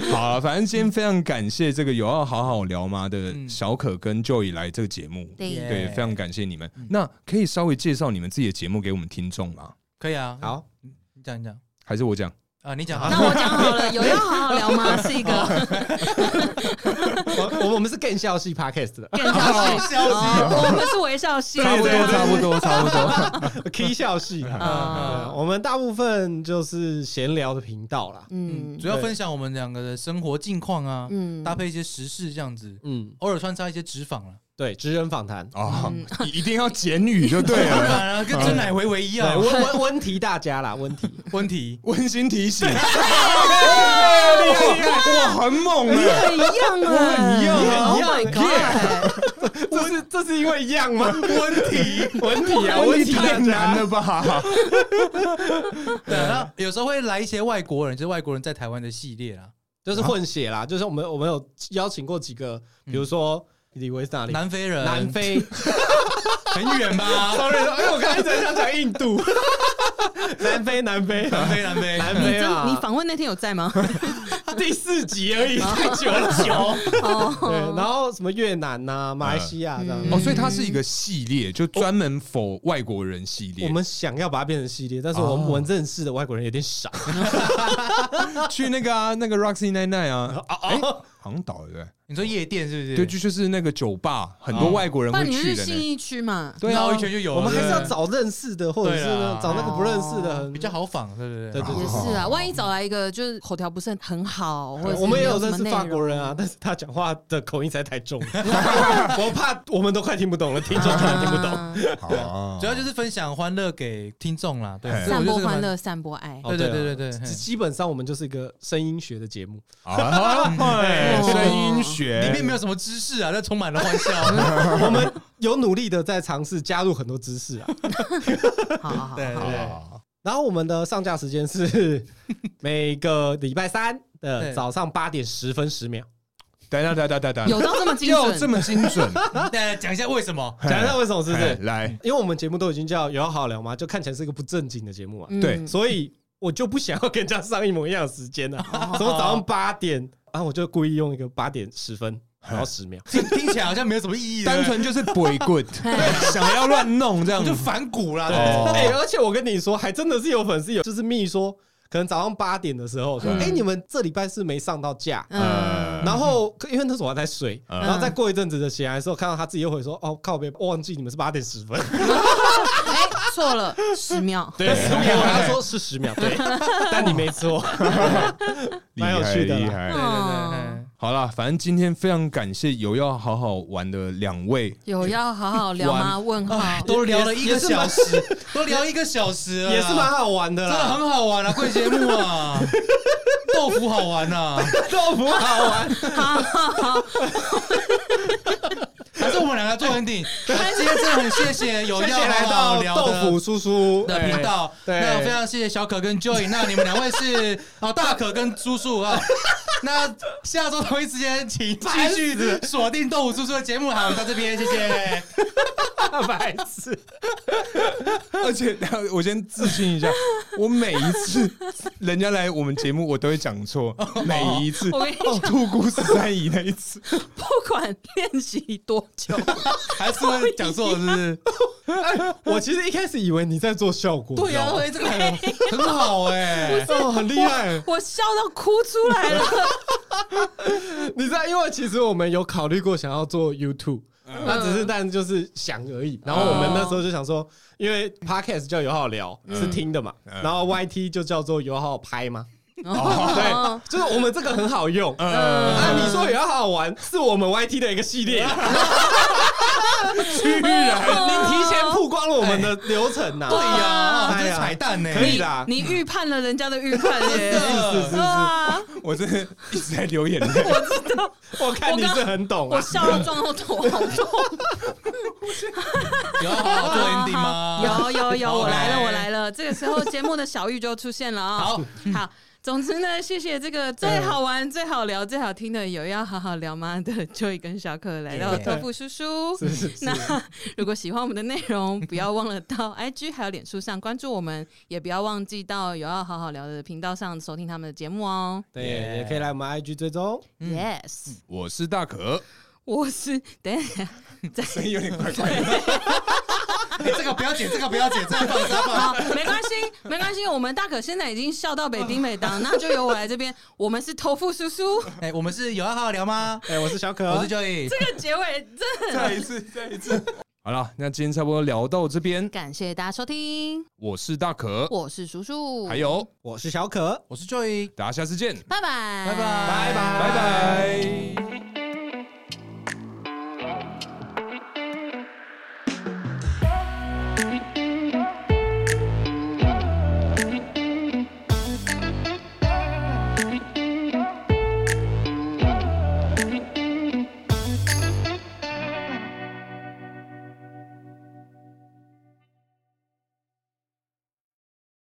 Speaker 3: 好了，反正今天非常感谢这个有要好好聊吗的
Speaker 4: 嗯
Speaker 3: 小可跟 Joy 来这个节目，
Speaker 2: 对嗯
Speaker 3: 对，非常感谢你们。那可以稍微介绍你们自己的节目给我们听众吗？
Speaker 4: 可以啊。，
Speaker 5: 好，
Speaker 4: 你讲一讲
Speaker 3: 还是我讲？
Speaker 4: 啊，你讲
Speaker 2: 那我讲好了，有要好好聊吗？是一个
Speaker 5: 我我我们是更笑系 podcast 的
Speaker 2: 更笑系，
Speaker 4: 消
Speaker 2: 哦我们是微笑系，
Speaker 3: 差不多，差不多，差 不多。
Speaker 5: ，K 笑 系啦。
Speaker 2: 啊
Speaker 5: 对，我们大部分就是闲聊的频道啦。
Speaker 4: 嗯，
Speaker 2: 嗯
Speaker 4: 主要分享我们两个的生活近况啊，
Speaker 2: 嗯
Speaker 4: 搭配一些时事这样子，
Speaker 5: 嗯，
Speaker 4: 偶尔穿插一些职访了。啊
Speaker 5: 对，职人访谈。
Speaker 3: 啊
Speaker 2: 嗯，
Speaker 3: 一一定要简语就对
Speaker 4: 当
Speaker 3: 了。
Speaker 4: 然了，跟真乃维维一
Speaker 5: 对，
Speaker 4: 样。
Speaker 5: 温温温提大家啦，温提。
Speaker 4: 问题
Speaker 3: 温馨提醒，哇，很猛哎！
Speaker 2: 很一样啊，
Speaker 3: 我很一样啊
Speaker 2: Oh my god！
Speaker 5: 这是这是因为一样吗？ 温 提，温提啊，
Speaker 3: 温
Speaker 5: 温
Speaker 3: 题
Speaker 5: 提
Speaker 3: 太
Speaker 5: 大
Speaker 3: 难
Speaker 5: 家。
Speaker 3: 了吧？
Speaker 4: 对，啊然后有时候会来一些外国人，就是外国人在台湾的系列啊啦，
Speaker 5: 就是混血啦，就是我们我们有邀请过几个，比如说李维斯那里、
Speaker 4: 南非人、
Speaker 5: 南非，
Speaker 4: 很远吧？
Speaker 5: 哎，我刚才一直想讲印度，南非， 南非，
Speaker 4: 南非，南啊非，
Speaker 5: 南
Speaker 2: 你
Speaker 5: 非
Speaker 2: 真你
Speaker 5: 啊，
Speaker 2: 访问那天有在吗？
Speaker 5: 第四集而 已，太久了，
Speaker 4: 有
Speaker 5: 对，
Speaker 2: 哦，
Speaker 5: 然后什么越南呐、马来西亚这样。
Speaker 2: 嗯
Speaker 3: 哦，所以它是一个系列，就专门否外国人系列。
Speaker 5: 我们想要把它变成系列，但是
Speaker 3: 哦
Speaker 5: 我们我们认识的外国人有点少。
Speaker 3: 去那个啊，那个 Roxy Nine Nine 啊，哎，好像倒了对不对。
Speaker 4: 你说夜店是不是？
Speaker 3: 对，就就是那个酒吧，很多外国人
Speaker 2: 不然
Speaker 3: 会
Speaker 2: 你们
Speaker 3: 去
Speaker 2: 去
Speaker 3: 的
Speaker 2: 信
Speaker 3: 呢。
Speaker 2: 义区嘛？
Speaker 3: 对啊
Speaker 4: 绕一圈就有
Speaker 5: 我
Speaker 4: 了。
Speaker 5: 们还是要
Speaker 4: 对不对
Speaker 5: 找认识的，或者是
Speaker 4: 对
Speaker 5: 呢
Speaker 4: 啦
Speaker 5: 找那个不认识的，
Speaker 4: 比较。好仿，对不
Speaker 5: 对
Speaker 4: 对？
Speaker 5: 对
Speaker 2: 也
Speaker 5: 对，
Speaker 2: 是啊，万一找来一个就是口条不是很好，或者是
Speaker 5: 我们
Speaker 2: 没
Speaker 5: 也
Speaker 2: 有
Speaker 5: 有认
Speaker 2: 什
Speaker 5: 识
Speaker 2: 么内
Speaker 5: 法国
Speaker 2: 容
Speaker 5: 人啊，但是他讲话的口音实在太重了，我怕我们都快听不懂了，听众可能听不 懂。
Speaker 2: 啊
Speaker 3: 啊
Speaker 4: 哦主要就是分享欢乐给听众啦，对
Speaker 3: 嘿，
Speaker 4: 哎所以
Speaker 2: 散
Speaker 4: 我觉
Speaker 2: 播
Speaker 4: 得这个蛮
Speaker 2: 欢乐，散播爱。
Speaker 5: 哦
Speaker 4: 对对
Speaker 5: 对
Speaker 4: 对
Speaker 5: 啊
Speaker 4: 对对，嘿
Speaker 5: 基本上我们就是一个声音学的节目，
Speaker 3: 啊，哎声音学
Speaker 4: 哦里面没有什么知识啊，但充满了欢笑。
Speaker 5: 我们有努力的在尝试加入很多知识啊。
Speaker 2: 好好好，
Speaker 4: 对对
Speaker 2: 好
Speaker 4: 对，
Speaker 3: 啊
Speaker 5: 然后我们的上架时间是每个礼拜三的
Speaker 4: 对
Speaker 5: 早上八点十分十秒。
Speaker 3: 等一下等一下等一下等一下，
Speaker 2: 有到这么 精
Speaker 3: 要
Speaker 2: 准，
Speaker 3: 这么精准，
Speaker 4: 那讲一下为什么？
Speaker 5: 讲一下为什么是不
Speaker 3: 哎
Speaker 5: 是？
Speaker 3: 来，
Speaker 5: 因为我们节目都已经叫有好好聊嘛，就看起来是一个不正经的节目啊，
Speaker 2: 嗯
Speaker 3: 对
Speaker 5: 所以我就不想要跟人家上一模一样的时间啊，
Speaker 2: 哦
Speaker 5: 什么早上八点啊，我就故意用一个八点十分，然后十秒。
Speaker 4: 听听起来好像没有什么意义，
Speaker 3: 单纯就是 boy good，想要乱弄这
Speaker 4: 对
Speaker 3: 样
Speaker 4: 不对
Speaker 3: 子
Speaker 4: 就。反骨啦，对不对
Speaker 3: 哦
Speaker 5: 哎、而且我跟你说，还真的是有粉丝有，就是密说，可能早上八点的时候说，
Speaker 2: 嗯
Speaker 5: 哎、你们这礼拜是没上到架。
Speaker 2: 嗯，
Speaker 5: 然后，因为那时候我还在睡，
Speaker 3: 嗯
Speaker 5: 然后再过一阵子的闲来的时候，看到他自己又会说：“哦，靠别，我忘记你们是八点十分。
Speaker 2: 哎，错了，十秒”，
Speaker 5: 对，十秒，他说是十秒，对，但你没错。
Speaker 3: 厉害
Speaker 5: 蛮有趣的啦
Speaker 3: 厉害
Speaker 4: 对对对
Speaker 2: 哦
Speaker 4: 嘿，
Speaker 3: 好啦，反正今天非常感谢有要好好玩的两位，
Speaker 2: 有要好好聊吗？问号，
Speaker 4: 都聊了一个小时，都聊一个小时了啦，
Speaker 5: 也是蛮好玩的
Speaker 4: 真的
Speaker 5: 啦，
Speaker 4: 很好玩 啊，贵节目啊，豆腐好玩啊，
Speaker 5: 豆腐好玩，
Speaker 2: 好好好，
Speaker 4: 还是我们两个做 ending。今天真的很谢谢有
Speaker 5: 谢
Speaker 4: 要
Speaker 5: 谢来
Speaker 4: 好好
Speaker 5: 到
Speaker 4: 聊
Speaker 5: 豆
Speaker 4: 的
Speaker 5: 腐 叔叔
Speaker 4: 的频，道。
Speaker 5: 对
Speaker 4: 那非常谢谢小可跟 Joy，那你们两位是 哦大可跟叔叔啊。那下周同一时间，请继续锁定豆腐叔叔的节目。好，我们到这边，谢 谢。
Speaker 5: 哎白痴，
Speaker 3: 而且等一下我先自信一下，我每一次人家来我们节目，我都会讲错，每一次
Speaker 2: 我跟你
Speaker 3: 哦，兔姑十三姨那一 次，
Speaker 2: 不管练习多 久，
Speaker 4: 还是会讲错，是不是？
Speaker 5: 我其实一开始以为你在做效果，
Speaker 4: 对啊呀，对，这个很很好哎。
Speaker 5: 哦，很厉害。
Speaker 2: 我笑到哭出来了。
Speaker 5: 你知道，因为其实我们有考虑过想要做 YouTube，那只是但就是想而已。然后我们那时候就想说，因为 Podcast 叫友好聊是听的嘛，
Speaker 3: 嗯
Speaker 5: 然后 YT 就叫做友好拍嘛，
Speaker 2: 哦，
Speaker 5: 对，就是我们这个很好用。
Speaker 3: 呃，
Speaker 5: 啊，你说友好好玩是我们 YT 的一个系列， 居然您提前曝光了我们的流程呐、
Speaker 4: 对呀，
Speaker 5: 哎
Speaker 4: 这
Speaker 5: 呀
Speaker 4: 是彩蛋欸呢。
Speaker 5: 可以啦，
Speaker 2: 你预判了人家的预 判耶，
Speaker 5: 是是是
Speaker 2: 啊，
Speaker 3: 我真的一直在流眼泪，
Speaker 5: 我看你是很懂
Speaker 2: 我
Speaker 5: 啊。
Speaker 2: 笑到撞到 头，好痛。
Speaker 4: 有好好做 ending 吗？
Speaker 2: 有有有，我来了，
Speaker 4: OK
Speaker 2: 我来了。这个时候节目的小玉就出现了啊、
Speaker 4: 好
Speaker 5: 嗯
Speaker 2: 好，总之呢，谢谢这个最好玩、最好聊、最好听的有要好好聊吗的 Joy 跟小可来到
Speaker 4: Yeah
Speaker 2: 豆腐叔叔。
Speaker 5: 是是是
Speaker 2: 那 如果喜欢我们的内容，不要忘了到 IG 还有脸书上关注我们，也不要忘记到有要好好聊的频道上收听他们的节目哦。
Speaker 5: 对，
Speaker 4: Yeah
Speaker 5: 也可以来我们 IG 追踪。嗯
Speaker 2: Yes，
Speaker 3: 我是大可，
Speaker 2: 我是等一下在。
Speaker 3: 声 音有点怪怪的。
Speaker 4: 哎这个不要剪，这个不要剪，这个放这个放。
Speaker 2: 好，没关系，没关系。我们大可现在已经笑到北丁北 当，那就由我来这边。我们是头富叔叔，
Speaker 4: 哎，我们是有要好好聊吗？
Speaker 5: 哎、我是小可，
Speaker 4: 我是 Joy，
Speaker 2: 这个结尾真的
Speaker 3: 再一次，再一次。好了，那今天差不多聊到这边。
Speaker 2: 感谢大家收听，
Speaker 3: 我是大可，
Speaker 2: 我是叔叔，
Speaker 3: 还有，
Speaker 5: 我是小可。
Speaker 4: 我是 Joy，
Speaker 3: 大家下次见，
Speaker 2: 拜拜，
Speaker 4: 拜拜，
Speaker 3: 拜拜。